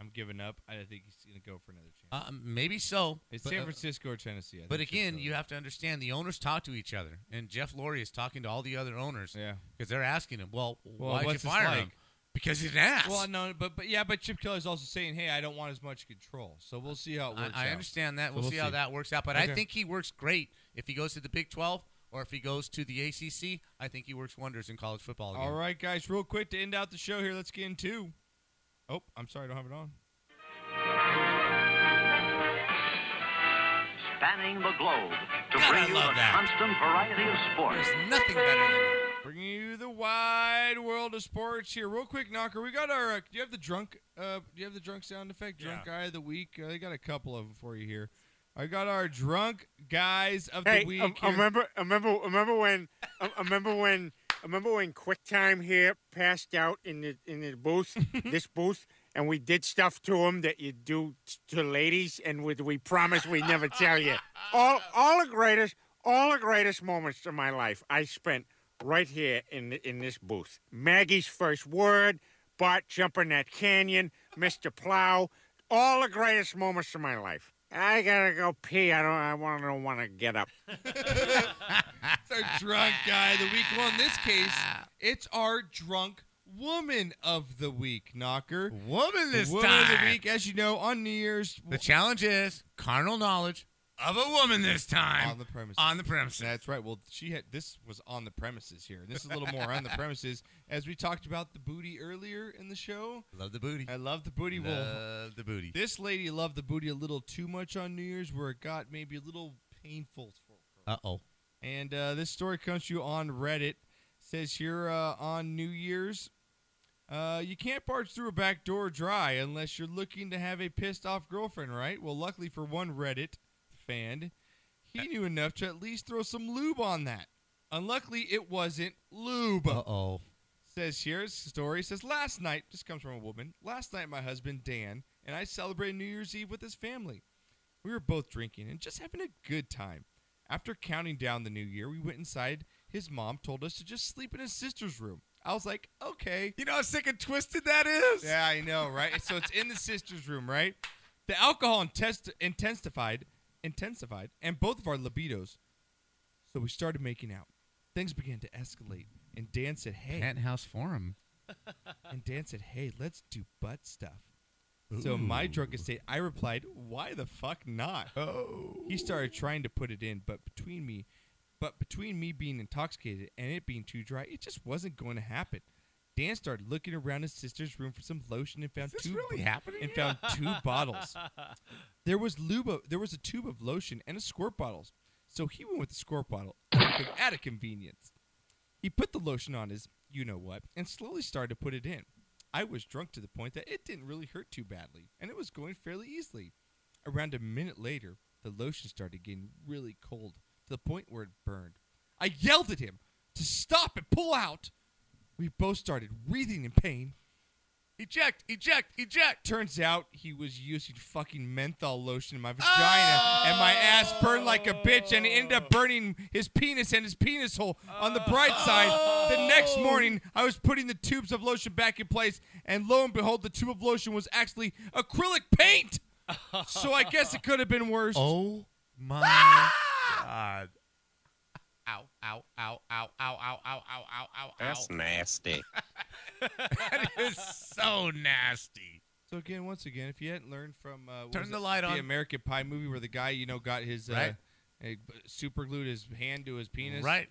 A: I'm giving up. I think he's gonna go for another chance.
B: Uh, maybe so.
A: It's
B: but,
A: San
B: uh,
A: Francisco or Tennessee. I
B: But
A: think
B: again, you have to understand the owners talk to each other, and Jeff Lurie is talking to all the other owners.
A: Yeah,
B: because they're asking him, "Well,
A: Well,
B: why would you
A: what's this
B: fire
A: like?
B: him? Because he's an ass."
A: Well, no, but but yeah, but Chip Kelly's also saying, hey, I don't want as much control. So we'll see how it
B: I-
A: works.
B: I,
A: out.
B: understand that.
A: So
B: We'll, see, how that works out. But I
A: Okay.
B: think he works great if he goes to the Big 12 or if he goes to the ACC. I think he works wonders in college football. Again.
A: All right, guys, real quick to end out the show here. Let's get into. Oh, I'm sorry, I don't have it on.
R: Spanning the globe to
A: God, I
R: bring you
A: love
R: a
A: that.
R: constant variety of sports.
B: nothing better than
A: Bringing you the wide world of sports here, real quick, Knocker. We got our. Uh, do you have the drunk? Uh, do you have the drunk sound effect? Drunk guy of the week. Uh, I got a couple of them for you here. I got our drunk guys of
I: Hey, um,
A: the week.
I: I,
A: here.
I: remember, I remember, I remember when, I, I remember when, I remember when QuickTime here passed out in the in the booth, this booth, and we did stuff to him that you do t- to ladies, and we, we promise we never tell you. All, all the greatest, all the greatest moments of my life I spent right here in the, in this booth. Maggie's first word, Bart jumping that canyon, Mr. Plow, all the greatest moments of my life. I gotta go pee. I don't. I want to want to get up.
A: It's our drunk guy of the week. Well, in this case, it's our drunk woman of the week, Knocker.
B: Woman this
A: woman of
B: time.
A: the week, as you know, on New Year's.
B: The challenge is carnal knowledge of a woman this time.
A: on the premises.
B: On the premises.
A: That's right. Well, she had this was on the premises here. This is a little more on the premises as we talked about the booty earlier in the show.
B: Love the booty.
A: I love the booty. well,
B: Love the booty.
A: This lady loved the booty a little too much on New Year's, where it got maybe a little painful for
B: Uh oh.
A: and uh, this story comes to you on Reddit. Says here uh, on New Year's, uh, you can't barge through a back door dry unless you're looking to have a pissed off girlfriend, right? Well, luckily for one Reddit fan, he knew enough to at least throw some lube on that. Unluckily, it wasn't lube. Uh
B: oh.
A: Says here, this story says last night. This comes from a woman. Last night, my husband Dan and I celebrated New Year's Eve with his family. We were both drinking and just having a good time. After counting down the new year, we went inside. His mom told us to just sleep in his sister's room. I was like, okay.
B: You know how sick and twisted that is?
A: Yeah, I know, right? so it's in the sister's room, right? The alcohol intest- intensified, intensified, and both of our libidos. So we started making out. Things began to escalate, and Dan said, hey.
B: Penthouse Forum.
A: and Dan said, hey, let's do butt stuff. So in my drunken state, I replied, "Why the fuck not?" Oh. He started trying to put it in, but between me, but between me being intoxicated and it being too dry, it just wasn't going to happen. Dan started looking around his sister's room for some lotion and found
B: this
A: two
B: really happening?
A: and found two bottles. There was lube. o- There was a tube of lotion and a squirt bottles. So he went with the squirt bottle out of con- out of convenience. He put the lotion on his you know what and slowly started to put it in. I was drunk to the point that it didn't really hurt too badly and it was going fairly easily. Around a minute later, the lotion started getting really cold to the point where it burned. I yelled at him to stop and pull out. We both started wreathing in pain. Eject, eject, eject. Turns out he was using fucking menthol lotion in my vagina, and my ass burned like a bitch, and it ended up burning his penis and his penis hole on the bright side. The next morning, I was putting the tubes of lotion back in place, and lo and behold, the tube of lotion was actually acrylic paint. so I guess it could have been worse.
S: Oh my
B: God. Ow, ow, ow, ow, ow, ow, ow, ow, ow, ow.
S: That's nasty.
B: that is so nasty.
A: So again, once again, if you hadn't learned from uh, what
B: Turn
A: was
B: the
A: it?
B: light on.
A: the American Pie movie where the guy you know got his uh,
B: Right.
A: eh, b- super glued his hand to his penis,
B: Right.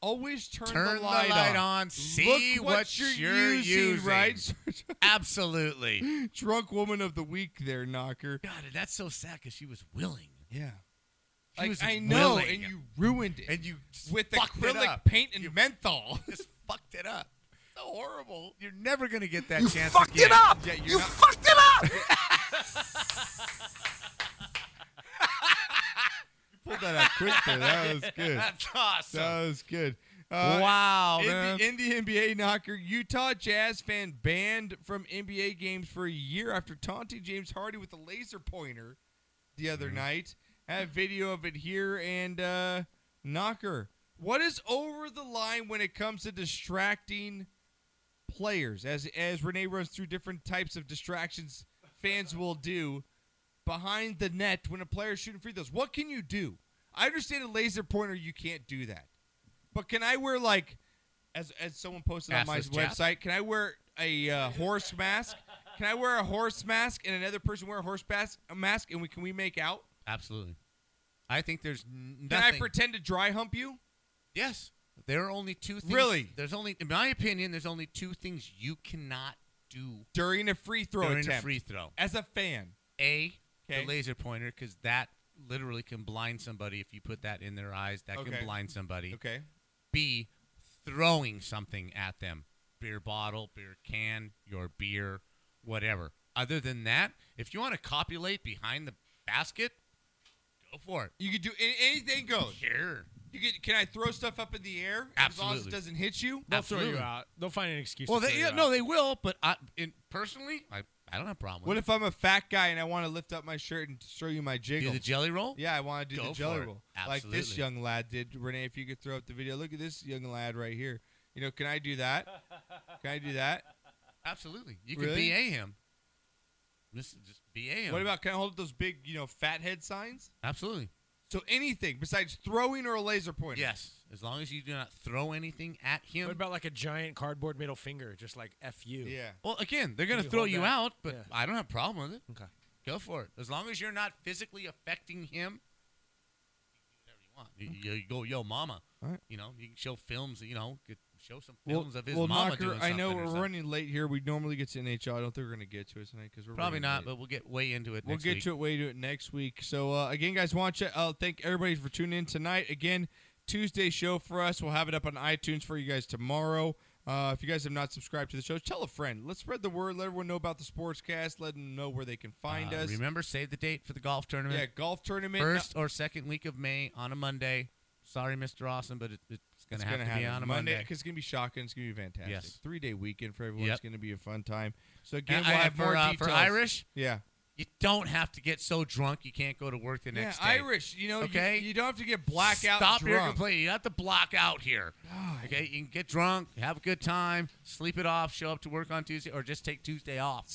A: Always turn,
B: Turn
A: the light, on.
B: See
A: Look
B: what,
A: what, you're, using, right?
B: Absolutely.
A: Drunk woman of the week, there, knocker.
B: God, and that's so sad because she was willing.
A: Yeah.
B: She
A: like
B: was
A: I know,
B: willing.
A: and you ruined it,
B: And you
A: with
B: fucked it
A: acrylic
B: up.
A: paint and menthol.
B: Just fucked it up. So horrible. You're never gonna get that
A: You
B: chance.
A: fucked
B: again.
A: it up!
B: Yeah, you're
A: You
B: not-
A: fucked it Pulled that out quick there. That was good.
B: That's awesome.
A: That was good. Uh,
B: Wow,
A: in,
B: man.
A: The, in the NBA knocker, Utah Jazz fan banned from NBA games for a year after taunting James Hardy with a laser pointer the other
B: Mm-hmm.
A: night. I have video of it here and uh, knocker. What is over the line when it comes to distracting players? As as Renee runs through different types of distractions fans will do behind the net when a player is shooting free throws. What can you do? I understand a laser pointer, you can't do that. But can I wear like, as as someone posted on my
B: Assless chap?
A: website, can I wear a uh, horse mask? Can I wear a horse mask and another person wear a horse mask? A mask and we can we make out?
B: Absolutely. I think there's n-
A: Can
B: nothing.
A: I pretend to dry hump you?
B: Yes. There are only two things.
A: Really?
B: There's only, in my opinion, there's only two things you cannot do
A: during a free throw
B: during
A: attempt.
B: a free throw.
A: As a fan,
B: A,
A: Okay.
B: the laser pointer, because that literally can blind somebody if you put that in their eyes. That
A: Okay.
B: can blind somebody.
A: Okay.
B: B, throwing something at them beer bottle, beer can, your beer, whatever. Other than that, if you want to copulate behind the basket, go for it.
A: you could do a- anything goes.
B: Sure.
A: You could, can I throw stuff up in the air as long as
B: Absolutely.
A: it doesn't hit you?
C: They'll throw you out. They'll find an excuse.
B: Well,
C: to
B: they,
C: throw
B: yeah,
C: you
B: no,
C: out.
B: they will, but I, in, personally, I, I don't have a problem with
A: What
B: it.
A: if I'm a fat guy and I want to lift up my shirt and show you my jiggle?
B: the jelly roll?
A: Yeah, I want to do
B: Go
A: the jelly
B: for it.
A: roll. Like this
B: Absolutely.
A: young lad did. Renee, if you could throw up the video. Look at this young lad right here. You know, can I do that? Can I do that?
B: Absolutely. You can
A: Really?
B: BA him. This is just BA him.
A: What about can I hold up those big, you know, fat head signs?
B: Absolutely.
A: So anything besides throwing or a laser pointer?
B: Yes. As long as you do not throw anything at him.
C: What about like a giant cardboard middle finger, just like f you?
A: Yeah.
B: Well, again, they're going to
C: Can you
B: throw
C: hold
B: you
C: that?
B: out, but
C: Yeah.
B: I don't have a problem with it.
C: Okay.
B: Go for it. As long as you're not physically affecting him, you do whatever you want. You, you go, yo, mama.
A: Alright.
B: You know, you can show films, you know, get, show some
A: Well-
B: films of his
A: well,
B: mama
A: Knocker,
B: doing
A: I
B: something
A: know
B: or
A: we're
B: something.
A: running late here. We normally get to NHL. I don't think we're going to get to it tonight because we're
B: Probably
A: running
B: not,
A: late.
B: but we'll get way into it
A: We'll
B: next
A: get
B: week.
A: to it way to it next week. So uh, again, guys, want to uh, thank everybody for tuning in tonight. Again, Tuesday show for us. We'll have it up on iTunes for you guys tomorrow. Uh, if you guys have not subscribed to the show, tell a friend. Let's spread the word. Let everyone know about the sportscast. Let them know where they can find
B: Uh,
A: us.
B: Remember, save the date for the golf tournament.
A: Yeah, golf tournament. uh,
B: First or second week of May on a Monday. Sorry, Mr. Awesome, but it, it's going
A: It's
B: to have
A: gonna
B: to be on a
A: Monday
B: Monday.
A: because it's gonna be shocking. It's gonna be fantastic.
B: Yes.
A: Three day weekend for everyone. It's
B: Yep.
A: gonna be a fun time. So again,
B: And
A: we'll
B: I-
A: have
B: for,
A: more
B: uh, for
A: details.
B: Irish,
A: Yeah.
B: You don't have to get so drunk you can't go to work the
A: Yeah,
B: next day.
A: Irish. You know, you-
B: okay?
A: you, don't have to get blackout
B: Stop
A: drunk.
B: your complaining. You have to block out here. Okay, you can get drunk, have a good time, sleep it off, show up to work on Tuesday, or just take Tuesday off.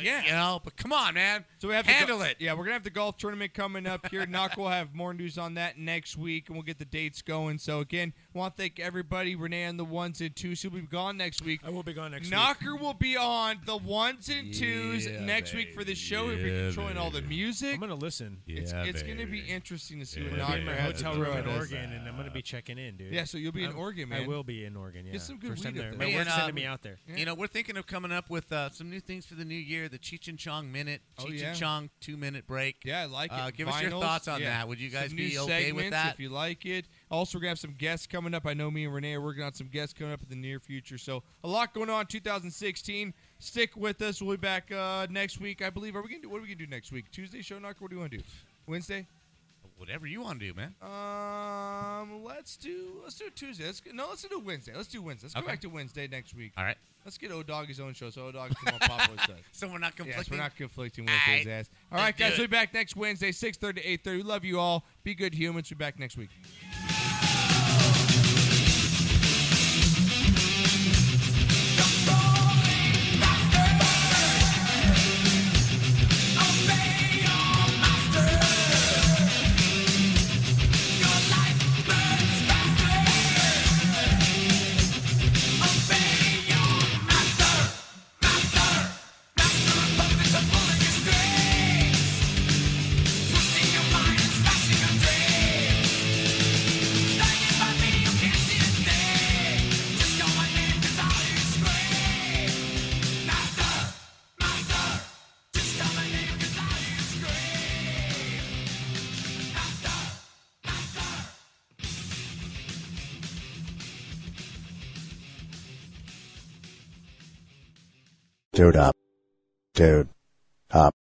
A: yeah,
B: you know. But come on, man.
A: So we have
B: handle
A: to
B: it.
A: Yeah, we're gonna have the golf tournament coming up here. Knock will have more news on that next week, and we'll get the dates going. So again, want to thank everybody, Renee on the ones and twos. He'll be gone next week. I
C: will be gone next
A: Knocker week. Knocker will be on the ones and twos
C: Yeah,
A: next week for the show. He'll be
C: Yeah,
A: controlling all the music. I'm
C: gonna listen.
A: It's,
C: Yeah,
A: it's gonna be interesting to see what
C: I'm gonna be
A: Knocker
C: in my
A: has to
C: hotel room
A: throw
C: in
A: at us.
C: Oregon, and I'm gonna be checking in, dude.
A: Yeah, so you'll be in
C: I'm-
A: Oregon,
C: I
A: man.
C: will be in Oregon. Yeah,
A: Get some good weed
C: for
A: up
C: there.
A: there.
C: My
A: Man,
B: um,
C: work's
A: uh,
C: sending me out there.
B: You know, we're thinking of coming up with uh, some new things for the new year. The Cheech and Chong minute, Cheech
A: Oh, yeah.
B: and Chong two minute break.
A: Yeah, I like it.
B: Uh, give us your
A: Vinyls,
B: thoughts on
A: yeah.
B: that. Would you guys
A: Some
B: be
A: new
B: okay with
A: segments
B: that?
A: If you like it. Also, we're going to have some guests coming up. I know me and Renee are working on some guests coming up in the near future. So, a lot going on in 2016. Stick with us. We'll be back uh, next week, I believe. Are we going to do, what are we going to do next week? Tuesday show, Knocker? What do you want to do? Wednesday?
B: Whatever you want to do,
A: Uh,
B: man.
A: Um, let's do let's do Tuesday. Let's, no, let's do Wednesday. Let's do Wednesday. Let's
B: Okay.
A: go back to Wednesday next week.
B: All right.
A: Let's get O Dog his own show, so O Dog can come on Papa does.
B: So we're not
A: Yes, we're
B: conflicting?
A: not conflicting with
B: All
A: his
B: right.
A: ass. All right,
B: Let's do
A: guys,
B: it.
A: we'll be back next Wednesday, six thirty to eight thirty. We love you all. Be good humans. We'll be back next week.
T: Dude up. Dude up.